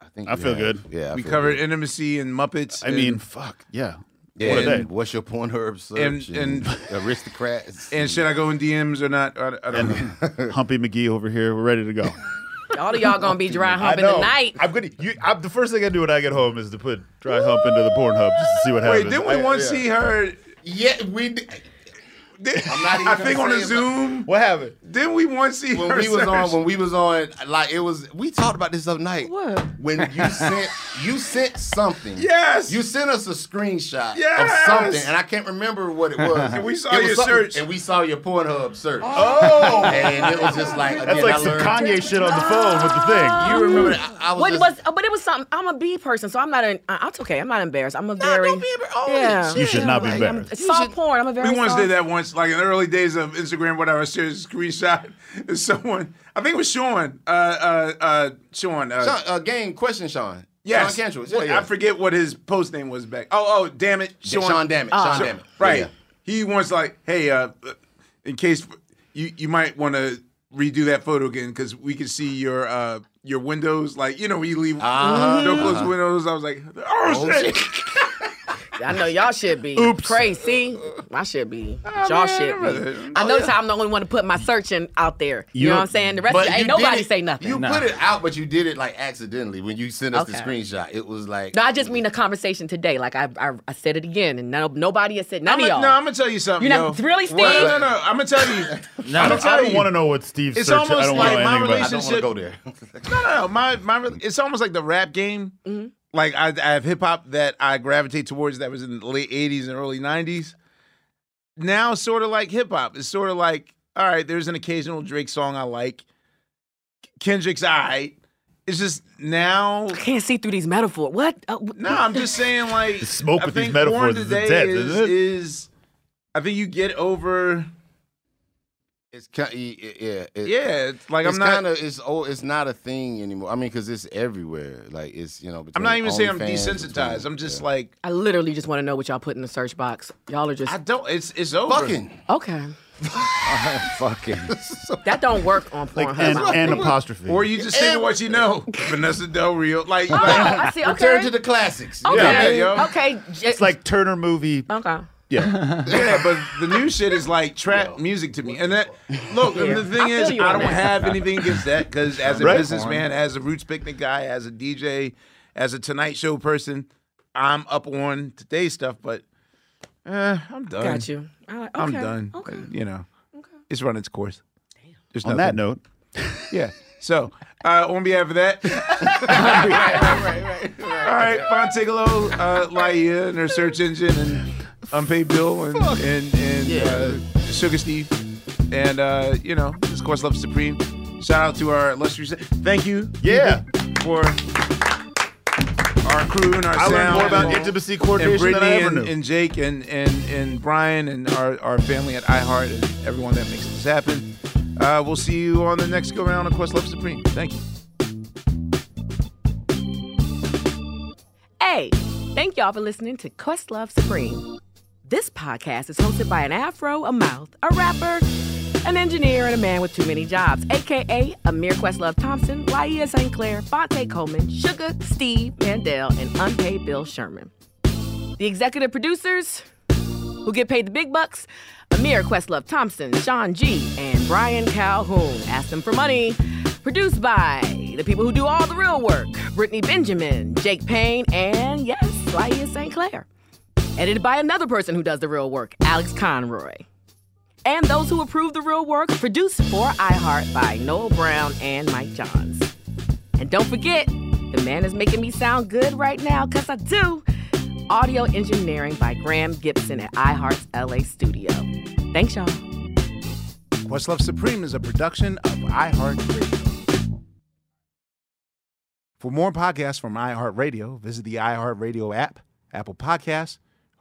[SPEAKER 4] I think
[SPEAKER 5] I
[SPEAKER 4] we
[SPEAKER 5] feel
[SPEAKER 4] have-
[SPEAKER 5] good.
[SPEAKER 4] Yeah, I
[SPEAKER 2] we
[SPEAKER 4] feel
[SPEAKER 2] covered intimacy and Muppets.
[SPEAKER 5] I
[SPEAKER 2] and-
[SPEAKER 5] mean, fuck, yeah.
[SPEAKER 4] Yeah,
[SPEAKER 5] What a
[SPEAKER 4] and
[SPEAKER 5] day.
[SPEAKER 4] What's your Pornhub search?
[SPEAKER 2] And-
[SPEAKER 4] And,
[SPEAKER 2] and-
[SPEAKER 4] aristocrats.
[SPEAKER 2] And should I go in DMs or not? I, I don't know.
[SPEAKER 5] Humpy McGee over here. We're ready to go.
[SPEAKER 7] All of y'all gonna be dry humping tonight.
[SPEAKER 5] I'm gonna. You, I'm, the first thing I do when I get home is to put dry hump into the porn hub just to see what happens.
[SPEAKER 2] Wait, didn't we
[SPEAKER 5] I-
[SPEAKER 2] once
[SPEAKER 5] yeah.
[SPEAKER 2] see her?
[SPEAKER 4] Yeah, we. d-
[SPEAKER 2] I'm
[SPEAKER 4] not even
[SPEAKER 2] I think
[SPEAKER 4] gonna
[SPEAKER 2] on
[SPEAKER 4] say
[SPEAKER 2] a
[SPEAKER 4] it, but-
[SPEAKER 2] Zoom.
[SPEAKER 5] What happened?
[SPEAKER 2] Didn't we once see
[SPEAKER 4] when
[SPEAKER 2] her?
[SPEAKER 4] we was on
[SPEAKER 2] search?
[SPEAKER 4] when we was on like it was we talked about this other night what when you sent you sent something
[SPEAKER 2] Yes.
[SPEAKER 4] you sent us a screenshot
[SPEAKER 2] Yes.
[SPEAKER 4] of something and i can't remember what it was
[SPEAKER 2] And we saw
[SPEAKER 4] It was
[SPEAKER 2] your
[SPEAKER 4] something-
[SPEAKER 2] search.
[SPEAKER 4] and we saw your pornhub search
[SPEAKER 2] Oh.
[SPEAKER 4] and it was just like
[SPEAKER 5] That's
[SPEAKER 4] again,
[SPEAKER 5] like
[SPEAKER 4] I
[SPEAKER 5] some
[SPEAKER 4] learned-
[SPEAKER 5] Kanye shit on the phone with the thing.
[SPEAKER 4] you remember that I, I was
[SPEAKER 7] what
[SPEAKER 4] just-
[SPEAKER 7] was? oh, But it was something. I'm a B person, so I'm not. An, uh, it's okay. I'm not embarrassed. I'm a very. Don't be embarrassed.
[SPEAKER 2] oh,
[SPEAKER 7] yeah.
[SPEAKER 5] You should not be embarrassed.
[SPEAKER 7] It's soft porn. I'm a very.
[SPEAKER 2] We once
[SPEAKER 7] soft-
[SPEAKER 2] did that once, like in the early days of Instagram, whatever. Serious screenshot. And Someone, I think it was Sean. Uh, uh, uh, Sean. Uh,
[SPEAKER 4] Sean, uh, game question sean
[SPEAKER 2] Yes.
[SPEAKER 4] sean Cantrell.
[SPEAKER 2] What-
[SPEAKER 4] yeah, yeah.
[SPEAKER 2] I forget what his post name was back. Oh, oh, damn it,
[SPEAKER 4] Yeah,
[SPEAKER 2] Sean, Ah.
[SPEAKER 4] Sean Dammit, Sean
[SPEAKER 2] So-
[SPEAKER 4] Dammit.
[SPEAKER 2] Right.
[SPEAKER 4] Yeah.
[SPEAKER 2] He wants like, hey, uh, in case you you might want to redo that photo again because we can see your uh your windows. Like you know, when you leave
[SPEAKER 4] Uh-huh.
[SPEAKER 2] no closed
[SPEAKER 4] Uh-huh.
[SPEAKER 2] windows. I was like, oh,
[SPEAKER 4] Oh,
[SPEAKER 2] shit.
[SPEAKER 7] I know y'all should be
[SPEAKER 2] Oops. Ah,
[SPEAKER 7] crazy. I should be. y'all should be.
[SPEAKER 2] Oh,
[SPEAKER 7] I notice I'm the only one to put my searching out there. You, know what I'm saying? The rest of
[SPEAKER 4] But
[SPEAKER 7] you, ain't
[SPEAKER 4] you did
[SPEAKER 7] nobody
[SPEAKER 4] it-
[SPEAKER 7] say nothing.
[SPEAKER 4] You put it out, but you did it like accidentally when you sent us the
[SPEAKER 7] Okay.
[SPEAKER 4] screenshot. It was like
[SPEAKER 7] No, I just mean the conversation today. Like I, I, I said it again, and no, nobody has said none
[SPEAKER 2] I'm
[SPEAKER 7] of
[SPEAKER 2] a-
[SPEAKER 7] y'all.
[SPEAKER 2] no, I'm gonna tell you something.
[SPEAKER 7] You're not-
[SPEAKER 2] yo.
[SPEAKER 7] really, Steve?
[SPEAKER 2] No, no, no. I'm gonna tell you.
[SPEAKER 5] No,
[SPEAKER 2] I'm
[SPEAKER 5] I
[SPEAKER 2] gonna
[SPEAKER 5] don't,
[SPEAKER 2] tell you.
[SPEAKER 5] want to know what Steve
[SPEAKER 2] It's
[SPEAKER 5] searched. I
[SPEAKER 2] almost
[SPEAKER 5] don't want to
[SPEAKER 2] like
[SPEAKER 5] know
[SPEAKER 2] my
[SPEAKER 5] anything
[SPEAKER 4] I
[SPEAKER 5] about it.
[SPEAKER 4] don't
[SPEAKER 2] relationship-
[SPEAKER 4] want to go there.
[SPEAKER 2] No, no, no. My my. re- It's almost like the rap game.
[SPEAKER 7] Mm-hmm.
[SPEAKER 2] Like I, I have hip hop that I gravitate towards that was in the late '80s and early '90s. Now, sort of like hip hop. It's sort of like all right. There's an occasional Drake song I like. Kendrick's all right. It's just now.
[SPEAKER 7] I can't see through these metaphors. What? Uh, wh-
[SPEAKER 2] No, I'm just saying like
[SPEAKER 5] The smoke
[SPEAKER 2] I
[SPEAKER 5] with these
[SPEAKER 2] think
[SPEAKER 5] metaphors
[SPEAKER 2] porn
[SPEAKER 5] is
[SPEAKER 2] today
[SPEAKER 5] intense,
[SPEAKER 2] is,
[SPEAKER 5] isn't it?
[SPEAKER 2] is- I think you get over
[SPEAKER 4] It's kind of, yeah, it-
[SPEAKER 2] Yeah, it's like I'm
[SPEAKER 4] it's
[SPEAKER 2] not-
[SPEAKER 4] Kinda, it's oh, it's not a thing anymore. I mean, because it's everywhere. Like it's you know.
[SPEAKER 2] I'm not even saying I'm
[SPEAKER 4] between OnlyFans,
[SPEAKER 2] desensitized. I'm just like
[SPEAKER 7] I literally just want to know what y'all put in the search box. Y'all are just
[SPEAKER 2] I don't. It's it's over.
[SPEAKER 4] Fucking.
[SPEAKER 7] Okay.
[SPEAKER 4] fucking.
[SPEAKER 7] That don't work on Pornhub. I don't think.
[SPEAKER 2] Or you just think of what you know. Vanessa Del Rio. Like,
[SPEAKER 7] Oh, I see. Okay.
[SPEAKER 4] Return to the classics.
[SPEAKER 7] Okay.
[SPEAKER 2] Yeah, yo.
[SPEAKER 7] Okay.
[SPEAKER 5] It's like Turner movie.
[SPEAKER 7] Okay.
[SPEAKER 5] Yeah.
[SPEAKER 2] yeah, but the new shit is like trap music to me. And that look, and the thing
[SPEAKER 3] I
[SPEAKER 2] is,
[SPEAKER 3] feel you
[SPEAKER 2] I
[SPEAKER 3] on
[SPEAKER 2] don't
[SPEAKER 3] that.
[SPEAKER 2] have anything against that because as a
[SPEAKER 3] Right.
[SPEAKER 2] businessman, as a Roots Picnic guy, as a DJ, as a Tonight Show person, I'm up on today's stuff. But eh, I'm done.
[SPEAKER 7] Got you. I like-
[SPEAKER 2] I'm
[SPEAKER 7] okay,
[SPEAKER 2] done.
[SPEAKER 7] okay.
[SPEAKER 2] You know, it's run its course. There's
[SPEAKER 5] On that
[SPEAKER 2] nothing.
[SPEAKER 5] note,
[SPEAKER 2] Yeah. So, uh, on behalf of that, all right, Fontigolo, uh, Laia and her search engine, and Unpaid Bill, and and, and uh, Sugar Steve, and uh, you know, this course love supreme. Shout out to our illustrious. Thank you.
[SPEAKER 5] Yeah.
[SPEAKER 2] For our crew and our
[SPEAKER 5] I
[SPEAKER 2] sound.
[SPEAKER 5] learned more about
[SPEAKER 2] and-
[SPEAKER 5] intimacy
[SPEAKER 2] and
[SPEAKER 5] coordination than I
[SPEAKER 2] Brittany
[SPEAKER 5] ever
[SPEAKER 2] and,
[SPEAKER 5] knew.
[SPEAKER 2] and Jake and and and Brian and our, our family at iHeart and everyone that makes this happen. Uh, we'll see you on the next go round of Quest Love Supreme. Thank you.
[SPEAKER 7] Hey, thank y'all for listening to Questlove Supreme. This podcast is hosted by an afro, a mouth, a rapper, an engineer, and a man with too many jobs, aka Amir Questlove Thompson, Laia St. Clair, Fonte Coleman, Sugar, Steve Mandel, and unpaid Bill Sherman. The executive producers who get paid the big bucks Amir Questlove Thompson, Sean G, and Brian Calhoun. Ask them for money. Produced by the people who do all the real work Brittany Benjamin, Jake Payne, and yes, Laia St. Clair. Edited by another person who does the real work, Alex Conroy. And those who approve the real work, produced for iHeart by Noel Brown and Mike Johns. And don't forget, the man is making me sound good right now, because I do. Audio engineering by Graham Gibson at iHeart's LA studio. Thanks, y'all.
[SPEAKER 2] Quest Love Supreme is a production of iHeartRadio. For more podcasts from iHeartRadio, visit the iHeartRadio app, Apple Podcasts,